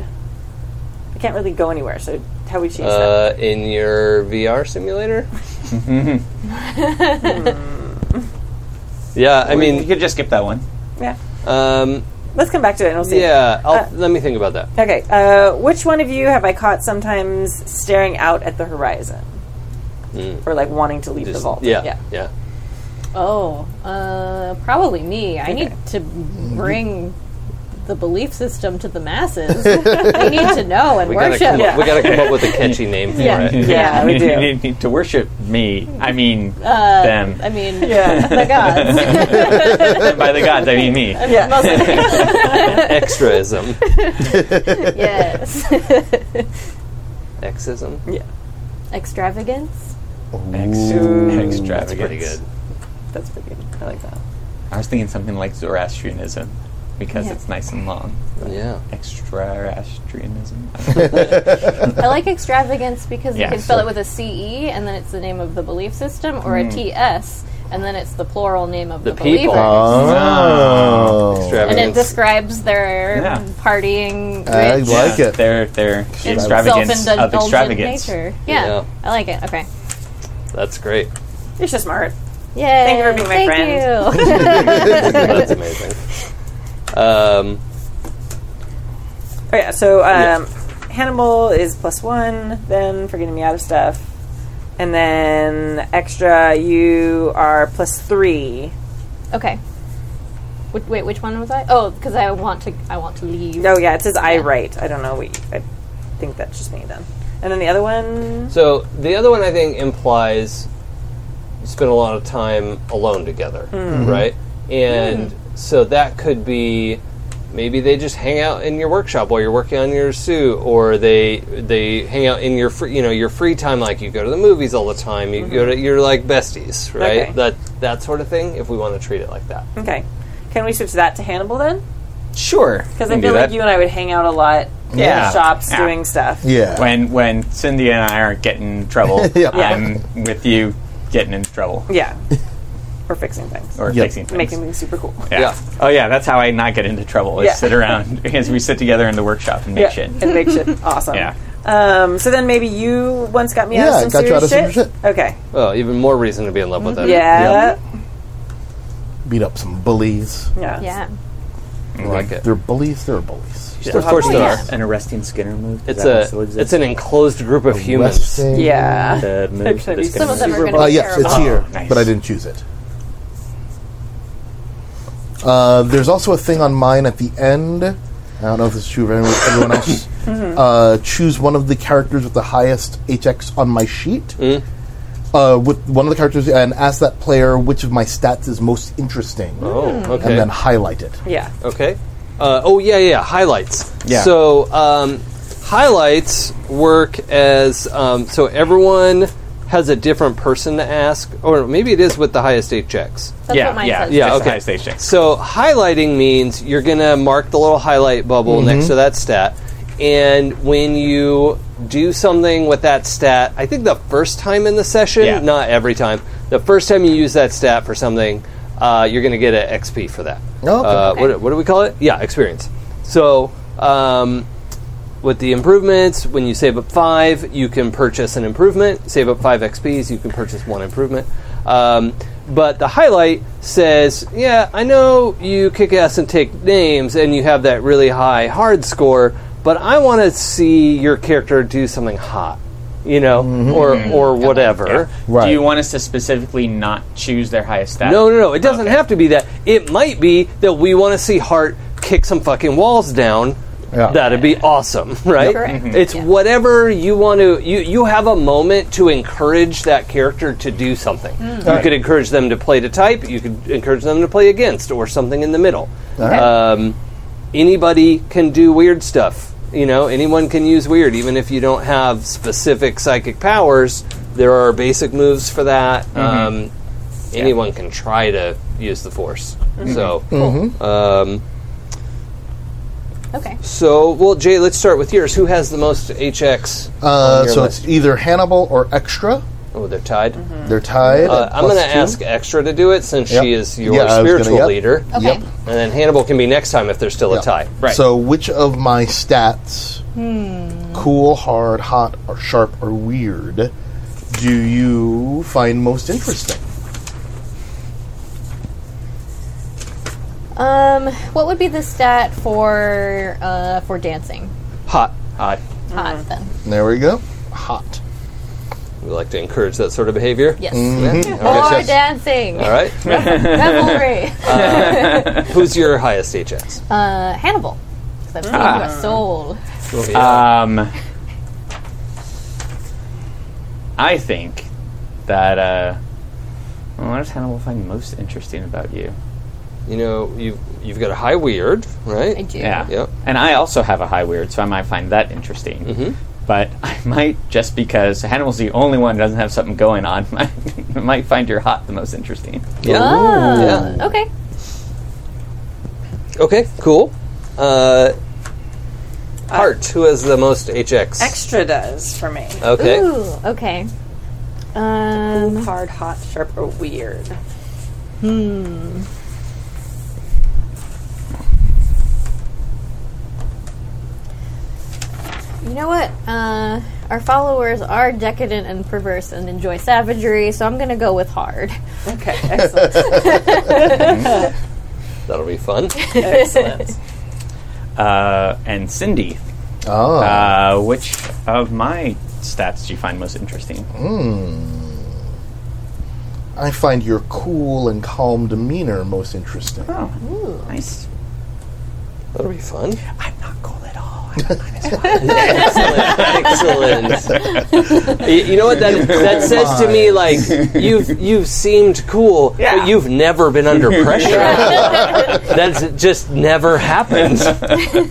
Speaker 6: I can't really go anywhere, so how we change that?
Speaker 2: Uh, in your VR simulator? yeah, I
Speaker 5: you
Speaker 2: mean,
Speaker 5: could just skip that one.
Speaker 6: Yeah,
Speaker 2: um,
Speaker 6: let's come back to it and we'll see.
Speaker 2: yeah, I'll, let me think about that.
Speaker 6: Okay. Uh, which one of you have I caught sometimes staring out at the horizon, or like wanting to leave the
Speaker 2: Hmm. Just-
Speaker 6: vault?
Speaker 2: yeah, yeah.
Speaker 4: Oh, uh, probably me. I need to bring the belief system to the masses. we need to know and
Speaker 2: We gotta,
Speaker 4: worship.
Speaker 2: come up,
Speaker 6: Yeah.
Speaker 2: we gotta come up with a catchy name for
Speaker 4: Yeah.
Speaker 2: it.
Speaker 6: Yeah, we
Speaker 5: you
Speaker 6: do.
Speaker 5: need- need to worship me. I Uh, mean, them.
Speaker 4: I mean,
Speaker 6: Yeah.
Speaker 4: the gods.
Speaker 5: and by the gods, I mean me.
Speaker 6: Yeah.
Speaker 2: Extraism.
Speaker 4: yes.
Speaker 2: Exism.
Speaker 4: Extravagance.
Speaker 5: Extravagant.
Speaker 2: That's pretty good.
Speaker 6: That's pretty good. I like that.
Speaker 5: I was thinking something like Zoroastrianism because
Speaker 4: Yeah.
Speaker 5: it's nice and long.
Speaker 2: Yeah.
Speaker 5: Extrastrianism.
Speaker 4: I like extravagance because
Speaker 5: Yeah,
Speaker 4: you can spell
Speaker 5: so- Hmm.
Speaker 4: it with a CE and then it's the name of the belief system or a TS and then it's the plural name of the,
Speaker 2: The people.
Speaker 4: believers.
Speaker 3: Oh.
Speaker 4: And it
Speaker 2: Extravagance.
Speaker 4: describes their
Speaker 5: Yeah.
Speaker 4: partying
Speaker 3: I
Speaker 4: rich
Speaker 3: like it.
Speaker 5: Their their
Speaker 4: and
Speaker 5: extravagance of
Speaker 4: self-indulgent
Speaker 5: extravagance.
Speaker 4: nature. Yeah,
Speaker 2: Yeah.
Speaker 4: I like it. Okay.
Speaker 2: That's great.
Speaker 6: You're so smart.
Speaker 4: Yay.
Speaker 6: you for being my friend.
Speaker 4: you.
Speaker 2: That's amazing. Um,
Speaker 6: Oh yeah, so um, Hannibal is plus one. Then for getting me out of stuff, and then extra you are plus three.
Speaker 4: okay. Wh- Wait, which one was I? Oh, because I want to. I want to leave.
Speaker 6: No, Oh, yeah, it says I write. I don't know. We, I think that's just me then. And then the other one.
Speaker 2: so the other one I think implies you spend a lot of time alone together, right? And so that could be maybe they just hang out in your workshop while you're working on your suit, or they they hang out in your free, you know your free time. Like you go to the movies all the time. You go to you're like besties, right?
Speaker 6: Okay.
Speaker 2: That that sort of thing. If we want to treat it like that,
Speaker 6: Okay, can we switch that to Hannibal then?
Speaker 5: Sure,
Speaker 6: Because
Speaker 5: we can
Speaker 6: I
Speaker 5: do
Speaker 6: feel like
Speaker 5: that.
Speaker 6: you and I would hang out a lot in
Speaker 5: Yeah.
Speaker 6: shops
Speaker 5: Yeah.
Speaker 6: doing stuff.
Speaker 3: Yeah.
Speaker 5: when when Cindy and I aren't getting in trouble,
Speaker 3: Yeah.
Speaker 5: I'm with you getting in trouble
Speaker 6: Yeah. Or fixing things.
Speaker 5: or
Speaker 3: Yeah.
Speaker 5: fixing things.
Speaker 6: Making things super cool.
Speaker 5: yeah.
Speaker 2: Yeah.
Speaker 5: Oh yeah, that's how I not get into trouble. Is
Speaker 6: Yeah.
Speaker 5: sit around as we sit together in the workshop and make
Speaker 6: Yeah.
Speaker 5: shit.
Speaker 6: And make shit awesome.
Speaker 5: Yeah.
Speaker 6: Um, so then maybe you once got me out
Speaker 3: Yeah,
Speaker 6: of some
Speaker 3: got you
Speaker 6: serious
Speaker 3: out of some
Speaker 6: shit. Okay.
Speaker 2: well, even more reason to be in love with them.
Speaker 6: Mm-hmm. Yeah.
Speaker 3: Beat up some bullies.
Speaker 6: Yeah.
Speaker 4: Yeah.
Speaker 2: I like it.
Speaker 3: They're bullies. They're bullies.
Speaker 2: Of course they are.
Speaker 5: An arresting Skinner move.
Speaker 2: It's a it's an enclosed group of humans.
Speaker 3: Arresting-
Speaker 6: Yeah.
Speaker 5: move.
Speaker 6: gonna
Speaker 5: Skinner
Speaker 6: be
Speaker 4: Uh, Some of them
Speaker 5: move.
Speaker 4: are going to
Speaker 3: Uh,
Speaker 4: be
Speaker 3: yes,
Speaker 4: terrible.
Speaker 3: it's here,
Speaker 5: Oh, nice.
Speaker 3: but I didn't choose it. Uh, there's also a thing on mine at the end. I don't know if this is true for anyone everyone else.
Speaker 5: Mm-hmm.
Speaker 3: uh, choose one of the characters with the highest HX on my sheet.
Speaker 2: Mm.
Speaker 3: Uh, with one of the characters, and ask that player which of my stats is most interesting,
Speaker 5: Hmm.
Speaker 2: Oh, okay.
Speaker 3: and then highlight it.
Speaker 6: Yeah.
Speaker 2: Okay. Uh, oh yeah, yeah. Highlights.
Speaker 5: Yeah.
Speaker 2: So um, highlights work as um, so everyone has a different person to ask, or maybe it is with the highest eight checks.
Speaker 4: That's
Speaker 5: yeah,
Speaker 4: what mine
Speaker 5: yeah,
Speaker 4: says.
Speaker 2: Yeah,
Speaker 5: It's the
Speaker 2: okay.
Speaker 5: highest eight checks.
Speaker 2: So highlighting means you're gonna mark the little highlight bubble
Speaker 3: Mm-hmm.
Speaker 2: next to that stat, and when you do something with that stat, I think the first time in the session,
Speaker 5: Yeah.
Speaker 2: not every time, the first time you use that stat for something, uh, you're gonna get an XP for that.
Speaker 3: Oh, okay.
Speaker 2: Uh, what, what do we call it? Yeah, experience. So. Um, with the improvements, when you save up five, you can purchase an improvement. Save up five XPs, you can purchase one improvement. Um, but the highlight says, yeah, I know you kick ass and take names and you have that really high hard score, but I want to see your character do something hot, you know, or, or whatever.
Speaker 3: Right.
Speaker 5: Do you want us to specifically not choose their highest stat?
Speaker 2: No, no, no. It doesn't
Speaker 5: Okay.
Speaker 2: have to be that. It might be that we want to see Hart kick some fucking walls down.
Speaker 3: Yeah.
Speaker 2: That'd be awesome, right?
Speaker 4: Correct. Mhm.
Speaker 2: It's
Speaker 4: Yeah.
Speaker 2: whatever you want to. You you have a moment to encourage that character to do something.
Speaker 4: Mm.
Speaker 2: You could encourage them to play to type. You could encourage them to play against or something in the middle. Um, anybody can do weird stuff. You know, anyone can use weird, even if you don't have specific psychic powers. There are basic moves for that. Um, anyone can try to use the force.
Speaker 4: Mm-hmm.
Speaker 2: So, um,
Speaker 4: Okay.
Speaker 2: so well, Jay, let's start with yours. Who has the most HX?
Speaker 3: Uh,
Speaker 2: on your
Speaker 3: so
Speaker 2: list?
Speaker 3: it's either Hannibal or Extra.
Speaker 2: oh, they're tied.
Speaker 5: Hmm.
Speaker 3: They're tied.
Speaker 2: Uh,
Speaker 3: at
Speaker 2: I'm
Speaker 3: plus
Speaker 2: going to
Speaker 3: two.
Speaker 2: ask Extra to do it since
Speaker 3: Yep.
Speaker 2: she is your
Speaker 3: Yeah, I was gonna-
Speaker 2: spiritual
Speaker 3: yep.
Speaker 2: leader,
Speaker 4: Okay.
Speaker 3: Yep.
Speaker 2: and then Hannibal can be next time if there's still a
Speaker 3: Yeah.
Speaker 2: tie.
Speaker 3: So, which of my stats, cool, hard, hot, or sharp, or weird, do you find most interesting?
Speaker 4: Um, what would be the stat for uh, for dancing?
Speaker 2: Hot.
Speaker 5: Hot.
Speaker 4: Hot then.
Speaker 3: There we go. Hot.
Speaker 2: We like to encourage that sort of behavior.
Speaker 4: Yes.
Speaker 2: Okay.
Speaker 4: More dancing.
Speaker 2: Mm, All right. Uh,
Speaker 4: Revelry.
Speaker 2: Who's your highest HX?
Speaker 4: uh, Hannibal. 'Cause I've seen
Speaker 2: Ah.
Speaker 4: you a soul.
Speaker 5: Um, I think that. Uh, well, what does Hannibal find most interesting about you?
Speaker 2: you know, you've you've got a high weird, right?
Speaker 4: I do.
Speaker 5: Yeah.
Speaker 2: Yep.
Speaker 5: And I also have a high weird, so I might find that interesting.
Speaker 2: Mm-hmm.
Speaker 5: But I might just because Hannibal's the only one who doesn't have something going on. Might, might find your hot the most interesting.
Speaker 2: Yeah.
Speaker 4: Oh, okay.
Speaker 2: Okay, cool. Uh, Heart, who has the most HX?
Speaker 6: Extra does for me.
Speaker 2: Okay.
Speaker 4: Ooh, okay. Um,
Speaker 6: Hard, hot, sharp, or weird.
Speaker 4: You know what? Uh, our followers are decadent and perverse and enjoy savagery, so I'm going to go with hard.
Speaker 6: Okay, excellent.
Speaker 2: That'll be fun.
Speaker 6: excellent.
Speaker 5: Uh, and Cindy,
Speaker 3: Oh.
Speaker 2: Ah.
Speaker 5: uh, which of my stats do you find most interesting?
Speaker 3: I find your cool and calm demeanor most interesting.
Speaker 5: Oh, nice.
Speaker 2: That'll be fun.
Speaker 5: I'm not cool at all.
Speaker 2: Excellent. Excellent. Y- you know what that that says to me? Like you've you've seemed cool,
Speaker 5: Yeah.
Speaker 2: but you've never been under pressure. That's just never happened.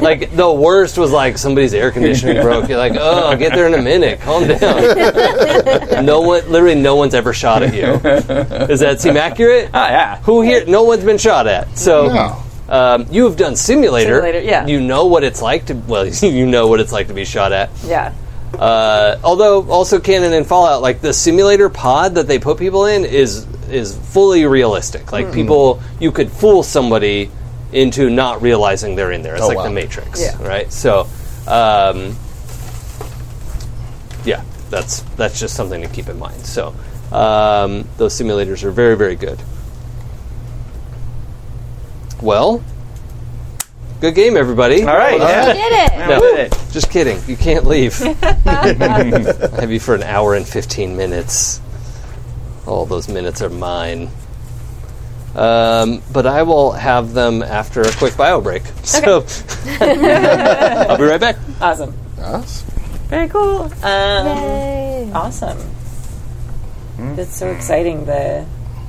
Speaker 2: Like the worst was like somebody's air conditioning broke. You're like, oh, I'll get there in a minute. Calm down. No one, literally, no one's ever shot at you. Does that seem accurate?
Speaker 5: Ah, yeah.
Speaker 2: Who here? No one's been shot at. So.
Speaker 3: No.
Speaker 2: Um, you have done simulator.
Speaker 6: Simulator, yeah.
Speaker 2: You know what it's like to well, you know what it's like to be shot at.
Speaker 6: Yeah.
Speaker 2: Uh, although also canon in Fallout, like the simulator pod that they put people in is is fully realistic. Like people, you could fool somebody into not realizing they're in there. It's
Speaker 3: Oh,
Speaker 2: like
Speaker 3: wow.
Speaker 2: the Matrix,
Speaker 6: Yeah.
Speaker 2: right? So, um, yeah, that's that's just something to keep in mind. So, um, those simulators are very very good. Well, good game, everybody.
Speaker 5: All right.
Speaker 4: I
Speaker 5: yeah.
Speaker 4: did it!
Speaker 5: Yeah, we did it.
Speaker 2: Just kidding. You can't leave. I have you for an hour and 15 minutes. All those minutes are mine. Um, but I will have them after a quick bio break. So I'll be right back.
Speaker 6: Awesome.
Speaker 3: Yes.
Speaker 6: Very cool. Um,
Speaker 4: Yay.
Speaker 6: Awesome.
Speaker 3: Hmm.
Speaker 6: It's so exciting the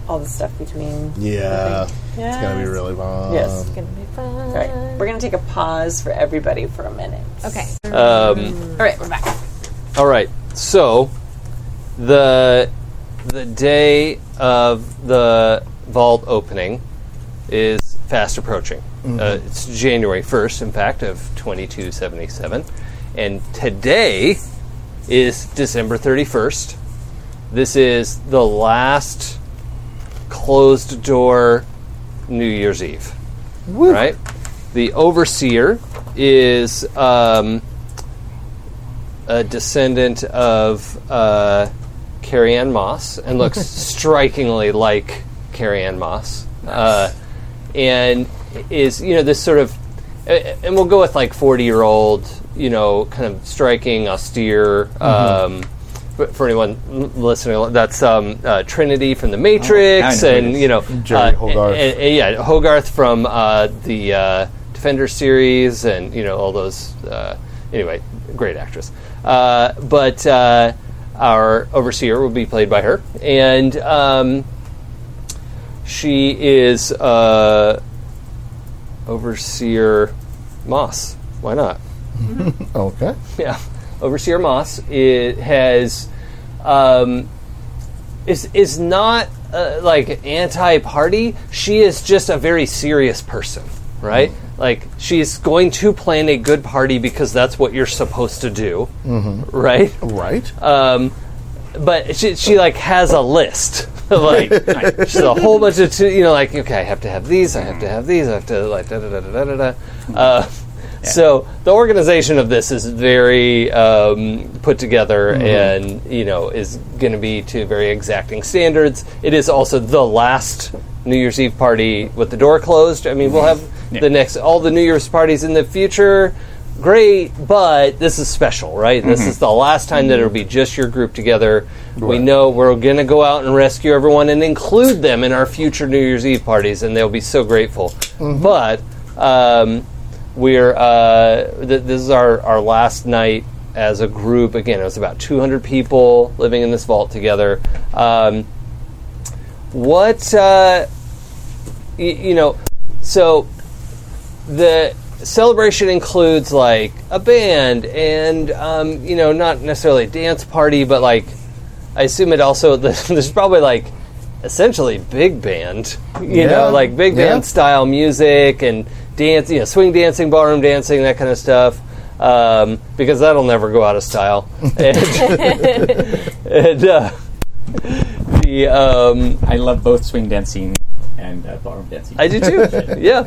Speaker 6: all the stuff between.
Speaker 3: Yeah.
Speaker 6: Yeah.
Speaker 3: It's gonna be really fun.
Speaker 6: Yes.
Speaker 4: It's gonna be fun.
Speaker 6: All right. We're gonna take a pause for everybody for a minute.
Speaker 4: Okay.
Speaker 2: Um,
Speaker 6: All right, we're back.
Speaker 2: all right. So the the day of the vault opening is fast approaching. Uh, it's January 1st, in fact, of 2277. And today is December 31st. This is the last closed door New Year's Eve. Right? The overseer is um, a descendant of uh, Carrie Ann Moss and looks strikingly like Carrie Ann Moss. Uh, and is, you know, this sort of, a- and we'll go with like 40 year old, you know, kind of striking, austere.
Speaker 5: Mm-hmm.
Speaker 2: Um, but for anyone l- listening, that's um, uh, Trinity from The Matrix,
Speaker 5: Oh, know who it
Speaker 2: and
Speaker 5: is. Mm-hmm.
Speaker 2: you know,
Speaker 3: Jerry
Speaker 2: uh,
Speaker 3: Hogarth.
Speaker 2: and- and- yeah, Hogarth from uh, the uh, Defender series, and you know all those. Uh, anyway, great actress. Uh, but uh, our overseer will be played by her, and um, she is uh, overseer Moss. Why not?
Speaker 3: Okay.
Speaker 2: yeah, Overseer Moss it has um, is is not uh, like anti-party. She is just a very serious person, right? Like she's going to plan a good party because that's what you're supposed to do, right?
Speaker 3: Right.
Speaker 2: Um, but she, she like has a list. like she's a whole bunch of two, you know like okay I have to have these I have to have these I have to like da da da da da da. da. Uh, So the organization of this is very um, put together and you know is going to be to very exacting standards. It is also the last New Year's Eve party with the door closed. I mean we'll have
Speaker 5: Yeah.
Speaker 2: the next all the New Year's parties in the future great, but this is special, right? This is the last time that it'll be just your group together. We know we're going to go out and rescue everyone and include them in our future New Year's Eve parties, and they'll be so grateful. But um, we're uh, th- this is our our last night as a group. Again, it was about 200 people living in this vault together. Um, what uh, y- you know? So the celebration includes like a band and um, you know not necessarily a dance party but like i assume it also there's probably like essentially big band you
Speaker 3: Yeah.
Speaker 2: know like big
Speaker 3: Yeah.
Speaker 2: band style music and dance you know swing dancing ballroom dancing that kind of stuff um, because that'll never go out of style and, and uh, um, the um,
Speaker 5: I love both swing dancing and uh, ballroom dancing.
Speaker 2: I do too. yeah.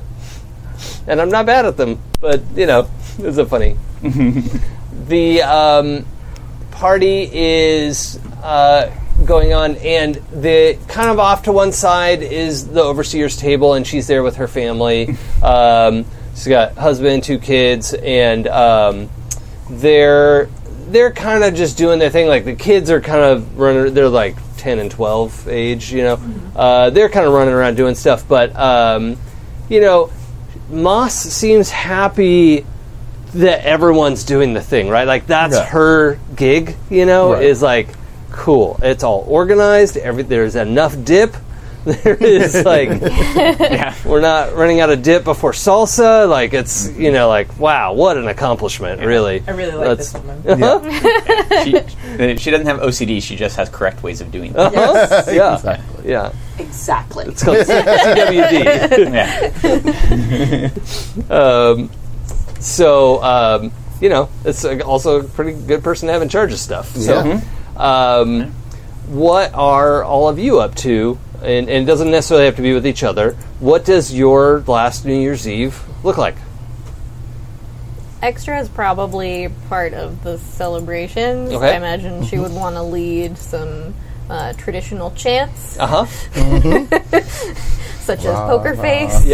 Speaker 2: And I'm not bad at them, but you know, it's a funny. the um, party is uh, going on, and the kind of off to one side is the overseer's table, and she's there with her family. Um, she's got husband, two kids, and um, they're they're kind of just doing their thing. Like the kids are kind of running. They're like ten and twelve age, you know.
Speaker 3: Mm-hmm.
Speaker 2: Uh, they're kind of running around doing stuff, but um, you know, Moss seems happy that everyone's doing the thing, right? Like that's
Speaker 3: Yeah.
Speaker 2: her gig, you know,
Speaker 3: Right.
Speaker 2: is like cool. It's all organized. Every there's enough dip. There is like we're not running out of dip before salsa. Like it's you know like wow, what an accomplishment, really.
Speaker 6: I really like
Speaker 2: That's-
Speaker 6: this woman.
Speaker 3: Yeah.
Speaker 5: she, uh, she doesn't have OCD. She just has correct ways of doing
Speaker 2: Oh.
Speaker 5: things.
Speaker 6: Yes,
Speaker 2: Yeah,
Speaker 3: Exactly.
Speaker 2: yeah.
Speaker 6: exactly.
Speaker 2: It's called CWD.
Speaker 5: yeah.
Speaker 2: Um, so um, you know, it's uh, also a pretty good person to have in charge of stuff. So,
Speaker 3: Yeah.
Speaker 6: Mm-hmm.
Speaker 2: um, what are all of you up to? And, and it doesn't necessarily have to be with each other. What does your last New Year's Eve look like?
Speaker 4: Extra is probably part of the celebrations.
Speaker 2: Okay. Mm-hmm.
Speaker 4: I imagine she would want to lead some uh, traditional chants,
Speaker 2: Uh huh.
Speaker 4: such as poker face.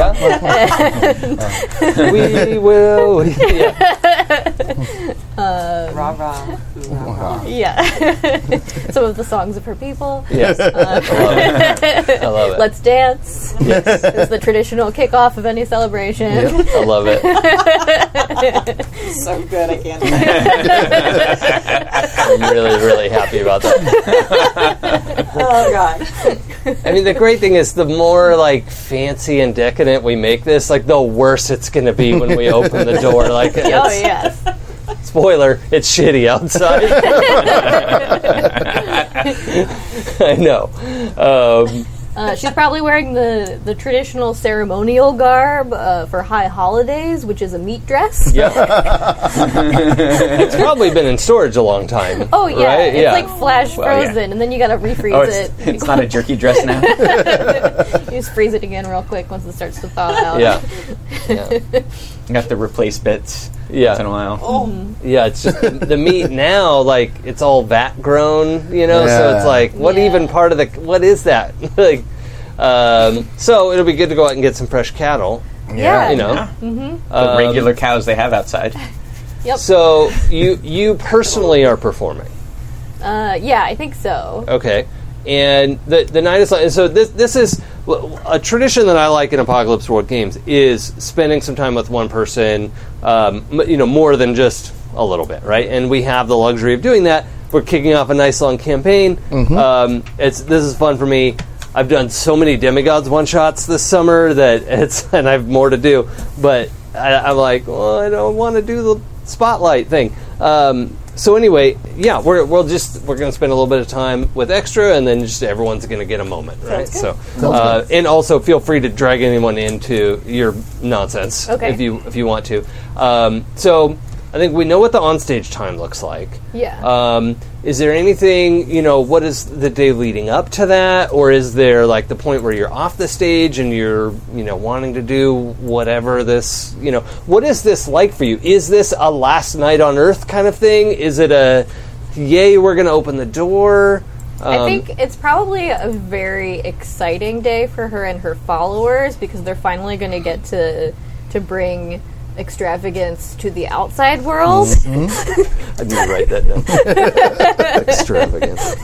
Speaker 2: Yeah. we will. Yeah.
Speaker 6: Rah rah. ooh, rah, rah.
Speaker 4: Yeah. some of the songs of her people.
Speaker 2: Yes. Uh, I love it.
Speaker 4: Let's dance. It's the traditional kickoff of any celebration.
Speaker 2: I love it. I love it.
Speaker 6: So good, I can't.
Speaker 2: I'm really, really happy about that.
Speaker 6: oh god.
Speaker 2: I mean, the great thing is the more like fancy and decadent we make this, like the worse it's going to be when we open the door. Like,
Speaker 4: Oh
Speaker 2: it's,
Speaker 4: yes.
Speaker 2: spoiler, it's shitty outside. I know. Um,
Speaker 4: Uh, she's probably wearing the, the traditional ceremonial garb uh, for high holidays, which is a meat dress.
Speaker 2: yeah, it's probably been in storage a long time.
Speaker 4: Oh yeah,
Speaker 2: right?
Speaker 4: it's like flash
Speaker 5: Well, yeah.
Speaker 4: frozen, and then you gotta refreeze
Speaker 5: Oh,
Speaker 4: it.
Speaker 5: it's, it's not a jerky dress now.
Speaker 4: You just freeze it again real quick once it starts to thaw out.
Speaker 2: yeah, yeah,
Speaker 5: You have to replace bits once in a
Speaker 2: yeah.
Speaker 5: while.
Speaker 2: yeah it's just the, the meat now. Like, it's all vat grown, you know. So
Speaker 3: Yeah.
Speaker 2: it's like, what
Speaker 4: Yeah.
Speaker 2: even part of the? What is that? like, um, so it'll be good to go out and get some fresh cattle.
Speaker 4: Yeah.
Speaker 2: you know.
Speaker 5: The regular cows they have outside.
Speaker 2: So you you personally are performing,
Speaker 4: Uh, yeah, I think so.
Speaker 2: okay? And the the night is and so this this is a tradition that I like in Apocalypse World games is spending some time with one person, um, m- you know, more than just a little bit, right? And we have the luxury of doing that. We're kicking off a nice long campaign. Um, it's this is fun for me. I've done so many demigods one shots this summer that it's and I have more to do, but I, I'm like, well, I don't want to do the spotlight thing. Um, so anyway, yeah, we're we'll just we're going to spend a little bit of time with extra, and then just everyone's going to get a moment, right? So, uh, and also feel free to drag anyone into your nonsense
Speaker 4: Okay.
Speaker 2: if you if you want to. Um, so. I think we know what the onstage time looks like.
Speaker 4: Yeah.
Speaker 2: Um, is there anything you know? What is the day leading up to that, or is there like the point where you're off the stage and you're you know wanting to do whatever this you know? What is this like for you? Is this a last night on Earth kind of thing? Is it a yay? We're going to open the door.
Speaker 4: I
Speaker 2: Um,
Speaker 4: think it's probably a very exciting day for her and her followers because they're finally going to get to to bring extravagance to the outside world.
Speaker 2: Mm-hmm. I need to write that down. Extravagance.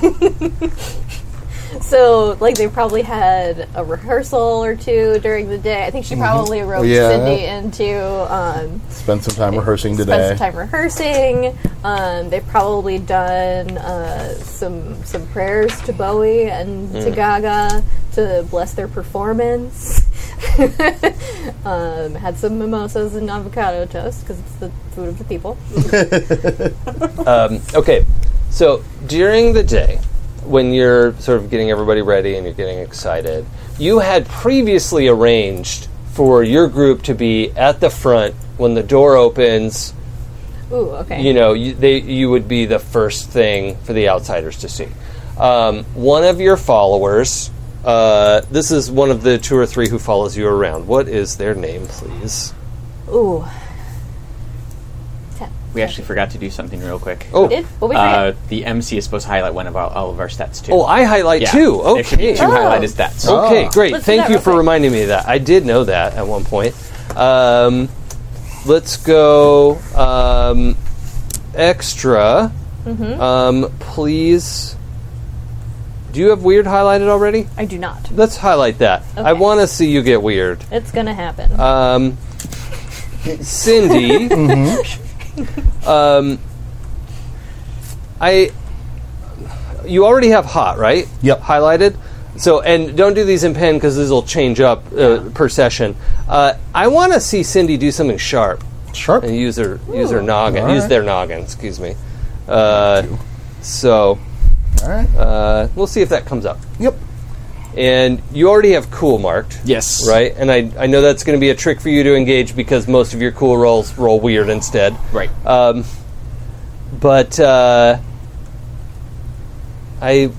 Speaker 4: So, like, they probably had a rehearsal or two during the day. I think
Speaker 2: Mm-hmm.
Speaker 4: she probably roped
Speaker 3: Yeah.
Speaker 4: Cindy into um,
Speaker 3: Spend some time rehearsing
Speaker 4: spent
Speaker 3: today.
Speaker 4: some time rehearsing. Um, they've probably done uh, some some prayers to Bowie and to Gaga to bless their performance. um, had some mimosas and avocado toast because it's the food of the people.
Speaker 2: Um, okay, so during the day, when you're sort of getting everybody ready and you're getting excited, you had previously arranged for your group to be at the front when the door opens.
Speaker 4: Ooh, okay.
Speaker 2: You know, you, they you would be the first thing for the outsiders to see. Um, one of your followers Uh, this is one of the two or three who follows you around. What is their name, please?
Speaker 4: Ooh. Tap.
Speaker 5: We actually forgot to do something real quick.
Speaker 2: Oh,
Speaker 4: Did? What we forget?
Speaker 5: Uh, the MC is supposed to highlight one of our, all of our stats too.
Speaker 2: oh, I highlight
Speaker 5: Yeah.
Speaker 2: two.
Speaker 5: There should be
Speaker 2: Okay, Oh.
Speaker 5: two highlighted stats.
Speaker 2: okay,
Speaker 3: Ah.
Speaker 2: great.
Speaker 4: Let's do
Speaker 2: Thank
Speaker 4: that
Speaker 2: you
Speaker 4: real
Speaker 2: for
Speaker 4: quick.
Speaker 2: reminding me of that. I did know that at one point. Um, let's go um, extra.
Speaker 4: Mm-hmm.
Speaker 2: Um, please. Do you have weird highlighted already?
Speaker 4: I do not.
Speaker 2: Let's highlight that. I
Speaker 4: Okay.
Speaker 2: want to see you get weird.
Speaker 4: It's gonna happen.
Speaker 2: Um, Cindy.
Speaker 3: Mm-hmm.
Speaker 2: um, I. You already have hot, right?
Speaker 3: Yep.
Speaker 2: Highlighted. So, and don't do these in pen because these will change up uh, per session. Uh, I want to see Cindy do something sharp
Speaker 3: Sharp.
Speaker 2: and use her use her noggin,
Speaker 3: All
Speaker 2: use
Speaker 3: right.
Speaker 2: their noggin. Excuse me. Uh, so
Speaker 3: All right.
Speaker 2: uh, we'll see if that comes up.
Speaker 3: Yep.
Speaker 2: And you already have cool marked.
Speaker 5: Yes.
Speaker 2: Right? And I, I know that's going to be a trick for you to engage because most of your cool rolls roll weird instead.
Speaker 5: Right.
Speaker 2: Um, but uh, I.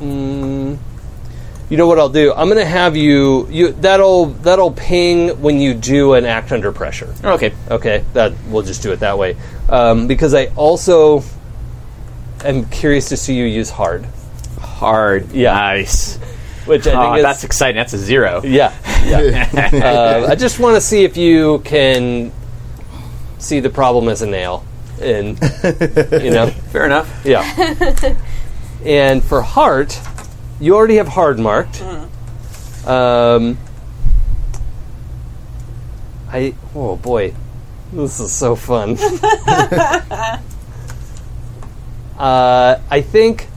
Speaker 2: Mm, you know what I'll do? I'm going to have you. you that'll, that'll ping when you do an act under pressure.
Speaker 5: okay.
Speaker 2: Okay, that we'll just do it that way. Um, because I also am curious to see you use hard,
Speaker 5: Hard. Nice.
Speaker 2: which I
Speaker 5: Aw,
Speaker 2: think is
Speaker 5: that's exciting. That's a zero.
Speaker 2: yeah. yeah. uh, I just want to see if you can see the problem as a nail, and you know,
Speaker 5: Fair enough.
Speaker 2: yeah. And for heart, you already have hard marked. Um, I oh boy, this is so fun. uh, I think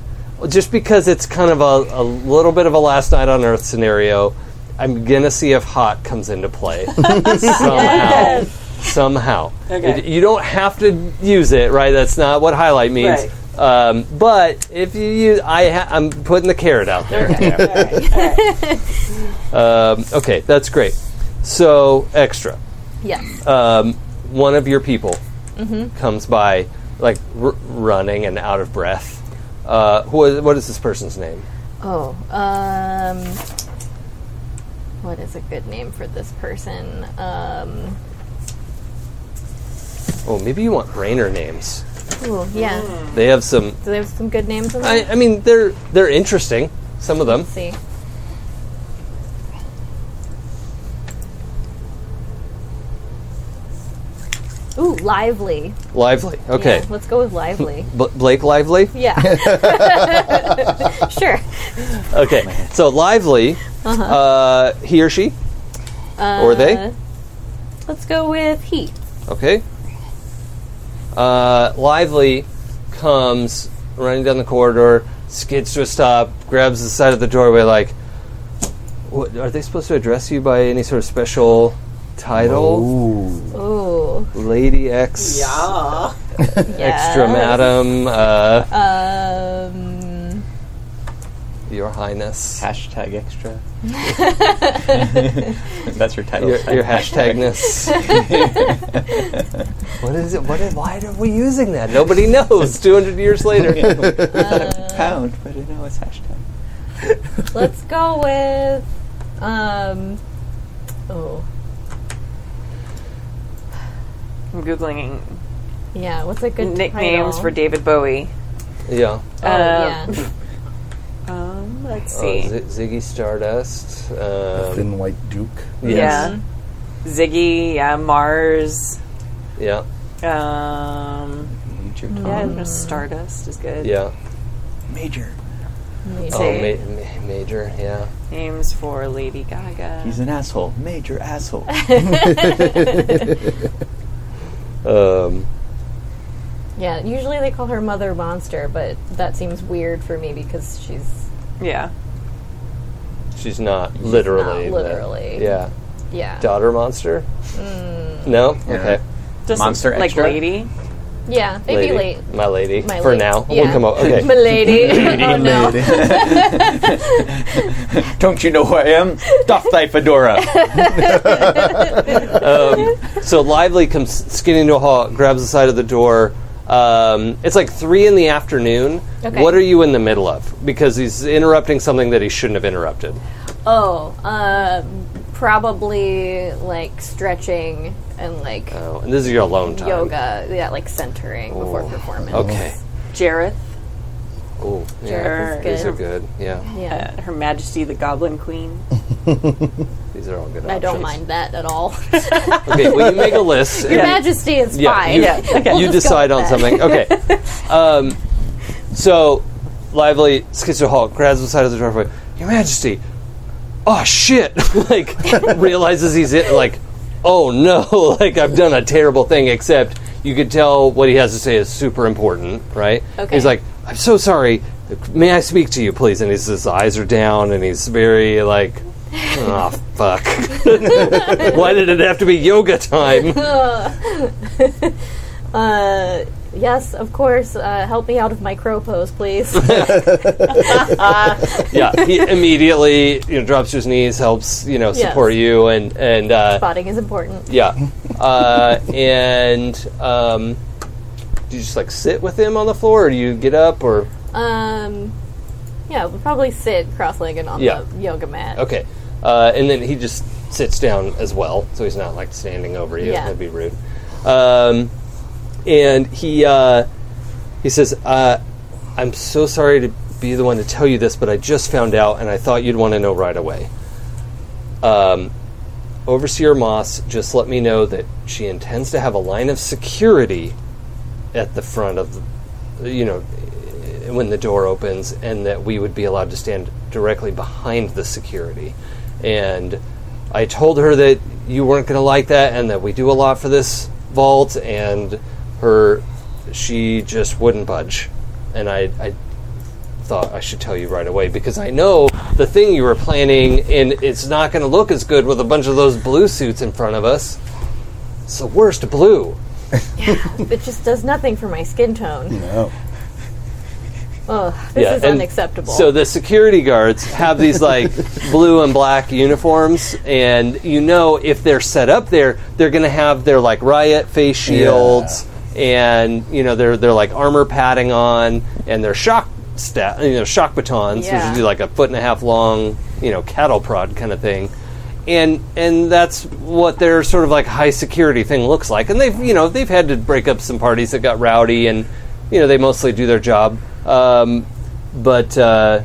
Speaker 2: just because it's kind of a, a little bit of a last night on earth scenario, I'm gonna see if hot comes into play somehow. Somehow,
Speaker 6: Okay.
Speaker 2: It- you don't have to use it, right? That's not what highlight means.
Speaker 6: Right.
Speaker 2: Um, but if you use, I ha- I'm putting the carrot out there. Um, okay, that's great. So extra
Speaker 4: yes.
Speaker 2: um, one of your people
Speaker 4: Mm-hmm.
Speaker 2: comes by, like r- running and out of breath. Uh, who is, what is this person's name?
Speaker 4: Oh, um, what is a good name for this person? Um,
Speaker 2: Oh, maybe you want brainer names.
Speaker 4: ooh, yeah.
Speaker 2: They have some.
Speaker 4: Do they have some good names in
Speaker 2: I,
Speaker 4: there?
Speaker 2: I mean, they're they're interesting. Some of them.
Speaker 4: Let's see. Ooh, lively.
Speaker 2: Lively. Okay.
Speaker 4: Yeah, let's go with lively.
Speaker 2: B- Blake Lively.
Speaker 4: Yeah. sure.
Speaker 2: Okay.
Speaker 4: Oh,
Speaker 2: So Lively. uh he or she.
Speaker 4: Uh-huh. Uh,
Speaker 2: Or they?
Speaker 4: Let's go with he.
Speaker 2: Okay. Uh, Lively comes running down the corridor, skids to a stop, grabs the side of the doorway, like, what, are they supposed to address you by any sort of special title?
Speaker 3: Ooh.
Speaker 4: Ooh.
Speaker 2: Lady X,
Speaker 6: Yeah.
Speaker 2: Extra Madam, uh,
Speaker 4: Um.
Speaker 2: Your Highness,
Speaker 5: Hashtag extra. That's your title.
Speaker 2: Your, your hashtagness. what is it? What is, why are we using that? Nobody knows. 200 years later.
Speaker 5: Pound, but I know it's hashtag.
Speaker 4: Let's go with um oh
Speaker 6: I'm googling
Speaker 4: yeah, what's a good
Speaker 6: nicknames
Speaker 4: title?
Speaker 6: for David Bowie.
Speaker 2: Yeah.
Speaker 4: Oh,
Speaker 6: Um,
Speaker 4: yeah.
Speaker 6: Um, let's
Speaker 2: Uh,
Speaker 6: see.
Speaker 2: Z- Ziggy Stardust. Um,
Speaker 3: Thin White Duke.
Speaker 6: Yeah. Ziggy, yeah, Mars.
Speaker 2: Yeah,
Speaker 6: Um,
Speaker 5: Major
Speaker 6: yeah, Stardust is good.
Speaker 2: yeah.
Speaker 5: Major.
Speaker 4: Maybe.
Speaker 2: Oh,
Speaker 6: Say
Speaker 2: ma- ma- major. Yeah.
Speaker 6: names for Lady Gaga.
Speaker 5: He's an asshole. Major asshole.
Speaker 4: Oh,
Speaker 2: Um,
Speaker 4: Yeah, usually they call her Mother Monster, but that seems weird for me because she's
Speaker 6: yeah.
Speaker 2: she's not literally.
Speaker 4: not
Speaker 2: but-
Speaker 4: literally. Hmm.
Speaker 2: yeah.
Speaker 4: yeah.
Speaker 2: Daughter monster. No. Okay.
Speaker 6: Just
Speaker 5: Monster
Speaker 6: like
Speaker 5: extra?
Speaker 6: lady.
Speaker 4: Yeah, they'd be late.
Speaker 2: My lady.
Speaker 4: My
Speaker 2: For
Speaker 4: lady.
Speaker 2: now,
Speaker 4: Yeah.
Speaker 2: we'll come up. Okay.
Speaker 4: Milady. oh no.
Speaker 5: Don't you know who I am? Doff thy fedora.
Speaker 2: So Lively comes skidding to a halt, grabs the side of the door, Um, it's like three in the afternoon.
Speaker 4: Okay.
Speaker 2: What are you in the middle of? Because he's interrupting something that he shouldn't have interrupted.
Speaker 4: Oh, uh, probably like stretching and like
Speaker 2: Oh, and this is your alone time.
Speaker 4: yoga. Yeah, like centering before
Speaker 2: Ooh.
Speaker 4: performance.
Speaker 2: Okay.
Speaker 6: Jareth,
Speaker 2: Oh, yeah.
Speaker 6: Sure.
Speaker 2: These are good. Yeah,
Speaker 4: Yeah.
Speaker 6: uh, Her Majesty the Goblin Queen.
Speaker 2: these are all good.
Speaker 4: I don't
Speaker 2: options.
Speaker 4: mind that at all.
Speaker 2: Okay, well, you make a list.
Speaker 4: Your
Speaker 2: and-
Speaker 4: Majesty is
Speaker 2: Yeah,
Speaker 4: fine.
Speaker 2: you,
Speaker 6: Yeah, okay.
Speaker 2: you
Speaker 4: We'll just go
Speaker 2: decide
Speaker 4: with
Speaker 2: on
Speaker 4: that.
Speaker 2: something. Okay. um, so, lively schizoholic grabs the side of the doorway. Your Majesty. Oh shit! like realizes he's it. Like, oh no! like I've done a terrible thing. Except you could tell what he has to say is super important, right?
Speaker 4: Okay.
Speaker 2: He's like, I'm so sorry. May I speak to you, please? And he's, his eyes are down, and he's very like, oh fuck. Why did it have to be yoga time?
Speaker 4: Uh, yes, of course. Uh, help me out of my crow pose, please.
Speaker 2: yeah, he immediately you know, drops to his knees, helps you know
Speaker 4: Yes.
Speaker 2: support you, and and uh,
Speaker 4: Spotting is important.
Speaker 2: yeah, uh, and um, do you just like sit with him on the floor, or do you get up, or
Speaker 4: Um, yeah, we'll probably sit cross-legged on
Speaker 2: Yeah.
Speaker 4: the yoga mat.
Speaker 2: okay, uh, and then he just sits down as well, so he's not like standing over you.
Speaker 4: Yeah.
Speaker 2: That'd be rude. Um, and he uh, he says, uh, "I'm so sorry to be the one to tell you this, but I just found out, and I thought you'd want to know right away." Um, Overseer Moss just let me know that she intends to have a line of security at the front of, the, you know, when the door opens, and that we would be allowed to stand directly behind the security. And I told her that you weren't going to like that, and that we do a lot for this vault, and her, she just wouldn't budge. And I, I thought I should tell you right away because I know the thing you were planning, and it's not going to look as good with a bunch of those blue suits in front of us. It's the worst blue.
Speaker 4: It just does nothing for my skin tone.
Speaker 3: No.
Speaker 4: Ugh, this is
Speaker 2: and
Speaker 4: unacceptable.
Speaker 2: So the security guards have these like blue and black uniforms, and you know if they're set up there, they're going to have their like riot face shields, and you know they're they're like armor padding on, and their shock sta- you know shock batons, which
Speaker 4: Yeah.
Speaker 2: would be like a foot and a half long, you know cattle prod kind of thing. And and that's what their sort of like high security thing looks like. And they've you know they've had to break up some parties that got rowdy, and you know they mostly do their job. Um, but uh,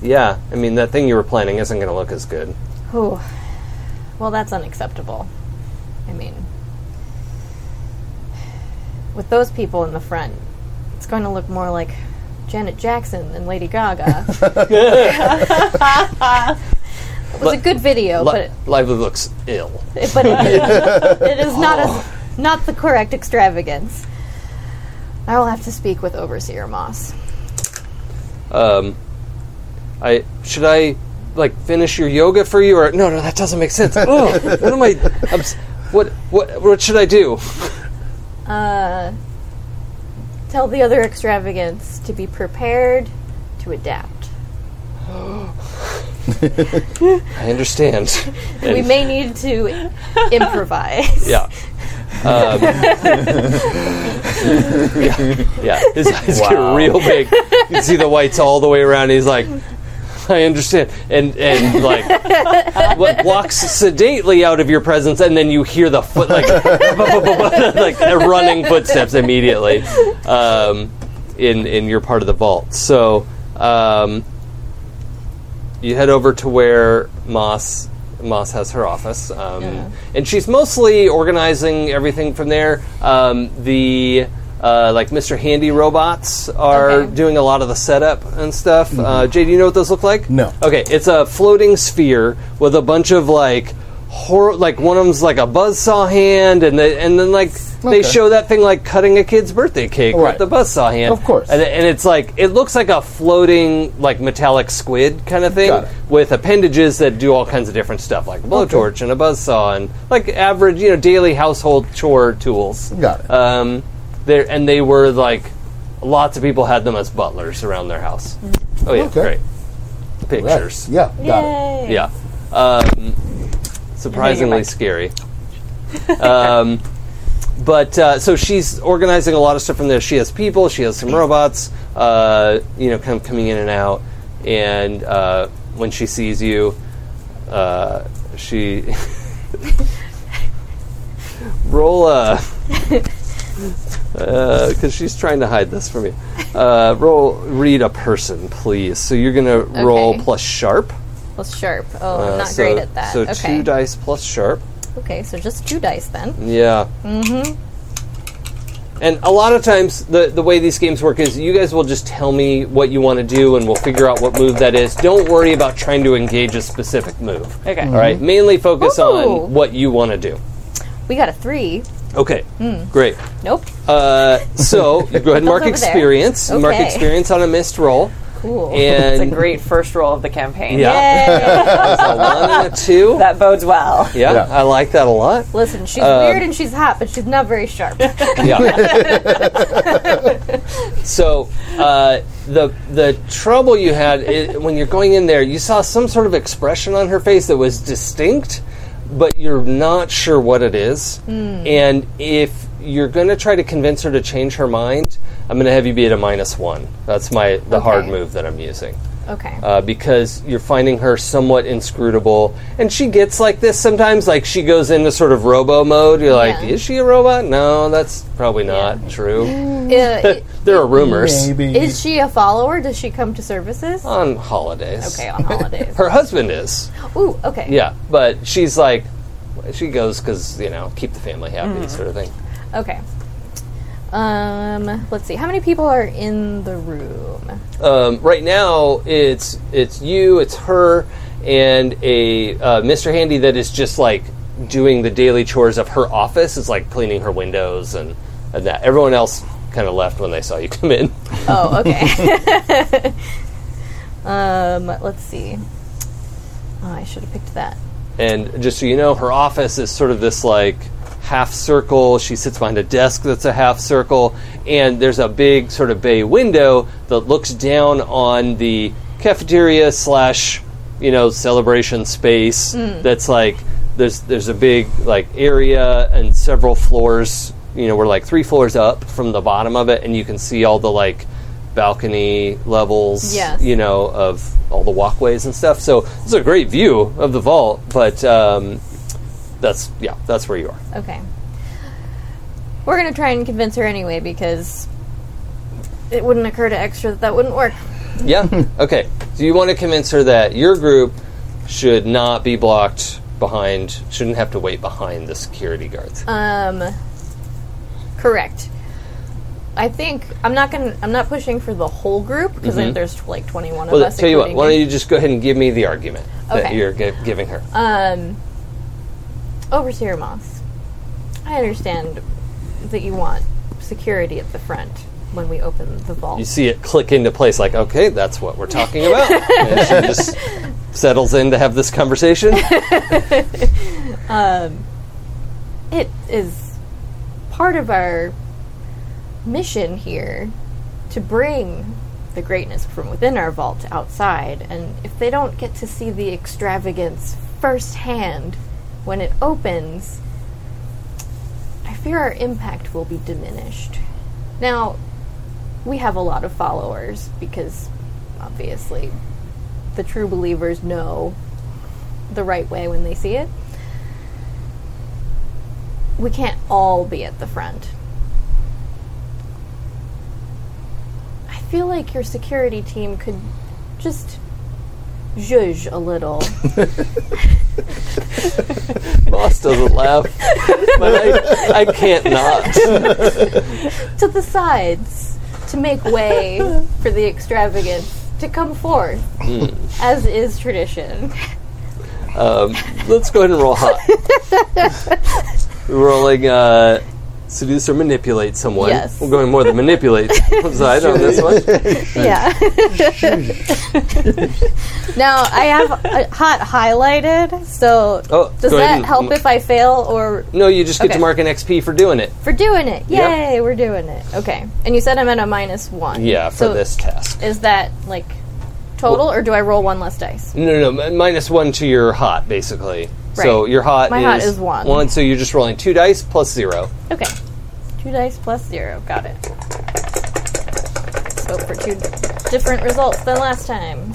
Speaker 2: yeah, I mean that thing you were planning isn't going to look as good.
Speaker 4: Whew. Well, that's unacceptable. I mean, with those people in the front, it's going to look more like Janet Jackson than Lady Gaga. it was a good video,
Speaker 2: Li-
Speaker 4: but
Speaker 2: Lively looks ill.
Speaker 4: but it, it is not a, not the correct extravagance. I will have to speak with Overseer Moss.
Speaker 2: Um, I should I like finish your yoga for you or no no that doesn't make sense. Ugh, what am I? I'm, s- what what what should I do?
Speaker 4: Uh, tell the other extravagance to be prepared to adapt.
Speaker 2: I understand.
Speaker 4: We
Speaker 2: And-
Speaker 4: may need to improvise.
Speaker 2: Yeah. Um, yeah, yeah. His eyes
Speaker 5: Wow.
Speaker 2: get real big. You can see the whites all the way around. He's like, I understand, and and like wa- walks sedately out of your presence, and then you hear the foot like like the running footsteps immediately um, in in your part of the vault. So. Um, you head over to where Moss Moss has her office, um, and she's mostly organizing everything from there. Um, the uh, like Mr. Handy robots are
Speaker 4: Okay.
Speaker 2: doing a lot of the setup and stuff. Uh, Jay, do you know what those look like?
Speaker 3: No.
Speaker 2: Okay, it's a floating sphere with a bunch of like. Hor- like one of them's like a buzzsaw hand, and the, and then like they
Speaker 3: Okay.
Speaker 2: show that thing like cutting a kid's birthday cake with
Speaker 3: Right.
Speaker 2: the buzzsaw hand,
Speaker 3: Of course.
Speaker 2: And and it's like it looks like a floating like metallic squid kind of thing
Speaker 3: Got it.
Speaker 2: with appendages that do all kinds of different stuff like a blowtorch and a buzzsaw and like average you know daily household chore tools
Speaker 3: Got it.
Speaker 2: um there and they were like lots of people had them as butlers around their house oh yeah
Speaker 3: Mm. Okay.
Speaker 2: great
Speaker 3: Right.
Speaker 2: pictures
Speaker 3: Yeah, got it.
Speaker 4: Yay.
Speaker 2: yeah um, surprisingly
Speaker 6: mic.
Speaker 2: scary um but uh, so she's organizing a lot of stuff from there. She has people, she has some robots, uh, you know, kind of coming in and out. And uh, when she sees you, uh, she roll a because she's trying to hide this from you. Uh, roll, read a person, please. So you're gonna roll
Speaker 4: Okay.
Speaker 2: plus sharp.
Speaker 4: Plus sharp. Oh,
Speaker 2: Uh,
Speaker 4: I'm not
Speaker 2: so,
Speaker 4: great at that.
Speaker 2: So
Speaker 4: okay.
Speaker 2: two dice plus sharp.
Speaker 4: okay, so just two dice then.
Speaker 2: Yeah. Mm-hmm. And a lot of times, the the way these games work is you guys will just tell me what you want to do, and we'll figure out what move that is. Don't worry about trying to engage a specific move.
Speaker 6: Okay.
Speaker 2: All right. Mainly focus
Speaker 4: Ooh.
Speaker 2: on what you want to do.
Speaker 4: We got a three.
Speaker 2: Okay. Great.
Speaker 4: Nope.
Speaker 2: Uh, so you go ahead and mark
Speaker 4: Hmm. over there.
Speaker 2: experience. Mark
Speaker 4: Okay.
Speaker 2: experience on a missed roll.
Speaker 4: Cool.
Speaker 2: And
Speaker 6: It's a great first roll of the campaign.
Speaker 2: Yeah.
Speaker 4: Yay.
Speaker 2: a one and a two.
Speaker 6: That bodes well.
Speaker 2: yeah,
Speaker 3: Yeah.
Speaker 2: I like that a lot.
Speaker 4: Listen, she's
Speaker 2: Um,
Speaker 4: weird and she's hot, but she's not very sharp.
Speaker 2: Yeah. so uh, the the trouble you had i when you're going in there, you saw some sort of expression on her face that was distinct, but you're not sure what it is. And if you're going to try to convince her to change her mind, I'm going to have you be at a minus one. That's my the hard
Speaker 4: Okay.
Speaker 2: move that I'm using
Speaker 4: Okay.
Speaker 2: uh, because you're finding her somewhat inscrutable. And she gets like this sometimes. Like she goes into sort of robo mode. You're like,
Speaker 4: Yeah.
Speaker 2: is she a robot? No, that's probably not true.
Speaker 4: Uh,
Speaker 2: there are rumors
Speaker 3: Maybe.
Speaker 4: is she a follower? Does she come to services?
Speaker 2: on holidays.
Speaker 4: Okay, on holidays.
Speaker 2: Her husband is.
Speaker 4: Ooh, okay.
Speaker 2: Yeah, but she's like, she goes because you know keep the family happy
Speaker 4: Mm.
Speaker 2: sort of thing.
Speaker 4: Okay. Um, let's see. How many people are in the room?
Speaker 2: Um, right now, it's it's you, it's her, and a uh, Mr. Handy that is just like doing the daily chores of her office. It's like cleaning her windows and, and that. Everyone else kind of left when they saw you come in.
Speaker 4: Oh, okay. um, let's see. Oh, I should have picked that.
Speaker 2: And just so you know, her office is sort of this like half circle. She sits behind a desk that's a half circle, and there's a big sort of bay window that looks down on the cafeteria slash you know celebration space. That's like there's there's a big like area and several floors. You know, we're like three floors up from the bottom of it, and you can see all the like balcony levels
Speaker 4: Yes.
Speaker 2: you know of all the walkways and stuff so it's a great view of the vault but um, that's yeah that's where you are
Speaker 4: Okay. We're gonna try and convince her anyway because it wouldn't occur to extra that that wouldn't work.
Speaker 2: yeah okay so you want to convince her that your group should not be blocked behind shouldn't have to wait behind the security guards
Speaker 4: Um, correct. I think I'm not gonna. I'm not pushing for the whole group because there's like 21
Speaker 2: Mm-hmm. well
Speaker 4: of us.
Speaker 2: tell you what
Speaker 4: including
Speaker 2: why
Speaker 4: me.
Speaker 2: don't you just go ahead and give me the argument that
Speaker 4: Okay.
Speaker 2: you're gi- giving her
Speaker 4: Um, Overseer Oh, Moss, I understand that you want security at the front when we open the vault.
Speaker 2: you see it click into place like okay that's what we're talking about and she just settles in to have this conversation
Speaker 4: it is part of our mission here to bring the greatness from within our vault to outside and if they don't get to see the extravagance firsthand when it opens i fear our impact will be diminished now we have a lot of followers because obviously the true believers know the right way when they see it we can't all be at the front. I feel like your security team could just zhuzh a little.
Speaker 2: Boss doesn't laugh, but I, I can't not.
Speaker 4: to the sides to make way for the extravagance to come forth,
Speaker 2: Hmm.
Speaker 4: as is tradition.
Speaker 2: Um, let's go ahead and roll hot. We're rolling uh, seduce or manipulate someone.
Speaker 4: Yes.
Speaker 2: We're going more the manipulate side on this one.
Speaker 4: Yeah. now, I have uh, hot highlighted, so
Speaker 2: Oh,
Speaker 4: does
Speaker 2: go ahead
Speaker 4: that
Speaker 2: and-
Speaker 4: help if I fail or
Speaker 2: No, you just get to
Speaker 4: Okay.
Speaker 2: mark an XP for doing it.
Speaker 4: For doing it. Yay,
Speaker 2: Yeah.
Speaker 4: we're doing it. Okay. And you said I'm at a minus one.
Speaker 2: Yeah, for
Speaker 4: So
Speaker 2: this task.
Speaker 4: Is that like total or do I roll one less dice?
Speaker 2: No, no, no, mi- minus one to your hot, basically. So
Speaker 4: Right.
Speaker 2: your hot
Speaker 4: My
Speaker 2: is
Speaker 4: hot is one.
Speaker 2: One, so you're just rolling two dice plus zero.
Speaker 4: Okay. Two dice plus zero. Got it. Let's hope for two different results than last time.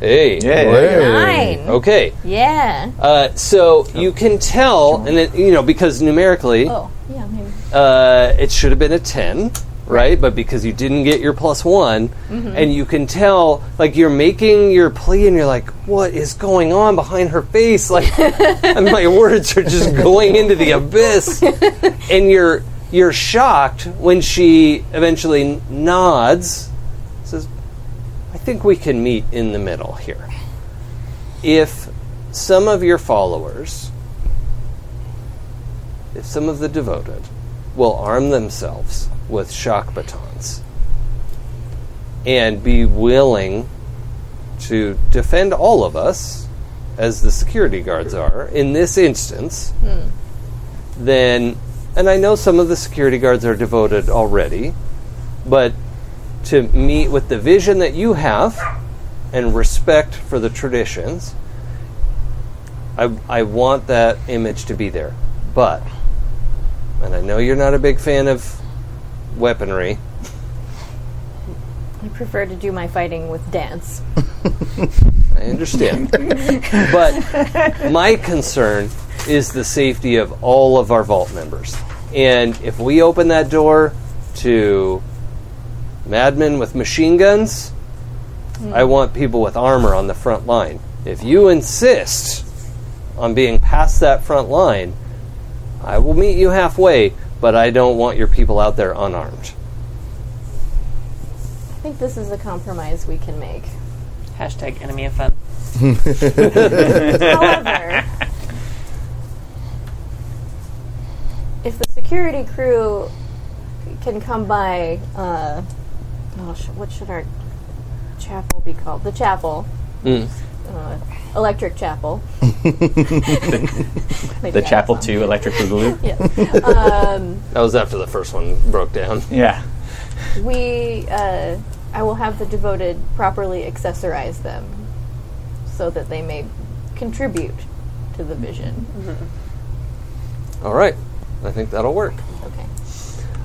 Speaker 2: Hey.
Speaker 3: Hey.
Speaker 4: Nine.
Speaker 2: Okay.
Speaker 4: Yeah.
Speaker 2: Uh, so you can tell, and it, you know, because numerically,
Speaker 4: Oh, yeah, maybe.
Speaker 2: uh, it should have been a 10 right but because you didn't get your plus one
Speaker 4: Mm-hmm.
Speaker 2: and you can tell like you're making your plea and you're like what is going on behind her face like and my words are just going into the abyss and you're you're shocked when she eventually nods says i think we can meet in the middle here if some of your followers if some of the devoted will arm themselves with shock batons and be willing to defend all of us, as the security guards are in this instance, then, and I know some of the security guards are devoted already, but to meet with the vision that you have and respect for the traditions, I, I want that image to be there. But, and I know you're not a big fan of weaponry.
Speaker 4: I prefer to do my fighting with dance.
Speaker 2: I understand. but my concern is the safety of all of our vault members. And if we open that door to madmen with machine guns, I want people with armor on the front line. If you insist on being past that front line, I will meet you halfway, but I don't want your people out there unarmed.
Speaker 4: I think this is a compromise we can make.
Speaker 6: Hashtag enemy of fun.
Speaker 4: However, if the security crew can come by, uh, oh, sh- what should our chapel be called? The chapel. Uh, electric chapel.
Speaker 5: The Chapel 2 Electric Boogaloo.
Speaker 2: That was after the first one broke down.
Speaker 5: yeah.
Speaker 4: We, uh, I will have the devoted properly accessorize them so that they may contribute to the vision.
Speaker 2: All right. I think that'll work.
Speaker 4: Okay.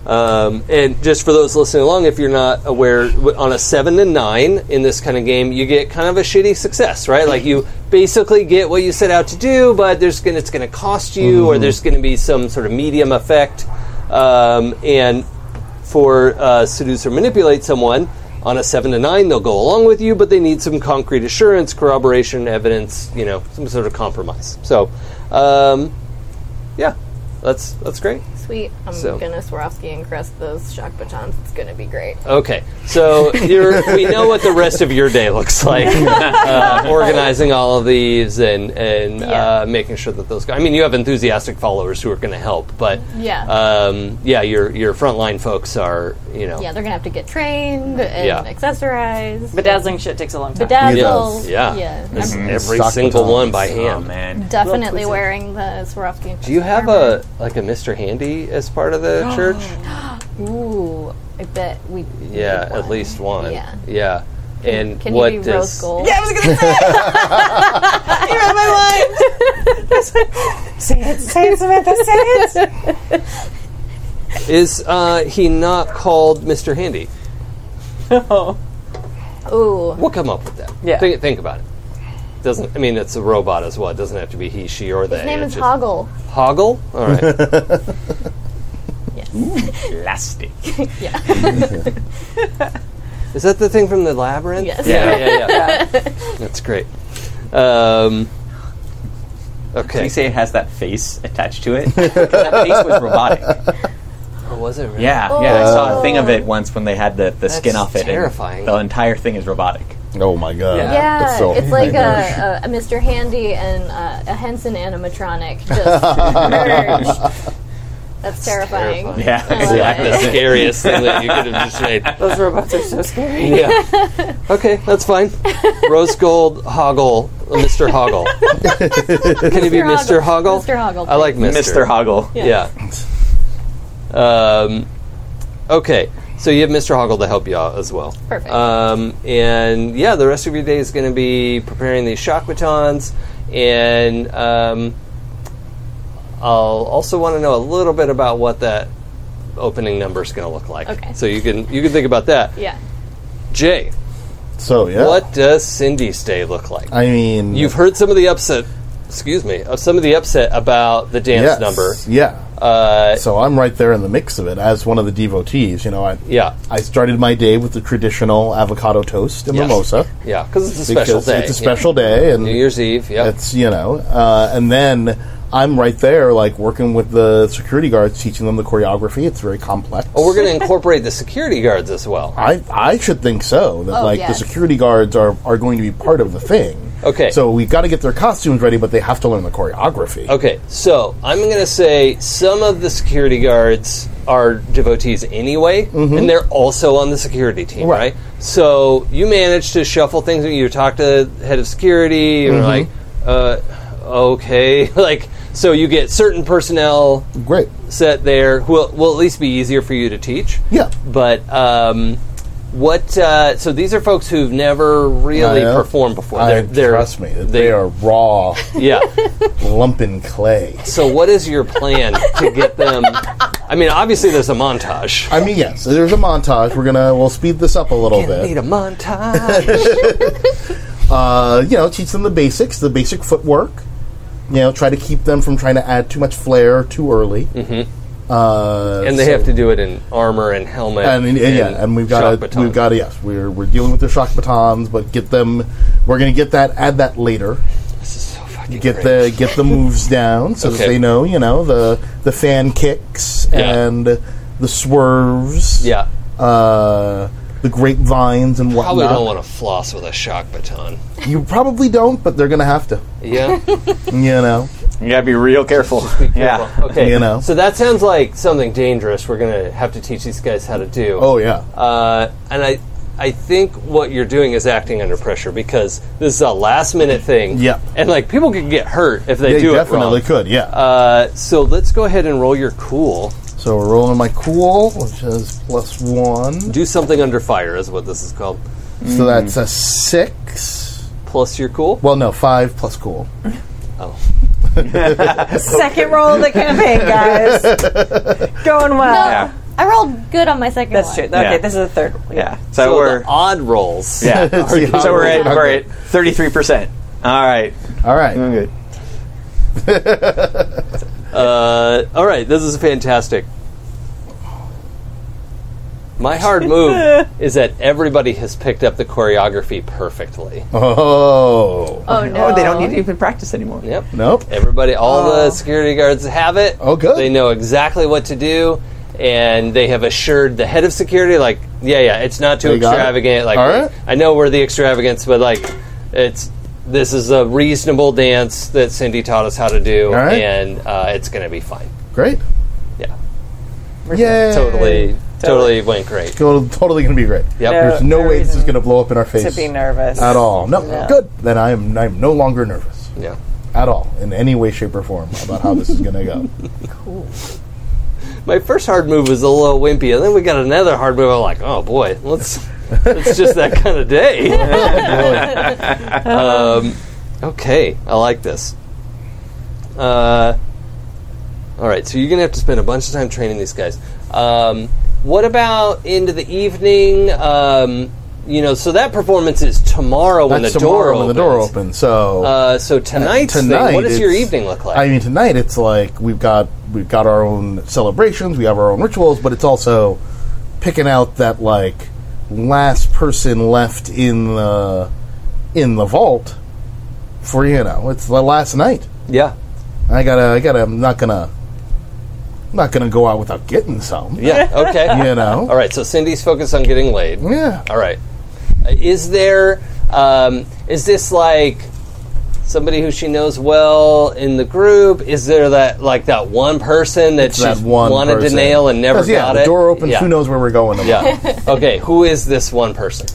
Speaker 2: Um, and just for those listening along, if you're not aware, w- on a seven and nine in this kind of game, you get kind of a shitty success, right? Like you basically get what you set out to do, but there's gonna, it's going to cost you, or there's going to be some sort of medium effect. Um, and for uh, seduce or manipulate someone on a seven to nine, they'll go along with you, but they need some concrete assurance, corroboration, evidence, you know, some sort of compromise. So, um, yeah, that's that's great.
Speaker 4: Sweet. I'm
Speaker 2: So-
Speaker 4: gonna Swarovski and crest those shock batons. It's gonna be great.
Speaker 2: Okay, so you're, we know what the rest of your day looks like, uh, organizing all of these and and
Speaker 4: Yeah.
Speaker 2: uh, making sure that those. Go- I mean, you have enthusiastic followers who are going to help, but
Speaker 4: Yeah.
Speaker 2: um, yeah, your your frontline folks are you know,
Speaker 4: Yeah, they're gonna have to get trained and
Speaker 2: Yeah.
Speaker 4: accessorized.
Speaker 6: Bedazzling shit takes a long time.
Speaker 4: Bedazzled.
Speaker 2: Yeah.
Speaker 4: Yeah.
Speaker 2: This-
Speaker 4: I'm
Speaker 2: every
Speaker 3: Stock
Speaker 2: single
Speaker 3: batons.
Speaker 2: one by
Speaker 5: Oh,
Speaker 2: hand.
Speaker 5: man.
Speaker 4: definitely
Speaker 6: twisted.
Speaker 4: wearing the Swarovski. and
Speaker 2: Do you
Speaker 4: crest
Speaker 2: have
Speaker 4: armor.
Speaker 2: a like a Mr. Handy as part of
Speaker 4: Oh,
Speaker 2: the church?
Speaker 4: Ooh, I bet we. need
Speaker 2: Yeah,
Speaker 4: one.
Speaker 2: at least one.
Speaker 4: Yeah.
Speaker 2: yeah. And
Speaker 4: Can
Speaker 2: what
Speaker 4: he be
Speaker 2: does
Speaker 4: rose gold?
Speaker 6: I was gonna say. you read my mind. say it, say it, Samantha, say it.
Speaker 2: is uh, he not called Mr. Handy?
Speaker 4: Ooh,
Speaker 2: We'll come up with that.
Speaker 6: Yeah.
Speaker 2: Think, think about it. Doesn't I mean it's a robot as well. It doesn't have to be he, she, or they.
Speaker 4: his name
Speaker 2: It's
Speaker 4: is
Speaker 2: just-
Speaker 4: Hoggle.
Speaker 2: Hoggle. All right.
Speaker 5: Elastic.
Speaker 2: is that the thing from the labyrinth?
Speaker 4: Yes.
Speaker 2: Yeah, yeah, yeah. That's great. Um,
Speaker 5: Can
Speaker 2: okay.
Speaker 5: you say it has that face attached to it? 'Cause that face was robotic.
Speaker 2: Oh, was it? Really? Oh.
Speaker 5: Yeah, yeah. I saw a thing of it once when they had the, the skin
Speaker 2: That's
Speaker 5: off it. and
Speaker 2: terrifying.
Speaker 5: The entire thing is robotic.
Speaker 3: Oh my god.
Speaker 2: Yeah.
Speaker 4: Yeah,
Speaker 3: That's so
Speaker 4: it's like
Speaker 3: nightmarish.
Speaker 4: a, a, a Mr. Handy and uh, a Henson animatronic just merged. That's terrifying.
Speaker 2: terrifying.
Speaker 5: Yeah,
Speaker 2: Like
Speaker 5: exactly.
Speaker 2: the scariest thing that you could have just made.
Speaker 6: Those robots are so scary.
Speaker 2: Yeah. Okay, that's fine. Rose Gold Hoggle, Mr. Hoggle. Can you be Mr.
Speaker 4: Mr.
Speaker 2: Hoggle?
Speaker 4: Hoggle. Mr. Hoggle,
Speaker 2: I like
Speaker 5: Mr. Hoggle.
Speaker 2: Yeah. Um, okay, so you have Mr. Hoggle to help you out as well.
Speaker 4: Perfect.
Speaker 2: Um, and yeah, the rest of your day is going to be preparing these shock batons, and um, I'll also want to know a little bit about what that opening number is going to look like.
Speaker 4: Okay.
Speaker 2: So you can you can think about that.
Speaker 4: Yeah.
Speaker 2: Jay,
Speaker 3: So yeah.
Speaker 2: what does Cindy's day look like?
Speaker 3: I mean,
Speaker 2: You've heard some of the upset. Excuse me, of some of the upset about the dance
Speaker 3: yes,
Speaker 2: number.
Speaker 3: Yeah.
Speaker 2: Uh,
Speaker 3: so I'm right there in the mix of it as one of the devotees. You know, I
Speaker 2: yeah,
Speaker 3: I started my day with the traditional avocado toast and
Speaker 2: Yes.
Speaker 3: mimosa
Speaker 2: yeah, because it's a special day.
Speaker 3: it's a
Speaker 2: yeah.
Speaker 3: special day and
Speaker 2: New Year's Eve. Yeah,
Speaker 3: It's you know, uh, and then I'm right there, like working with the security guards, teaching them the choreography. It's very complex.
Speaker 2: Well, Oh, we're going to incorporate the security guards as well.
Speaker 3: I I should think so that
Speaker 4: Oh,
Speaker 3: like
Speaker 4: yes.
Speaker 3: the security guards are are going to be part of the thing.
Speaker 2: Okay.
Speaker 3: So we've got to get their costumes ready, but they have to learn the choreography.
Speaker 2: Okay, so I'm going to say some of the security guards are devotees anyway, and they're also on the security team, right?
Speaker 3: Mm-hmm. Right.
Speaker 2: So you manage to shuffle things. You talk to the head of security, and
Speaker 3: Mm-hmm.
Speaker 2: like, uh, okay, like, so you get certain personnel
Speaker 3: Great.
Speaker 2: set there who will, will at least be easier for you to teach.
Speaker 3: Yeah.
Speaker 2: But um, what? Uh, so these are folks who've never really
Speaker 3: I know.
Speaker 2: performed before.
Speaker 3: I, trust me, that they, are raw,
Speaker 2: Yeah.
Speaker 3: lumping clay.
Speaker 2: So, what is your plan to get them? I mean, obviously, there's a montage.
Speaker 3: I mean, yes, there's a montage. We're gonna we'll speed this up a little bit.
Speaker 2: Need a montage.
Speaker 3: uh, you know, teach them the basics, the basic footwork. You know, try to keep them from trying to add too much flair too early. Mm-hmm. Uh,
Speaker 2: and they have to do it in armor and helmet.
Speaker 3: and, and, yeah, and we've
Speaker 2: shock
Speaker 3: got to
Speaker 2: baton.
Speaker 3: we've got to yes, we're we're dealing with the shock batons, but get them. We're going to get that. Add that later.
Speaker 2: This is so fucking
Speaker 3: Get
Speaker 2: great.
Speaker 3: the get the moves down so
Speaker 2: Okay.
Speaker 3: that they know. You know the the fan kicks
Speaker 2: Yeah.
Speaker 3: and the swerves.
Speaker 2: yeah.
Speaker 3: Uh, the grapevines and whatnot.
Speaker 2: Probably don't want to floss with a shock baton.
Speaker 3: you probably don't, but they're going to have to.
Speaker 2: Yeah.
Speaker 3: You know.
Speaker 5: You gotta be real careful. Yeah.
Speaker 2: Okay.
Speaker 3: You know.
Speaker 2: So that sounds like something dangerous. We're gonna have to teach these guys how to do.
Speaker 3: Oh yeah.
Speaker 2: Uh, and I, I think what you're doing is acting under pressure because this is a last minute thing.
Speaker 3: Yeah.
Speaker 2: And like people could get hurt if they,
Speaker 3: They
Speaker 2: do it
Speaker 3: definitely
Speaker 2: wrong.
Speaker 3: could, yeah.
Speaker 2: Uh, so let's go ahead and roll your cool.
Speaker 3: so we're rolling my cool, which is plus one.
Speaker 2: Do something under fire is what this is called. Hmm.
Speaker 3: So that's a six.
Speaker 2: Plus your cool.
Speaker 3: Well, no, five plus cool.
Speaker 2: Oh.
Speaker 6: Second roll of the campaign, guys. Going well.
Speaker 5: Yeah.
Speaker 4: I rolled good on my second
Speaker 6: That's
Speaker 4: one.
Speaker 6: true. Okay,
Speaker 5: Yeah.
Speaker 6: this is the third.
Speaker 5: Yeah. So, we're
Speaker 2: the odd rolls.
Speaker 5: yeah.
Speaker 3: It's the
Speaker 5: so we're
Speaker 3: odd
Speaker 5: at
Speaker 3: roll.
Speaker 5: we're at thirty three percent. All right.
Speaker 3: All right.
Speaker 5: Good.
Speaker 2: Uh, all right, this is fantastic. My hard move is that everybody has picked up the choreography perfectly.
Speaker 3: Oh.
Speaker 4: Oh, no.
Speaker 5: Oh, they don't need to even practice anymore.
Speaker 2: Yep.
Speaker 3: Nope.
Speaker 2: Everybody, all the security guards have it.
Speaker 3: Oh, good.
Speaker 2: They know exactly what to do, and they have assured the head of security, like, yeah, yeah, it's not too
Speaker 3: They got it.
Speaker 2: extravagant. Like,
Speaker 3: All right.
Speaker 2: I know we're the extravagance, but like, it's this is a reasonable dance that Cindy taught us how to do,
Speaker 3: All right.
Speaker 2: and uh, it's going to be fine.
Speaker 3: Great.
Speaker 2: Yeah,
Speaker 3: Yeah.
Speaker 2: totally, totally went great.
Speaker 3: Totally, totally going to be great.
Speaker 2: Yep.
Speaker 6: No.
Speaker 3: There's no
Speaker 6: no
Speaker 3: way this is
Speaker 6: reason
Speaker 3: going to blow up in our face
Speaker 6: To be nervous.
Speaker 3: at all. No.
Speaker 6: No.
Speaker 3: Good. Then I am I'm no longer nervous
Speaker 2: Yeah.
Speaker 3: at all in any way, shape, or form about how this is going to go.
Speaker 2: My first hard move was a little wimpy, and then we got another hard move. I'm like, oh boy, let's. it's just that kind of day. um, okay, I like this. Uh, all right, so you're gonna have to spend a bunch of time training these guys. Um, what about into the evening? Um, you know, so that performance is tomorrow when
Speaker 3: That's
Speaker 2: the door
Speaker 3: tomorrow
Speaker 2: opens.
Speaker 3: when the door opens. So
Speaker 2: Uh, so tonight's thing, what does your
Speaker 3: it's-
Speaker 2: evening look like?
Speaker 3: I mean, tonight it's like we've got we've got our own celebrations, we have our own rituals, but it's also picking out that like last person left in the in the vault for you know it's the last night.
Speaker 2: yeah,
Speaker 3: I gotta I gotta I'm not gonna I'm not gonna go out without getting some.
Speaker 2: yeah, okay.
Speaker 3: You know.
Speaker 2: All right, so Cindy's focused on getting laid.
Speaker 3: Yeah.
Speaker 2: All right. Uh, Is there? Um, is this like somebody who she knows well in the group? Is there that like that one person that
Speaker 3: It's
Speaker 2: she
Speaker 3: that one
Speaker 2: wanted to
Speaker 3: person.
Speaker 2: nail and never
Speaker 3: 'Cause, yeah,
Speaker 2: got
Speaker 3: the
Speaker 2: it?
Speaker 3: Door opens.
Speaker 2: Yeah.
Speaker 3: Who knows where we're going?
Speaker 2: Yeah. okay. Who is this one person?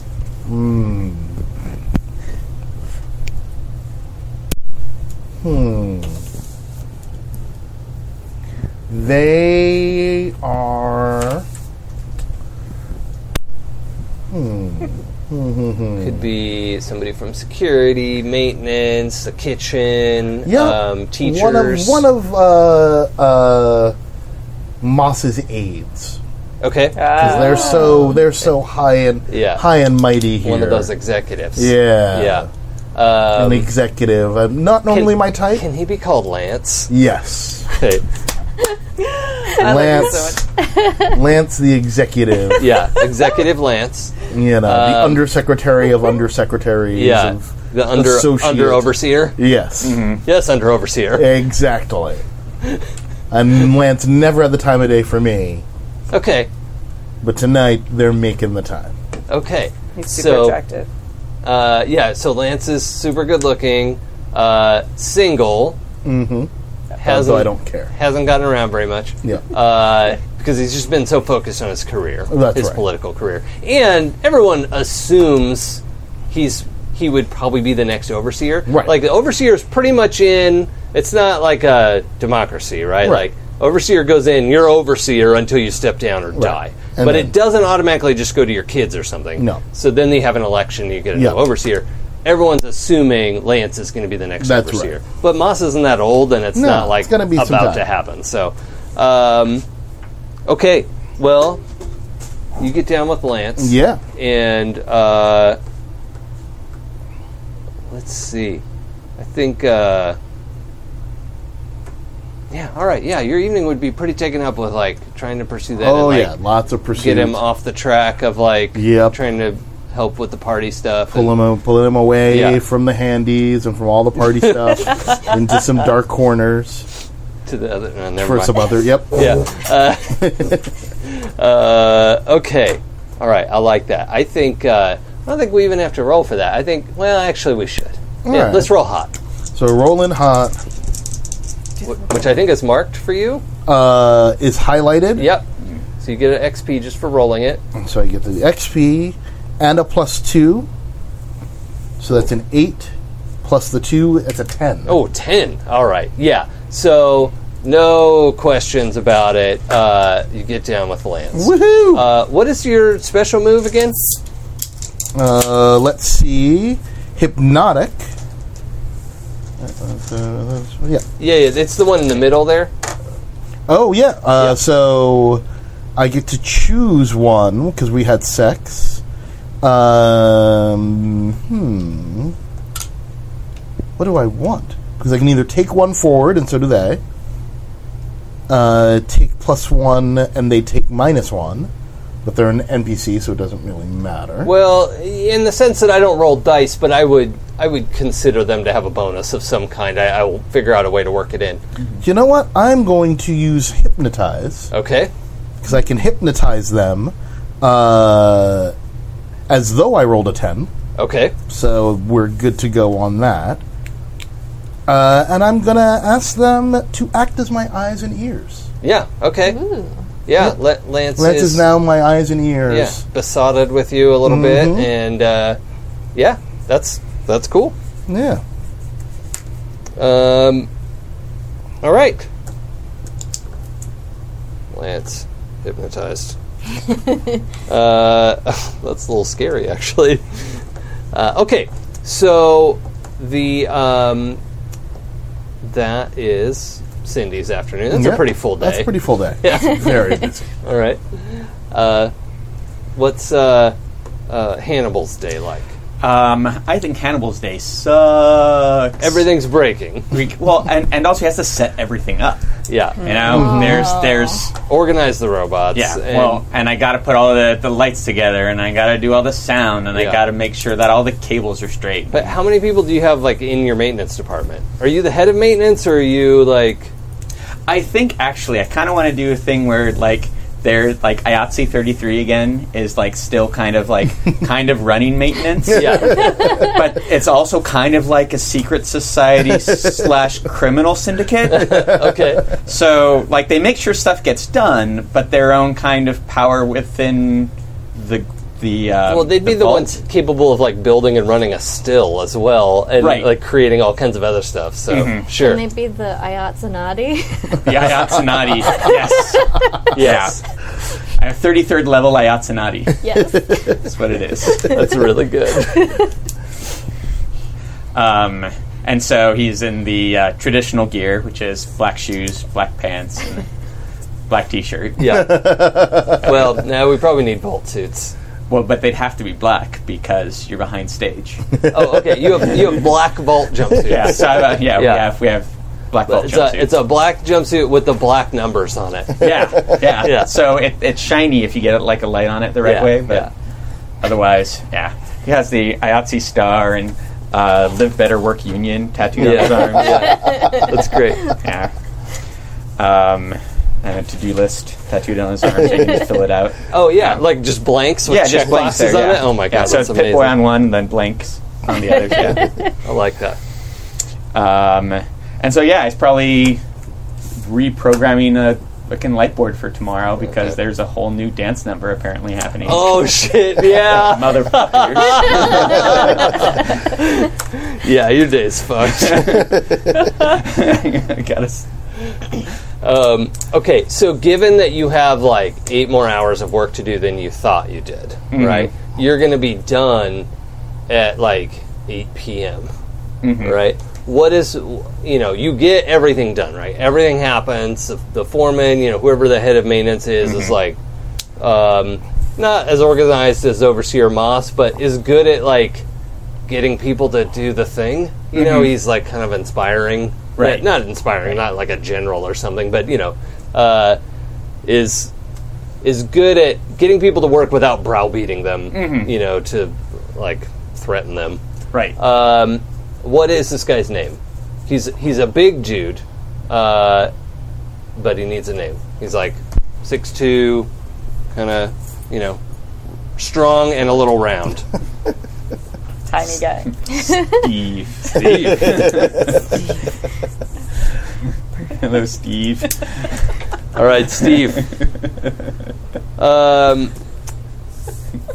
Speaker 3: Hmm. They are. Hmm.
Speaker 2: Could be somebody from security, maintenance, the kitchen,
Speaker 3: Yeah,
Speaker 2: um, teachers.
Speaker 3: One of one of uh, uh, Moss's aides
Speaker 2: Okay.
Speaker 3: 'Cause they're so they're so high and
Speaker 2: Ah. Yeah.
Speaker 3: high and mighty here.
Speaker 2: One of those executives.
Speaker 3: yeah,
Speaker 2: Yeah. um,
Speaker 3: an executive. i not normally my type.
Speaker 2: Can he be called Lance?
Speaker 3: yes,
Speaker 2: Okay.
Speaker 3: Lance, Lance the executive.
Speaker 2: Yeah, Executive Lance.
Speaker 3: You know, the undersecretary of undersecretaries.
Speaker 2: Um, Yeah,
Speaker 3: Of,
Speaker 2: the under
Speaker 3: associate.
Speaker 2: under Mm-hmm. overseer.
Speaker 3: yes,
Speaker 2: Yes, under overseer.
Speaker 3: exactly. And Lance never had the time of day for me,
Speaker 2: Okay,
Speaker 3: but tonight they're making the time.
Speaker 2: okay.
Speaker 6: He's super
Speaker 2: So,
Speaker 6: attractive.
Speaker 2: uh, yeah, so Lance is super good looking, uh, single. Mm-hmm. Hasn't
Speaker 3: Although I don't care.
Speaker 2: hasn't gotten around very much.
Speaker 3: Yeah.
Speaker 2: Uh, because he's just been so focused on his career,
Speaker 3: That's
Speaker 2: his
Speaker 3: right.
Speaker 2: political career, and everyone assumes he's he would probably be the next overseer.
Speaker 3: Right.
Speaker 2: Like the overseer is pretty much in. It's not like a democracy, right?
Speaker 3: Right.
Speaker 2: Like overseer goes in, you're overseer until you step down or die.
Speaker 3: And
Speaker 2: but
Speaker 3: then-
Speaker 2: it doesn't automatically just go to your kids or something.
Speaker 3: No.
Speaker 2: So then they have an election, you get a
Speaker 3: Yeah.
Speaker 2: new overseer. Everyone's assuming Lance is going to be the next
Speaker 3: That's
Speaker 2: overseer,
Speaker 3: right.
Speaker 2: but Moss isn't that old, and it's
Speaker 3: No,
Speaker 2: not like
Speaker 3: it's gonna be some
Speaker 2: about
Speaker 3: time.
Speaker 2: to happen. So, um, okay, well, you get down with Lance,
Speaker 3: Yeah.
Speaker 2: and uh, let's see. I think, uh, yeah, all right, yeah. Your evening would be pretty taken up with like trying to pursue that.
Speaker 3: Oh
Speaker 2: and,
Speaker 3: yeah,
Speaker 2: like,
Speaker 3: lots of pursuits.
Speaker 2: get him off the track of like
Speaker 3: Yep.
Speaker 2: trying to help with the party stuff.
Speaker 3: pull him, pull him away
Speaker 2: Yeah.
Speaker 3: from the handies and from all the party stuff into some dark corners
Speaker 2: and to the other. no, never
Speaker 3: for
Speaker 2: mind.
Speaker 3: some other. Yep.
Speaker 2: yeah. Uh, uh, okay. All right. I like that. I think. Uh, I don't think we even have to roll for that. I think. Well, actually, we should. Yeah,
Speaker 3: right.
Speaker 2: Let's roll hot,
Speaker 3: So rolling hot
Speaker 2: wh- which I think is marked for you.
Speaker 3: uh, is highlighted.
Speaker 2: Yep. So you get an XP just for rolling it.
Speaker 3: So I get the XP and a plus two. So that's an eight plus the two. It's a ten.
Speaker 2: Oh, 10. All right. Yeah. So no questions about it. Uh, you get down with Lance.
Speaker 3: Woohoo!
Speaker 2: Uh, what is your special move again?
Speaker 3: Uh, let's see. Hypnotic. Uh, Yeah.
Speaker 2: Yeah, yeah, it's the one in the middle there.
Speaker 3: Oh yeah. Uh, So I get to choose one because we had sex. Um, hmm. What do I want? Because I can either take one forward, and so do they. Uh, take plus one, and they take minus one. But they're an NPC, so it doesn't really matter.
Speaker 2: Well, in the sense that I don't roll dice, but I would I would consider them to have a bonus of some kind. I, I will figure out a way to work it in.
Speaker 3: You know what? I'm going to use hypnotize.
Speaker 2: Okay.
Speaker 3: because I can hypnotize them uh, as though I rolled a 10.
Speaker 2: Okay.
Speaker 3: So we're good to go on that. Uh, and I'm going to ask them to act as my eyes and ears.
Speaker 2: Yeah. Okay. Yeah. Let Lance,
Speaker 3: Lance is, now my eyes and
Speaker 2: yeah
Speaker 3: ears.
Speaker 2: besotted with you a little
Speaker 3: Mm-hmm.
Speaker 2: bit, and uh, yeah, that's that's cool.
Speaker 3: Yeah.
Speaker 2: Um. All right. Lance hypnotized. uh, that's a little scary, actually. Uh, okay, so the um, that is Cindy's afternoon. That's
Speaker 3: Yeah.
Speaker 2: a pretty full day.
Speaker 3: That's a pretty full day.
Speaker 2: Yeah.
Speaker 3: Very busy.
Speaker 2: All right. Uh, what's uh, uh, Hannibal's day like?
Speaker 5: Um, I think Hannibal's day sucks.
Speaker 2: Everything's breaking.
Speaker 5: We- well, and, and also he has to set everything up.
Speaker 3: Hmm.
Speaker 2: Yeah.
Speaker 5: You know, there's there's
Speaker 2: Organize the robots.
Speaker 5: yeah.
Speaker 2: and-
Speaker 5: well, and I got to put all the, the lights together, and I got to do all the sound, and
Speaker 2: Yeah.
Speaker 5: I got to make sure that all the cables are straight.
Speaker 2: But how many people do you have like in your maintenance department? Are you the head of maintenance, or are you like?
Speaker 5: I think actually, I kind of want to do a thing where like they're like IATSE 33 again is like still kind of like kind of running maintenance.
Speaker 2: Yeah,
Speaker 5: but it's also kind of like a secret society slash criminal syndicate.
Speaker 2: okay,
Speaker 5: So, like, they make sure stuff gets done, but their own kind of power within the the. Uh,
Speaker 2: well, they'd be the
Speaker 5: vault.
Speaker 2: ones capable of like building and running a still as well, and
Speaker 5: Right. Mm-hmm.
Speaker 2: like creating all kinds of other stuff. So sure,
Speaker 4: Can they be the Ayatsanati?
Speaker 5: The Ayatsunati. yes.
Speaker 2: yes,
Speaker 5: Yeah. I have 33rd level Ayatsunati.
Speaker 4: yes.
Speaker 5: That's what it is.
Speaker 2: that's really good.
Speaker 5: Um, and so he's in the uh, traditional gear, which is black shoes, black pants, and black T-shirt.
Speaker 2: Yeah. well, now we probably need bolt suits.
Speaker 5: Well, but they'd have to be black because you're behind stage.
Speaker 2: Oh, okay. You have you have black bolt jumpsuits.
Speaker 5: yeah. So uh, yeah, we
Speaker 2: Yeah.
Speaker 5: have we have black belt
Speaker 2: It's a,
Speaker 5: jumpsuits.
Speaker 2: it's a black jumpsuit with the black numbers on it.
Speaker 5: yeah, yeah,
Speaker 2: Yeah.
Speaker 5: So it, it's shiny if you get it like a light on it the right
Speaker 2: Yeah,
Speaker 5: way, but
Speaker 2: yeah.
Speaker 5: otherwise, yeah. He has the IOTSI star and uh, Live Better Work Union tattooed
Speaker 2: Yeah.
Speaker 5: on his arm. Yeah.
Speaker 2: That's great.
Speaker 5: Um, and a to-do list tattooed on his arm, so you can just fill it out.
Speaker 2: Oh yeah, like just blanks with
Speaker 5: yeah,
Speaker 2: check
Speaker 5: just blanks
Speaker 2: boxes Oh,
Speaker 5: there.
Speaker 2: on
Speaker 5: yeah.
Speaker 2: it. Oh my god,
Speaker 5: yeah, so
Speaker 2: that's
Speaker 5: it's Pit Boy
Speaker 2: amazing.
Speaker 5: on one, then blanks on the others. Yeah.
Speaker 2: I like that.
Speaker 5: Um, and so yeah, it's probably reprogramming a fucking light board for tomorrow because there's a whole new dance number apparently happening.
Speaker 2: Oh shit, yeah.
Speaker 5: Motherfucker.
Speaker 2: Yeah, your day's fucked.
Speaker 5: Got us.
Speaker 2: Um, okay, so given that you have like eight more hours of work to do than you thought you did, right? You're going to be done at like 8 p.m., right? What is, you know, you get everything done, right? Everything happens. The, the foreman, you know, whoever the head of maintenance is, is like um, not as organized as Overseer Moss, but is good at like getting people to do the thing. You know, he's like kind of inspiring.
Speaker 5: Right.
Speaker 2: Not, not inspiring, not like a general or something, but you know, uh, is is good at getting people to work without browbeating them. You know, to like threaten them.
Speaker 5: Right.
Speaker 2: Um, what is this guy's name? He's he's a big dude, uh, but he needs a name. He's like six two, kind of you know, strong and a little round.
Speaker 7: Tiny guy.
Speaker 5: Steve. Steve. Hello, Steve.
Speaker 2: All right, Steve. um,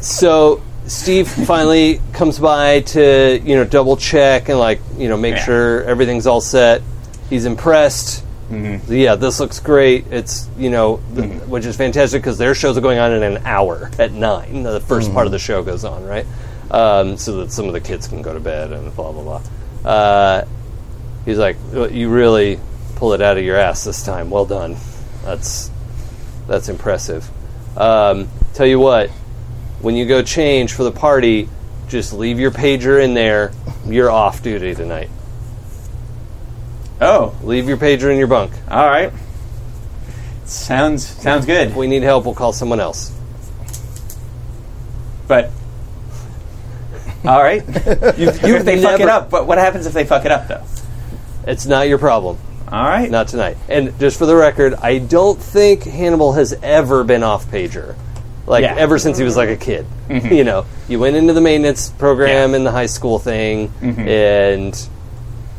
Speaker 2: so Steve finally comes by to you know double check and like you know make
Speaker 5: Yeah.
Speaker 2: sure everything's all set. He's impressed. Yeah, this looks great. It's you know, th- which is fantastic because their shows are going on in an hour at nine. The 1st part of the show goes on right, um, so that some of the kids can go to bed and blah blah blah. Uh, he's like, "Well, you really pull it out of your ass this time. Well done. That's that's impressive. Um, tell you what, when you go change for the party, just leave your pager in there. You're off duty tonight.
Speaker 5: Oh,
Speaker 2: Leave your pager in your bunk.
Speaker 5: all right. Sounds sounds good.
Speaker 2: If we need help, we'll call someone else.
Speaker 5: But all right. You, if they fuck it
Speaker 2: never-
Speaker 5: up, but what happens if they fuck it up though?
Speaker 2: It's not your problem.
Speaker 5: All right.
Speaker 2: Not tonight. And just for the record, I don't think Hannibal has ever been off pager. Like
Speaker 5: Yeah. Mm-hmm.
Speaker 2: ever since he was like a kid. You know, you went into the maintenance program in the high school thing,
Speaker 5: Mm-hmm.
Speaker 2: and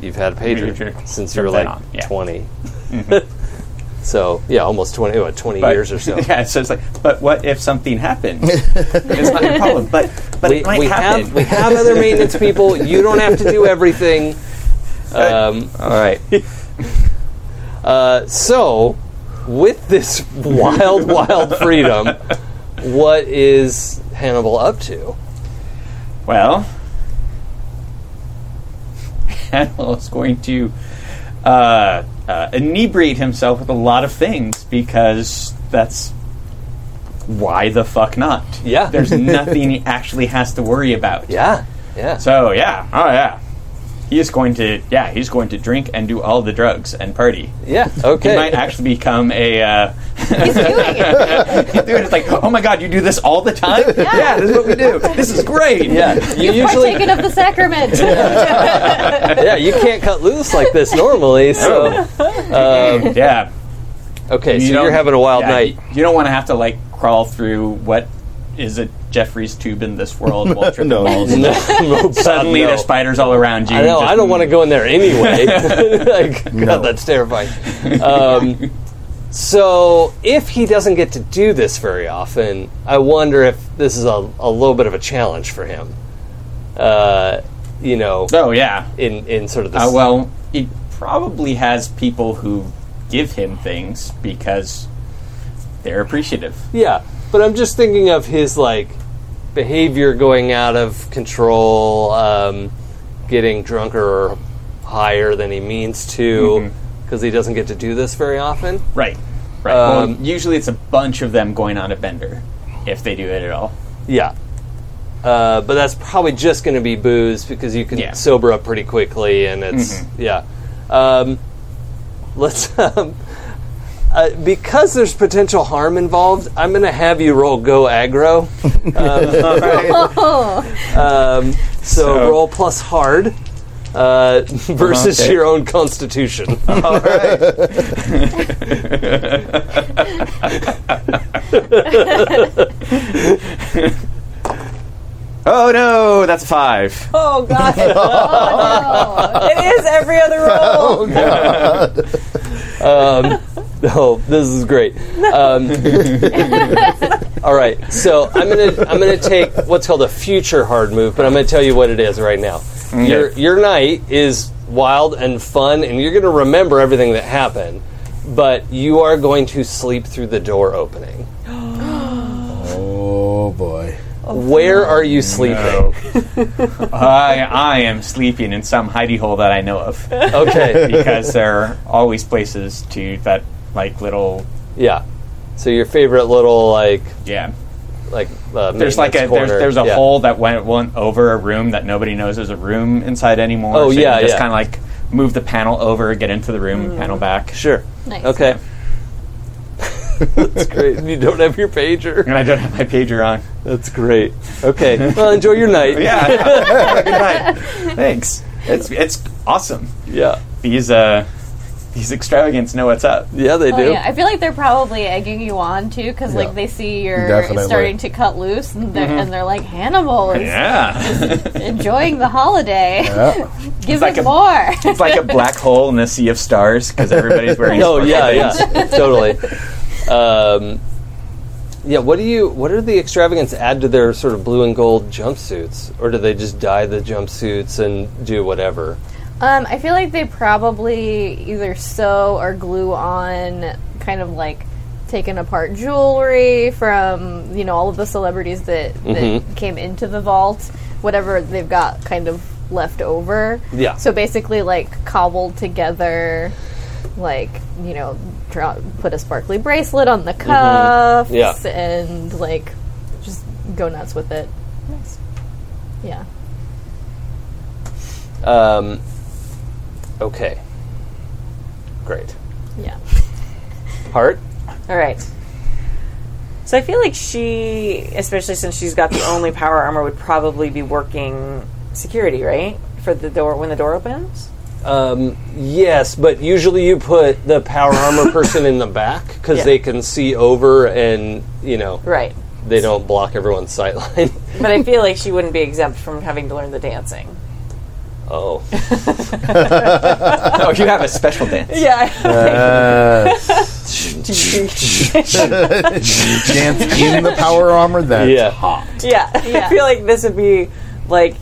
Speaker 2: you've had a pager
Speaker 5: Pager.
Speaker 2: since you were
Speaker 5: Put that
Speaker 2: like
Speaker 5: on. Yeah. Mm-hmm.
Speaker 2: 20 so yeah, almost twenty. What twenty
Speaker 5: But-
Speaker 2: years or so?
Speaker 5: Yeah, so it's like, but what if something happened? it's not your problem, but but
Speaker 2: We,
Speaker 5: it might
Speaker 2: we
Speaker 5: happen.
Speaker 2: have we have other maintenance people. You don't have to do everything. Um,
Speaker 5: All right.
Speaker 2: Uh, so, with this wild, wild freedom, what is Hannibal up to?
Speaker 5: Well, Hannibal is going to uh, uh, inebriate himself with a lot of things because that's why the fuck not?
Speaker 2: Yeah.
Speaker 5: there's nothing he actually has to worry about.
Speaker 2: Yeah, yeah.
Speaker 5: So yeah, oh yeah, he is going to yeah he's going to drink and do all the drugs and party.
Speaker 2: yeah, okay.
Speaker 5: He might actually become a. Uh,
Speaker 4: He's doing it.
Speaker 5: dude, it's like, oh my god, you do this all the time? Yeah, this is what we do. This is great.
Speaker 2: yeah, you usually
Speaker 4: Partaking of the sacrament.
Speaker 2: yeah you can't cut loose like this normally. So
Speaker 5: yeah.
Speaker 2: okay, so
Speaker 5: don't-
Speaker 2: you're having a wild
Speaker 5: yeah,
Speaker 2: night.
Speaker 5: You, you don't want to have to like crawl through what is a Jeffrey's tube in this world. While tripping
Speaker 3: No.
Speaker 5: balls.
Speaker 2: No, God,
Speaker 5: Suddenly
Speaker 2: no.
Speaker 5: there's spiders all around you.
Speaker 2: I know.
Speaker 5: Just-
Speaker 2: I don't want to go in there anyway. like, God,
Speaker 3: No.
Speaker 2: that's terrifying. Um, so, if he doesn't get to do this very often, I wonder if this is a, a little bit of a challenge for him. Uh, you know,
Speaker 5: Oh yeah.
Speaker 2: in in sort of this.
Speaker 5: Uh, well, he probably has people who give him things because they're appreciative.
Speaker 2: yeah, but I'm just thinking of his like behavior going out of control, um, getting drunker or
Speaker 5: Mm-hmm.
Speaker 2: higher than he means to, because he doesn't get to do this very often.
Speaker 5: Right. Right. well, usually it's a bunch of them going on a bender, if they do it at all.
Speaker 2: Yeah. Uh, but that's probably just going to be booze because you can
Speaker 5: Yeah. Mm-hmm.
Speaker 2: sober up pretty quickly, and it's yeah. Um, let's um, uh, because there's potential harm involved. I'm going to have you roll go aggro. Um, so,
Speaker 5: So-
Speaker 2: roll plus hard uh, versus
Speaker 5: Okay.
Speaker 2: your own constitution.
Speaker 5: All right. oh no, that's a five.
Speaker 6: Oh god! It is every other roll.
Speaker 2: Oh, this is great. Um, all right, so I'm gonna I'm gonna take what's called a future hard move, but I'm gonna tell you what it is right now. Your your night is wild and fun, and you're gonna remember everything that happened, but you are going to sleep through the door opening.
Speaker 3: Oh boy.
Speaker 2: Where are you sleeping?
Speaker 5: I I am sleeping in some hidey hole that I know of
Speaker 2: Okay,
Speaker 5: because there are always places to that like little
Speaker 2: yeah. So your favorite little like
Speaker 5: yeah.
Speaker 2: like uh,
Speaker 5: There's like a
Speaker 2: maintenance
Speaker 5: there's,
Speaker 2: corner.
Speaker 5: there's a
Speaker 2: Yeah.
Speaker 5: hole that went, went over a room that nobody knows there's a room inside anymore.
Speaker 2: Oh,
Speaker 5: so you
Speaker 2: yeah,
Speaker 5: can just
Speaker 2: yeah.
Speaker 5: kind of like move the panel over, get into the room, panel back.
Speaker 2: Sure.
Speaker 4: Nice.
Speaker 2: Okay. That's great. You don't have your pager.
Speaker 5: And I don't have my pager on.
Speaker 2: That's great. Okay. Well, enjoy your night.
Speaker 5: Yeah. Good night. Thanks. It's it's awesome.
Speaker 2: Yeah.
Speaker 5: These uh these extravagants know what's up.
Speaker 2: Yeah, they
Speaker 4: Oh,
Speaker 2: do.
Speaker 4: yeah. I feel like they're probably egging you on too, because
Speaker 3: Yeah.
Speaker 4: like they see you're
Speaker 3: Definitely.
Speaker 4: starting to cut loose, and they're, and they're like, Hannibal is
Speaker 5: Yeah.
Speaker 4: enjoying the holiday.
Speaker 3: Yeah.
Speaker 4: Give
Speaker 5: like
Speaker 4: it
Speaker 5: a-
Speaker 4: more.
Speaker 5: it's like a black hole in the sea of stars because everybody's wearing.
Speaker 2: Oh,
Speaker 5: sparkly
Speaker 2: yeah,
Speaker 5: things.
Speaker 2: yeah. totally. Um, yeah, what do you what do the extravagants add to their sort of blue and gold jumpsuits? Or do they just dye the jumpsuits and do whatever?
Speaker 4: Um, I feel like they probably either sew or glue on kind of like taken apart jewelry from you know all of the celebrities that, that
Speaker 2: Mm-hmm.
Speaker 4: came into the vault, whatever they've got kind of left over.
Speaker 2: Yeah.
Speaker 4: So basically, like cobbled together, like you know, draw, put a sparkly bracelet on the cuffs,
Speaker 2: Mm-hmm. Yeah.
Speaker 4: and like just go nuts with it. Nice. Yeah.
Speaker 2: Um, okay. Great.
Speaker 4: Yeah.
Speaker 2: Heart?
Speaker 6: All right. So I feel like she, especially since she's got the only power armor, would probably be working security, right? For the door when the door opens.
Speaker 2: Um, yes, but usually you put the power armor person in the back because
Speaker 6: Yeah.
Speaker 2: they can see over and, you know,
Speaker 6: Right.
Speaker 2: they don't block everyone's sight line.
Speaker 6: But I feel like she wouldn't be exempt from having to learn the dancing.
Speaker 2: Oh.
Speaker 5: Oh, you have a special dance.
Speaker 6: Yeah.
Speaker 3: dance in the power armor. That's
Speaker 2: Yeah.
Speaker 6: yeah. I feel like this would be like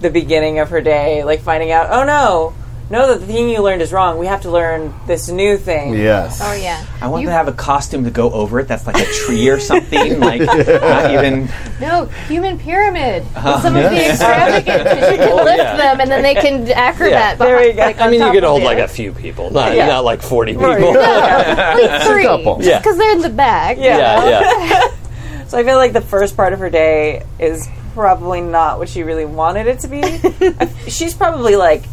Speaker 6: the beginning of her day, like finding out, oh no, no, the thing you learned is wrong. We have to learn this new thing.
Speaker 3: Yes.
Speaker 4: Oh yeah.
Speaker 5: I want
Speaker 4: You-
Speaker 5: to have a costume to go over it. That's like a tree or something. like not even.
Speaker 4: No, human pyramid. With some of the extravagant, 'cause you can lift
Speaker 2: yeah.
Speaker 4: them and then they can acrobat.
Speaker 6: There
Speaker 4: behi-
Speaker 6: you go.
Speaker 4: Like,
Speaker 2: I
Speaker 4: on
Speaker 2: mean, you
Speaker 4: top
Speaker 2: could
Speaker 4: of
Speaker 2: hold
Speaker 4: you.
Speaker 2: like a few people, not
Speaker 6: Yeah.
Speaker 2: not like forty people.
Speaker 6: Right.
Speaker 4: like three.
Speaker 3: couple.
Speaker 2: Yeah.
Speaker 4: Because they're in the back.
Speaker 6: Yeah.
Speaker 2: Yeah, yeah.
Speaker 6: So I feel like the first part of her day is probably not what she really wanted it to be. she's probably like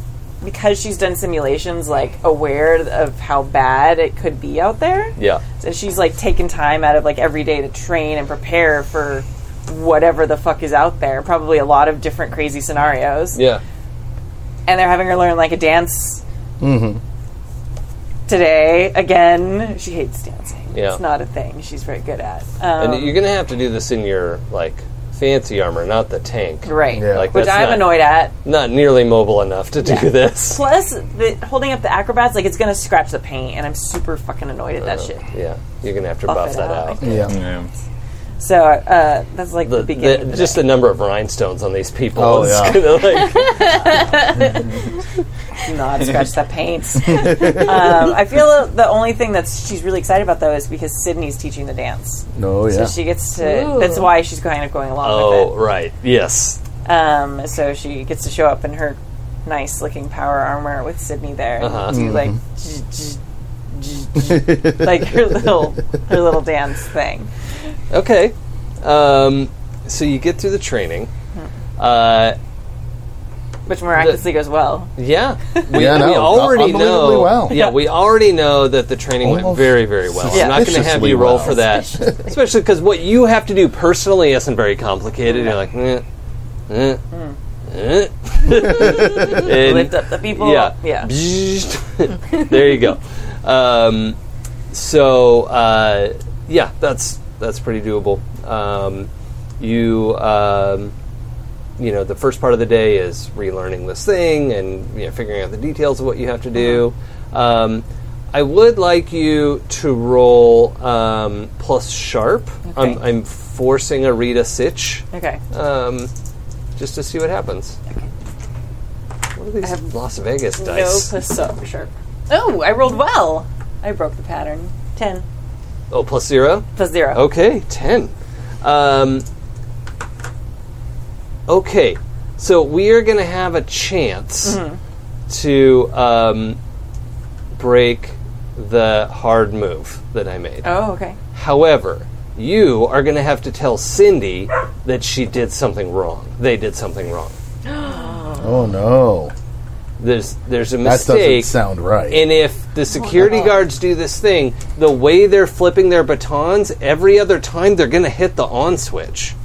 Speaker 6: because she's done simulations like aware of how bad it could be out there.
Speaker 2: yeah.
Speaker 6: And she's like taken time out of like every day to train and prepare for whatever the fuck is out there. Probably a lot of different crazy scenarios.
Speaker 2: Yeah.
Speaker 6: And they're having her learn like a dance
Speaker 2: Mm-hmm.
Speaker 6: today again. She hates dancing.
Speaker 2: Yeah.
Speaker 6: It's not a thing she's very good at.
Speaker 2: And
Speaker 6: Um,
Speaker 2: you're gonna have to do this in your like fancy armor, not the tank.
Speaker 6: right.
Speaker 3: Yeah.
Speaker 2: Like
Speaker 6: Which
Speaker 2: that's
Speaker 6: I'm
Speaker 2: not,
Speaker 6: annoyed at.
Speaker 2: Not nearly mobile enough to do this.
Speaker 6: Plus, the, holding up the acrobats, like it's gonna scratch the paint, and I'm super fucking annoyed at
Speaker 2: Uh.
Speaker 6: that shit.
Speaker 2: Yeah, you're gonna have to
Speaker 6: Buff
Speaker 2: buff
Speaker 6: it
Speaker 2: that out.
Speaker 6: out.
Speaker 3: Yeah.
Speaker 6: So uh, that's like the,
Speaker 2: The,
Speaker 6: beginning.
Speaker 2: the,
Speaker 6: of the
Speaker 2: just
Speaker 6: day.
Speaker 2: the number of rhinestones on these people
Speaker 3: Oh,
Speaker 2: is
Speaker 3: yeah.
Speaker 2: gonna like
Speaker 6: not scratch the paint. um, I feel the only thing that she's really excited about though is because Sydney's teaching the dance,
Speaker 3: No. Yeah.
Speaker 6: so she gets to.
Speaker 4: Ooh.
Speaker 6: That's why she's kind of going along
Speaker 2: Oh
Speaker 6: with
Speaker 2: right. Yes.
Speaker 6: it. Um, so she gets to show up in her nice looking power armor with Sydney there
Speaker 2: Uh-huh.
Speaker 6: to like j- j- like her little her little dance thing.
Speaker 2: Okay. Um, so you get through the training.
Speaker 6: Hmm.
Speaker 2: Uh,
Speaker 6: Which miraculously goes well.
Speaker 2: yeah, we,
Speaker 3: Yeah, no,
Speaker 2: we already
Speaker 3: unbelievably
Speaker 2: know.
Speaker 3: well.
Speaker 2: Yeah, we already know that the training went
Speaker 3: Almost
Speaker 2: very, very well. I'm not going to have
Speaker 3: suspiciously
Speaker 2: you roll
Speaker 3: well.
Speaker 2: for that, especially because what you have to do personally isn't very complicated. You're like, eh, eh, eh. And-
Speaker 6: Lift up the people.
Speaker 2: yeah, Bzzzt. there you go. Um, so uh, yeah, that's that's pretty doable. Um, you um, you know the first part of the day is relearning this thing and you know, figuring out the details of what you have to do.
Speaker 6: Uh-huh.
Speaker 2: Um, I would like you to roll um, plus sharp. I'm,
Speaker 6: Okay.
Speaker 2: I'm forcing a Rita Sitch
Speaker 6: Okay.
Speaker 2: um, just to see what happens. What are these
Speaker 6: have
Speaker 2: Las Vegas
Speaker 6: No
Speaker 2: dice?
Speaker 6: plus so sure. Oh, I rolled well. I broke the pattern. Ten
Speaker 2: oh, plus zero?
Speaker 6: plus zero.
Speaker 2: Okay, ten. Um, okay, so we are going to have a chance
Speaker 6: Mm-hmm.
Speaker 2: to um, break the hard move that I made.
Speaker 6: Oh, okay.
Speaker 2: However, you are going to have to tell Cindy that she did something wrong. They did something wrong.
Speaker 3: Oh no,
Speaker 2: There's there's a
Speaker 3: that doesn't
Speaker 2: mistake.
Speaker 3: sound right.
Speaker 2: And if the security guards do this thing, the way they're flipping their batons, every other time they're going to hit the on switch.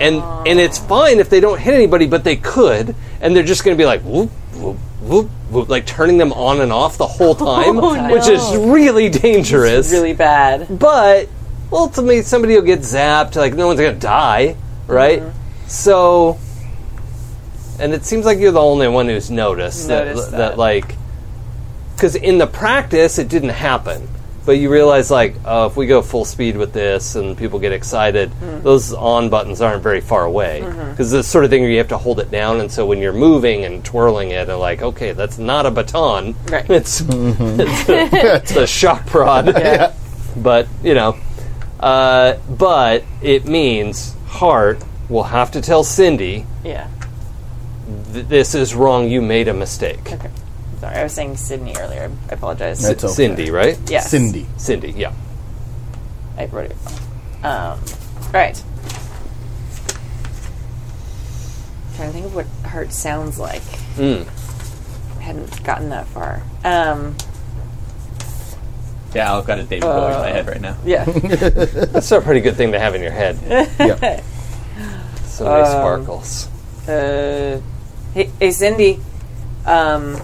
Speaker 2: And and it's fine if they don't hit anybody, but they could, and they're just going to be like whoop whoop whoop whoop, like turning them on and off the whole time, which is really dangerous.
Speaker 6: Really bad.
Speaker 2: but ultimately, somebody will get zapped. Like no one's going to die, right?
Speaker 6: Uh-huh.
Speaker 2: So, and it seems like you're the only one who's noticed
Speaker 6: Noticed
Speaker 2: that,
Speaker 6: that.
Speaker 2: like because in the practice it didn't happen but you realize like oh if we go full speed with this and people get excited
Speaker 6: Hmm.
Speaker 2: those on buttons aren't very far away
Speaker 6: Uh-huh.
Speaker 2: because this sort of thing where you have to hold it down and so when you're moving and twirling it and like okay that's not a baton
Speaker 6: Right.
Speaker 2: it's, it's, a, it's a shock prod but you know uh, but it means hart will have to tell cindy
Speaker 6: Yeah.
Speaker 2: th- this is wrong you made a mistake
Speaker 6: Okay. Sorry, I was saying Sydney earlier. I apologize.
Speaker 3: That's okay.
Speaker 2: cindy right
Speaker 6: Yes.
Speaker 3: Uh, Cindy.
Speaker 2: cindy yeah
Speaker 6: I wrote it. wrong. Um, all right. trying to think of what hurt sounds like. I hadn't gotten that far. Um,
Speaker 5: Yeah, I've got a David Bowie in my head right now.
Speaker 6: yeah.
Speaker 2: That's a pretty good thing to have in your head.
Speaker 3: Yeah.
Speaker 2: So many sparkles.
Speaker 6: uh, hey, hey, Cindy. Um,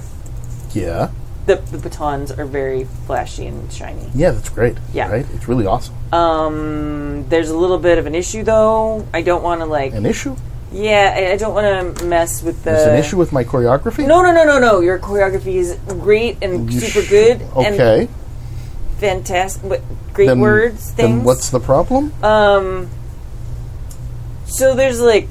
Speaker 3: yeah,
Speaker 6: the, the batons are very flashy and shiny.
Speaker 3: yeah, that's great.
Speaker 6: Yeah.
Speaker 3: right. It's really awesome.
Speaker 6: Um, there's a little bit of an issue though. I don't want to like.
Speaker 3: An issue?
Speaker 6: Yeah, I, I don't want to mess with the.
Speaker 3: Is an issue with my choreography?
Speaker 6: No, no, no, no, no. Your choreography is great and
Speaker 3: You
Speaker 6: super
Speaker 3: sh-
Speaker 6: good
Speaker 3: Okay.
Speaker 6: and fantastic. What, great
Speaker 3: then,
Speaker 6: words, things.
Speaker 3: Then what's the problem?
Speaker 6: um? So there's like,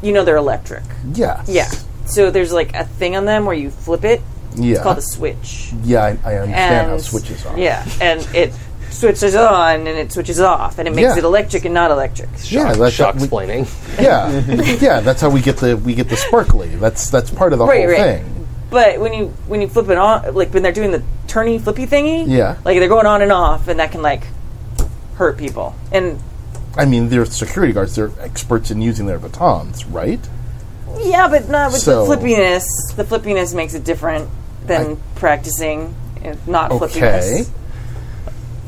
Speaker 6: you know, they're electric.
Speaker 3: yes.
Speaker 6: Yeah. So there's like a thing on them where you flip it.
Speaker 3: Yeah.
Speaker 6: It's called a switch.
Speaker 3: yeah, I, I understand how
Speaker 6: And
Speaker 3: switches are.
Speaker 6: Yeah, and it switches on and it switches off, and it makes
Speaker 3: Yeah.
Speaker 6: it electric and not electric.
Speaker 3: Yeah, that's
Speaker 2: Shock
Speaker 3: we-
Speaker 2: explaining.
Speaker 3: yeah, yeah. That's how we get the we get the sparkly. That's that's part of the
Speaker 6: Right,
Speaker 3: whole
Speaker 6: right.
Speaker 3: thing.
Speaker 6: But when you when you flip it on, like when they're doing the turny flippy thingy,
Speaker 3: Yeah.
Speaker 6: like they're going on and off, and that can like hurt people. And
Speaker 3: I mean, they're security guards. They're experts in using their batons, right?
Speaker 6: yeah, but not with
Speaker 3: So-
Speaker 6: the flippiness. The flippiness makes it different than practicing uh, not
Speaker 3: Okay.
Speaker 6: flippiness.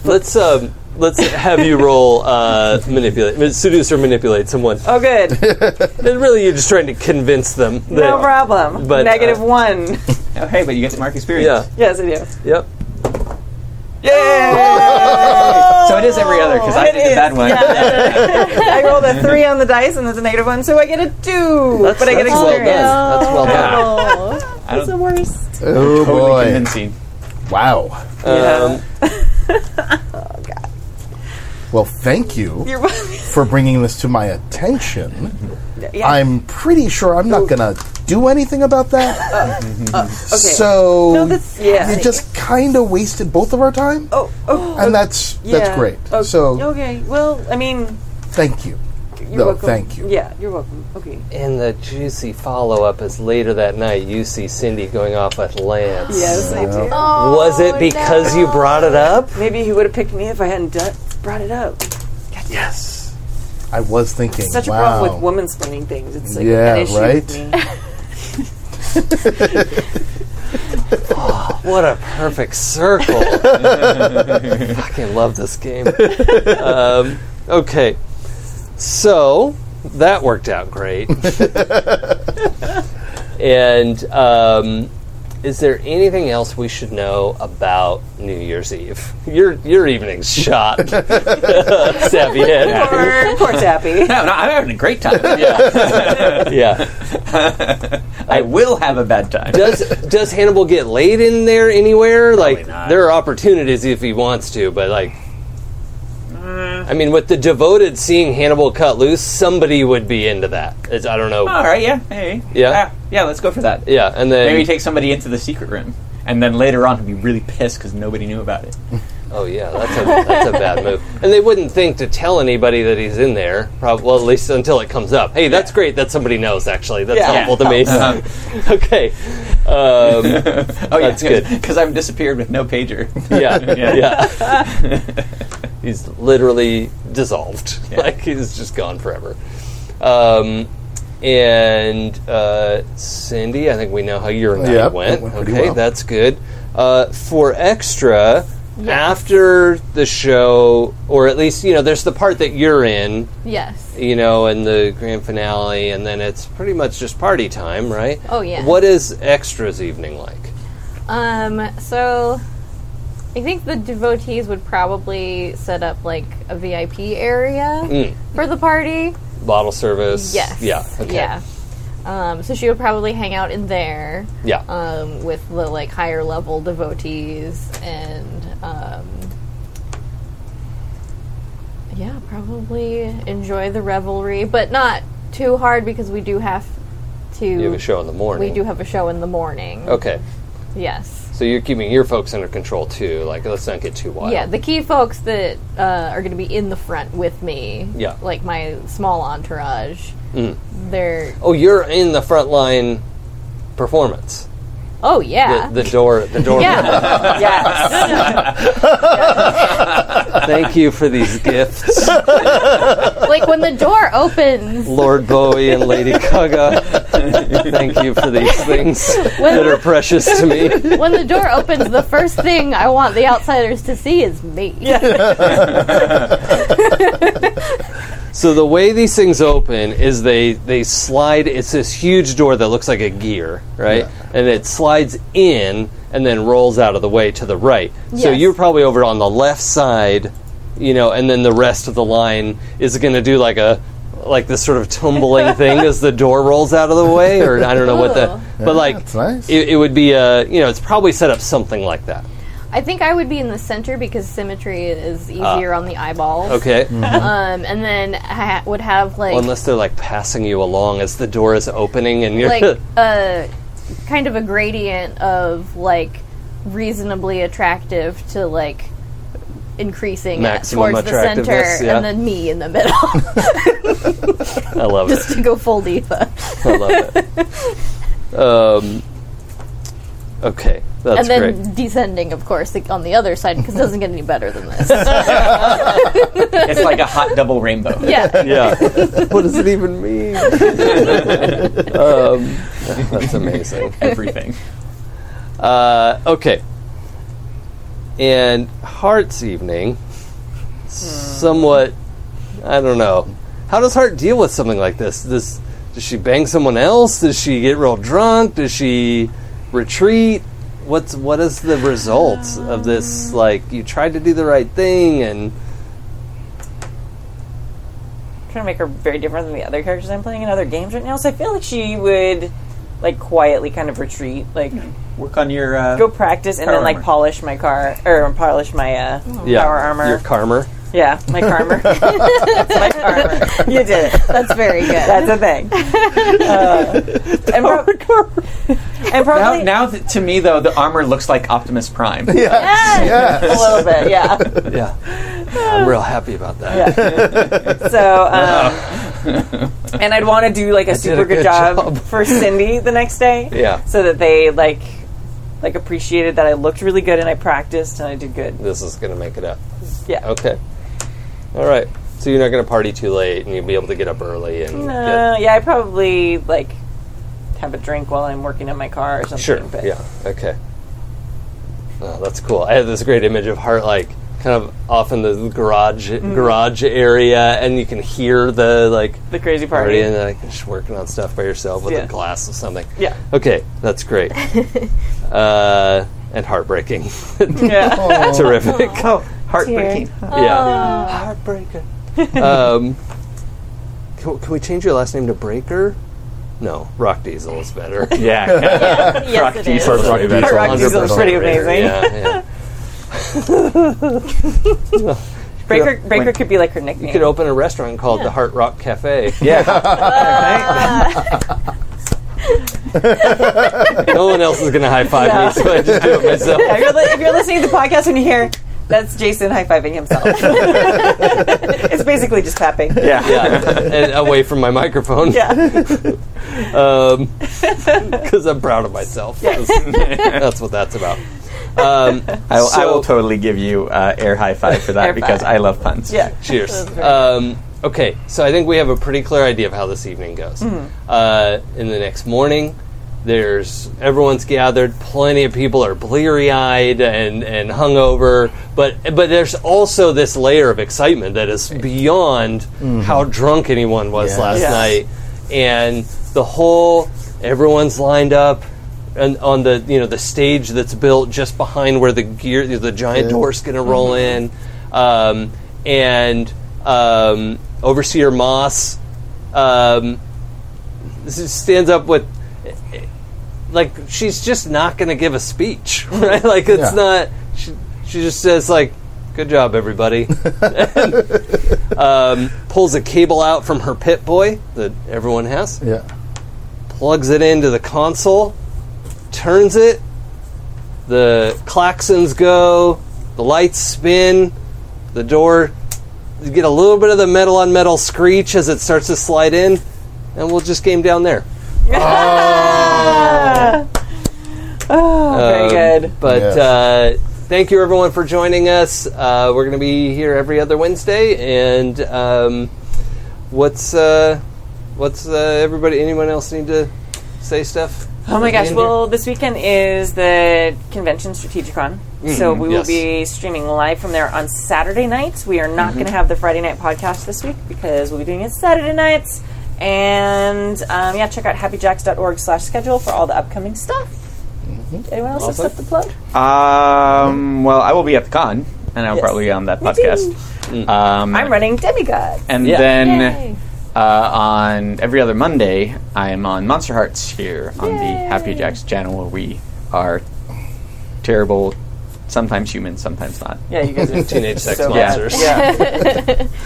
Speaker 2: Let's um, let's have you roll uh, manipulate, seduce or manipulate someone. Uh,
Speaker 6: Oh, good,
Speaker 2: And really, you're just trying to convince them. That,
Speaker 6: no problem.
Speaker 2: But,
Speaker 6: Negative
Speaker 2: uh,
Speaker 6: one.
Speaker 5: Oh, hey, but you get to mark experience.
Speaker 2: Yeah.
Speaker 6: yes, I do.
Speaker 2: Yep.
Speaker 5: So it is every other because I
Speaker 6: It
Speaker 5: did the bad
Speaker 6: is,
Speaker 5: one.
Speaker 6: I rolled a three on the dice, and it's a negative one, so I get a two. but I get
Speaker 2: That's well done.
Speaker 6: experience.
Speaker 2: That's well done.
Speaker 5: I don't
Speaker 6: the worst.
Speaker 3: Oh
Speaker 5: totally
Speaker 3: boy!
Speaker 5: convincing.
Speaker 3: Wow.
Speaker 2: Um,
Speaker 3: Well, thank you
Speaker 6: You're
Speaker 3: for bringing this to my attention.
Speaker 6: yeah.
Speaker 3: I'm pretty sure I'm not gonna do anything about that.
Speaker 6: Uh, okay.
Speaker 3: So
Speaker 6: No, that's- yeah.
Speaker 3: you just kind of wasted both of our time,
Speaker 6: oh, oh,
Speaker 3: and that's that's
Speaker 6: yeah.
Speaker 3: great.
Speaker 6: Oh,
Speaker 3: So
Speaker 6: okay. Well, I mean,
Speaker 3: thank you.
Speaker 6: You're
Speaker 3: No,
Speaker 6: welcome.
Speaker 3: thank you.
Speaker 6: Yeah, you're welcome. Okay.
Speaker 2: And the juicy follow up is later that night you see Cindy going off with Lance.
Speaker 6: Yes, I do.
Speaker 2: Was it because you brought it up?
Speaker 6: Maybe he would have picked me if I hadn't done, brought it up.
Speaker 3: Yes. I was thinking.
Speaker 6: Such a
Speaker 3: wow.
Speaker 6: problem with woman splitting things. It's like
Speaker 3: Yeah,
Speaker 6: an issue
Speaker 3: right?
Speaker 6: with me.
Speaker 2: What a perfect circle. Fucking love this game. Um, okay. So that worked out great. and um, is there anything else we should know about New Year's Eve? Your your evening's shot, Savvy head.
Speaker 6: Poor, poor Tappy.
Speaker 5: No, no, I'm having a great time.
Speaker 2: Yeah.
Speaker 5: I will have a bad time.
Speaker 2: Does does Hannibal get laid in there anywhere? like
Speaker 5: not.
Speaker 2: there are opportunities if he wants to, but like
Speaker 5: Uh.
Speaker 2: I mean with the devoted seeing Hannibal cut loose, somebody would be into that. It's, I don't know.
Speaker 5: All right, yeah, hey,
Speaker 2: Yeah.
Speaker 5: Ah, yeah. Let's go for that.
Speaker 2: Yeah, and then
Speaker 5: Maybe take somebody into the secret room, and then later on, he'll be really pissed because nobody knew about it.
Speaker 2: Oh yeah, that's a that's a bad move. And they wouldn't think to tell anybody that he's in there. Probably well, at least until it comes up. Hey, that's great that somebody knows actually. That's
Speaker 6: Yeah.
Speaker 2: helpful to me.
Speaker 5: Uh-huh.
Speaker 2: okay. Um,
Speaker 5: Oh, yeah,
Speaker 2: That's good.
Speaker 5: Because I've disappeared with no pager.
Speaker 2: yeah,
Speaker 5: Yeah.
Speaker 2: yeah. he's literally dissolved. Like he's just gone forever. Um, and uh, Cindy, I think we know how your night
Speaker 3: Yep,
Speaker 2: went.
Speaker 3: it went pretty
Speaker 2: okay,
Speaker 3: well.
Speaker 2: that's good. Uh, for extra, after the show, or at least you know, there's the part that you're in,
Speaker 4: Yes.
Speaker 2: you know, and the grand finale, and then it's pretty much just party time, right?
Speaker 4: Oh, yeah.
Speaker 2: What is extras evening like?
Speaker 4: Um. So, I think the devotees would probably set up like a VIP area for the party.
Speaker 2: Bottle service.
Speaker 4: Yes.
Speaker 2: Yeah. Okay.
Speaker 4: Yeah. Um, so she would probably hang out in there.
Speaker 2: Yeah.
Speaker 4: um, with the like higher level devotees and um, yeah probably enjoy the revelry but not too hard because we do have to
Speaker 2: You have a show Oh. in the morning.
Speaker 4: Mm. we do have a show in the morning
Speaker 2: Okay,
Speaker 4: yes
Speaker 2: so you're keeping your folks under control too. Like, let's not get too wild.
Speaker 4: yeah the key folks that uh, are going to be in the front with me
Speaker 2: Yeah.
Speaker 4: like my small entourage they're
Speaker 2: oh, you're in the front line performance.
Speaker 4: oh yeah
Speaker 2: The, the door. The door.
Speaker 4: yeah
Speaker 6: yes.
Speaker 2: Thank you for these gifts,
Speaker 4: like when the door opens
Speaker 2: Lord Bowie and Lady Gaga. Thank you for these things that are precious to me.
Speaker 4: when the door opens, the first thing I want the outsiders to see is me.
Speaker 2: So the way these things open is they they slide. It's this huge door that looks like a gear, right? And it slides in and then rolls out of the way to the right. So
Speaker 4: Yes.
Speaker 2: you're probably over on the left side, you know, and then the rest of the line is going to do like a like this sort of tumbling thing as the door rolls out of the way, or I don't know what the.
Speaker 4: Ooh.
Speaker 2: But like,
Speaker 3: that's nice.
Speaker 2: it, it would be a you know, it's probably set up something like that.
Speaker 4: I think I would be in the center because symmetry is easier on the eyeballs.
Speaker 2: Okay.
Speaker 3: Mm-hmm.
Speaker 4: Um, and then I ha- would have like
Speaker 2: Unless they're like passing you along as the door is opening and you're
Speaker 4: like a kind of a gradient of like reasonably attractive to like increasing at-
Speaker 2: Maximum
Speaker 4: towards the center,
Speaker 2: attractiveness, yeah.
Speaker 4: and then me in the middle
Speaker 2: I love it.
Speaker 4: to go full diva.
Speaker 2: I love it. Um, okay, that's
Speaker 4: and then
Speaker 2: great.
Speaker 4: descending, of course, like, on the other side because it doesn't get any better than this.
Speaker 5: it's like a hot double rainbow.
Speaker 4: yeah.
Speaker 2: Yeah. what does it even mean? um, that's amazing.
Speaker 5: Everything.
Speaker 2: Uh, okay. And Heart's evening, somewhat, I don't know. How does Heart deal with something like this? Does does she bang someone else? Does she get real drunk? Does she retreat? What's what is the result of this? Like you tried to do the right thing, and
Speaker 6: trying to make her very different than the other characters I'm playing in other games right now. So I feel like she would like quietly kind of retreat, like
Speaker 5: Work on your. Uh,
Speaker 6: go practice and
Speaker 5: Power
Speaker 6: then like
Speaker 5: armor.
Speaker 6: polish my car or polish my uh,
Speaker 2: yeah,
Speaker 6: power armor.
Speaker 2: your karma.
Speaker 6: yeah, my armor. That's my armor. You did it.
Speaker 4: That's very good.
Speaker 6: That's a thing. Uh, and, prob- and
Speaker 5: now,
Speaker 6: probably
Speaker 5: now th- to me though, the armor looks like Optimus Prime. Yeah.
Speaker 6: a little bit, yeah.
Speaker 2: Yeah, I'm real happy about that.
Speaker 6: So um, and I'd want to do like a
Speaker 2: did
Speaker 6: super
Speaker 2: a
Speaker 6: good,
Speaker 2: good
Speaker 6: job,
Speaker 2: job.
Speaker 6: for Cindy the next day.
Speaker 2: Yeah.
Speaker 6: So that they like like appreciated that I looked really good and I practiced and I did good.
Speaker 2: This is going to make it up.
Speaker 6: Yeah.
Speaker 2: Okay. All right. So you're not going to party too late, and you'll be able to get up early and
Speaker 6: Uh, yeah, I probably like have a drink while I'm working on my car or something.
Speaker 2: Sure.
Speaker 6: But
Speaker 2: Yeah. Okay. Oh, that's cool. I have this great image of her like kind of off in the garage garage area, and you can hear the like
Speaker 6: The crazy
Speaker 2: party
Speaker 6: party.
Speaker 2: and like just working on stuff by yourself with
Speaker 6: Yeah.
Speaker 2: a glass of something.
Speaker 6: Yeah.
Speaker 2: Okay, that's great. uh, and heartbreaking.
Speaker 6: Yeah. Oh,
Speaker 2: Terrific.
Speaker 7: Heartbreaking.
Speaker 2: Yeah.
Speaker 6: Ah.
Speaker 2: Heartbreaker. um, can, can we change your last name to Breaker? No, Rock Diesel is better.
Speaker 5: Yeah,
Speaker 7: yes, it is.
Speaker 5: Diesel.
Speaker 3: Rock
Speaker 5: Rock
Speaker 3: Diesel.
Speaker 6: Rock Diesel's pretty amazing.
Speaker 2: Yeah, yeah.
Speaker 6: Breaker Breaker could be like her nickname.
Speaker 2: You could open a restaurant called the Heart Rock Cafe.
Speaker 5: yeah.
Speaker 2: no one else is going to high five me, so I just do it myself.
Speaker 6: if, you're li- if you're listening to the podcast and you hear that's Jason high fiving himself. it's basically just clapping.
Speaker 5: yeah.
Speaker 2: Yeah, and away from my microphone.
Speaker 6: Yeah.
Speaker 2: because I'm proud of myself. That's, that's what that's about. Um,
Speaker 5: I, will- I
Speaker 2: So-
Speaker 5: will totally give you uh, air high five for
Speaker 6: Air
Speaker 5: that because
Speaker 6: five.
Speaker 5: I love puns.
Speaker 6: Yeah.
Speaker 2: cheers. Um, okay, so I think we have a pretty clear idea of how this evening goes. Uh, in the next morning, there's everyone's gathered. Plenty of people are bleary eyed and and hungover, but but there's also this layer of excitement that is beyond how drunk anyone was
Speaker 3: Yes.
Speaker 2: last
Speaker 3: Yes.
Speaker 2: night, and the whole everyone's lined up. And on the you know the stage that's built just behind where the gear the giant
Speaker 3: Yeah.
Speaker 2: door's going to roll in, um, and um, Overseer Moss um, s- stands up with like she's just not going to give a speech, right? Like it's
Speaker 3: Yeah.
Speaker 2: not. She, she just says like, "Good job, everybody." And, um, pulls a cable out from her pit boy that everyone has,
Speaker 3: Yeah.
Speaker 2: plugs it into the console, turns it. The klaxons go, the lights spin, the door. You get a little bit of the metal on metal screech as it starts to slide in, and we'll just game down there.
Speaker 6: Very
Speaker 2: Um,
Speaker 6: good.
Speaker 2: But
Speaker 3: Yes.
Speaker 2: uh, thank you, everyone, for joining us. Uh, we're going to be here every other Wednesday. And um, what's uh, what's uh, everybody? Anyone else need to say stuff?
Speaker 6: Oh my gosh!
Speaker 2: In here?
Speaker 6: Well, this weekend is the convention Strategicon, so we will
Speaker 2: Mm-hmm. yes.
Speaker 6: be streaming live from there on Saturday nights. We are not
Speaker 2: Mm-hmm.
Speaker 6: going to have the Friday night podcast this week because we'll be doing it Saturday nights. And um, yeah, check out happyjacks.org/schedule for all the upcoming stuff. Anyone else
Speaker 2: Mm-hmm. Awesome.
Speaker 6: have stuff to plug?
Speaker 5: Um, well, I will be at the con, and I'll
Speaker 6: Yes. Mm.
Speaker 5: probably be on that podcast. Um,
Speaker 6: I'm running demigod.
Speaker 5: and
Speaker 2: Yeah.
Speaker 4: Yay.
Speaker 5: then uh, on every other Monday, I am on Monster Hearts here on the Happy Jacks channel where we are terrible, sometimes human, sometimes not.
Speaker 6: Yeah, you guys are
Speaker 2: Teenage sex
Speaker 6: so
Speaker 5: bad.
Speaker 2: monsters.
Speaker 6: Yeah,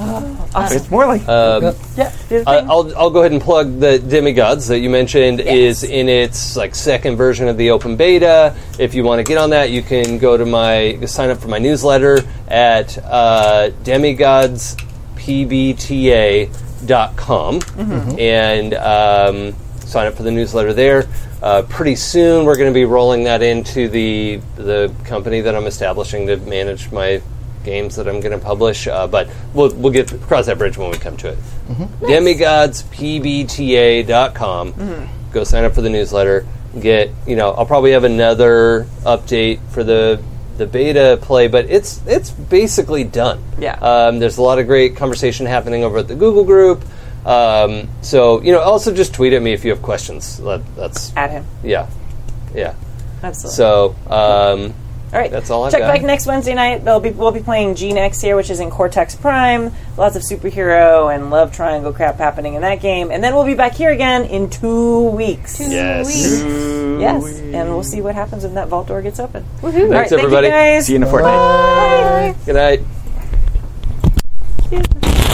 Speaker 6: Uh,
Speaker 5: It's more like
Speaker 2: Um,
Speaker 6: yeah. Do the
Speaker 2: I-
Speaker 6: thing.
Speaker 2: I'll, I'll go ahead and plug the Demigods that you mentioned is in its like second version of the open beta. If you want to get on that, you can go to my sign up for my newsletter at uh, demigodspbta.com and um, sign up for the newsletter there. Uh, pretty soon, we're going to be rolling that into the the company that I'm establishing to manage my games that I'm going to publish. Uh, but we'll we'll get cross that bridge when we come to it. Demigodspbta.com.
Speaker 6: Mm-hmm.
Speaker 2: Go sign up for the newsletter. Get you know I'll probably have another update for the the beta play, but it's it's basically done.
Speaker 6: Yeah.
Speaker 2: Um, there's a lot of great conversation happening over at the Google group. Um, so you know, also just tweet at me if you have questions. That, that's
Speaker 6: Add him.
Speaker 2: yeah, yeah.
Speaker 6: Absolutely.
Speaker 2: So um,
Speaker 6: All right,
Speaker 2: That's all I've
Speaker 6: Check
Speaker 2: got.
Speaker 6: back next Wednesday night. They'll be we'll be playing Gene X here, which is in Cortex Prime. Lots of superhero and love triangle crap happening in that game, and then we'll be back here again in two weeks.
Speaker 2: yes.
Speaker 6: Yes, and we'll see what happens when that vault door gets open. Woohoo! All right,
Speaker 2: Thanks,
Speaker 6: thank
Speaker 2: everybody.
Speaker 6: you guys.
Speaker 5: See you in a fortnight.
Speaker 2: Good night.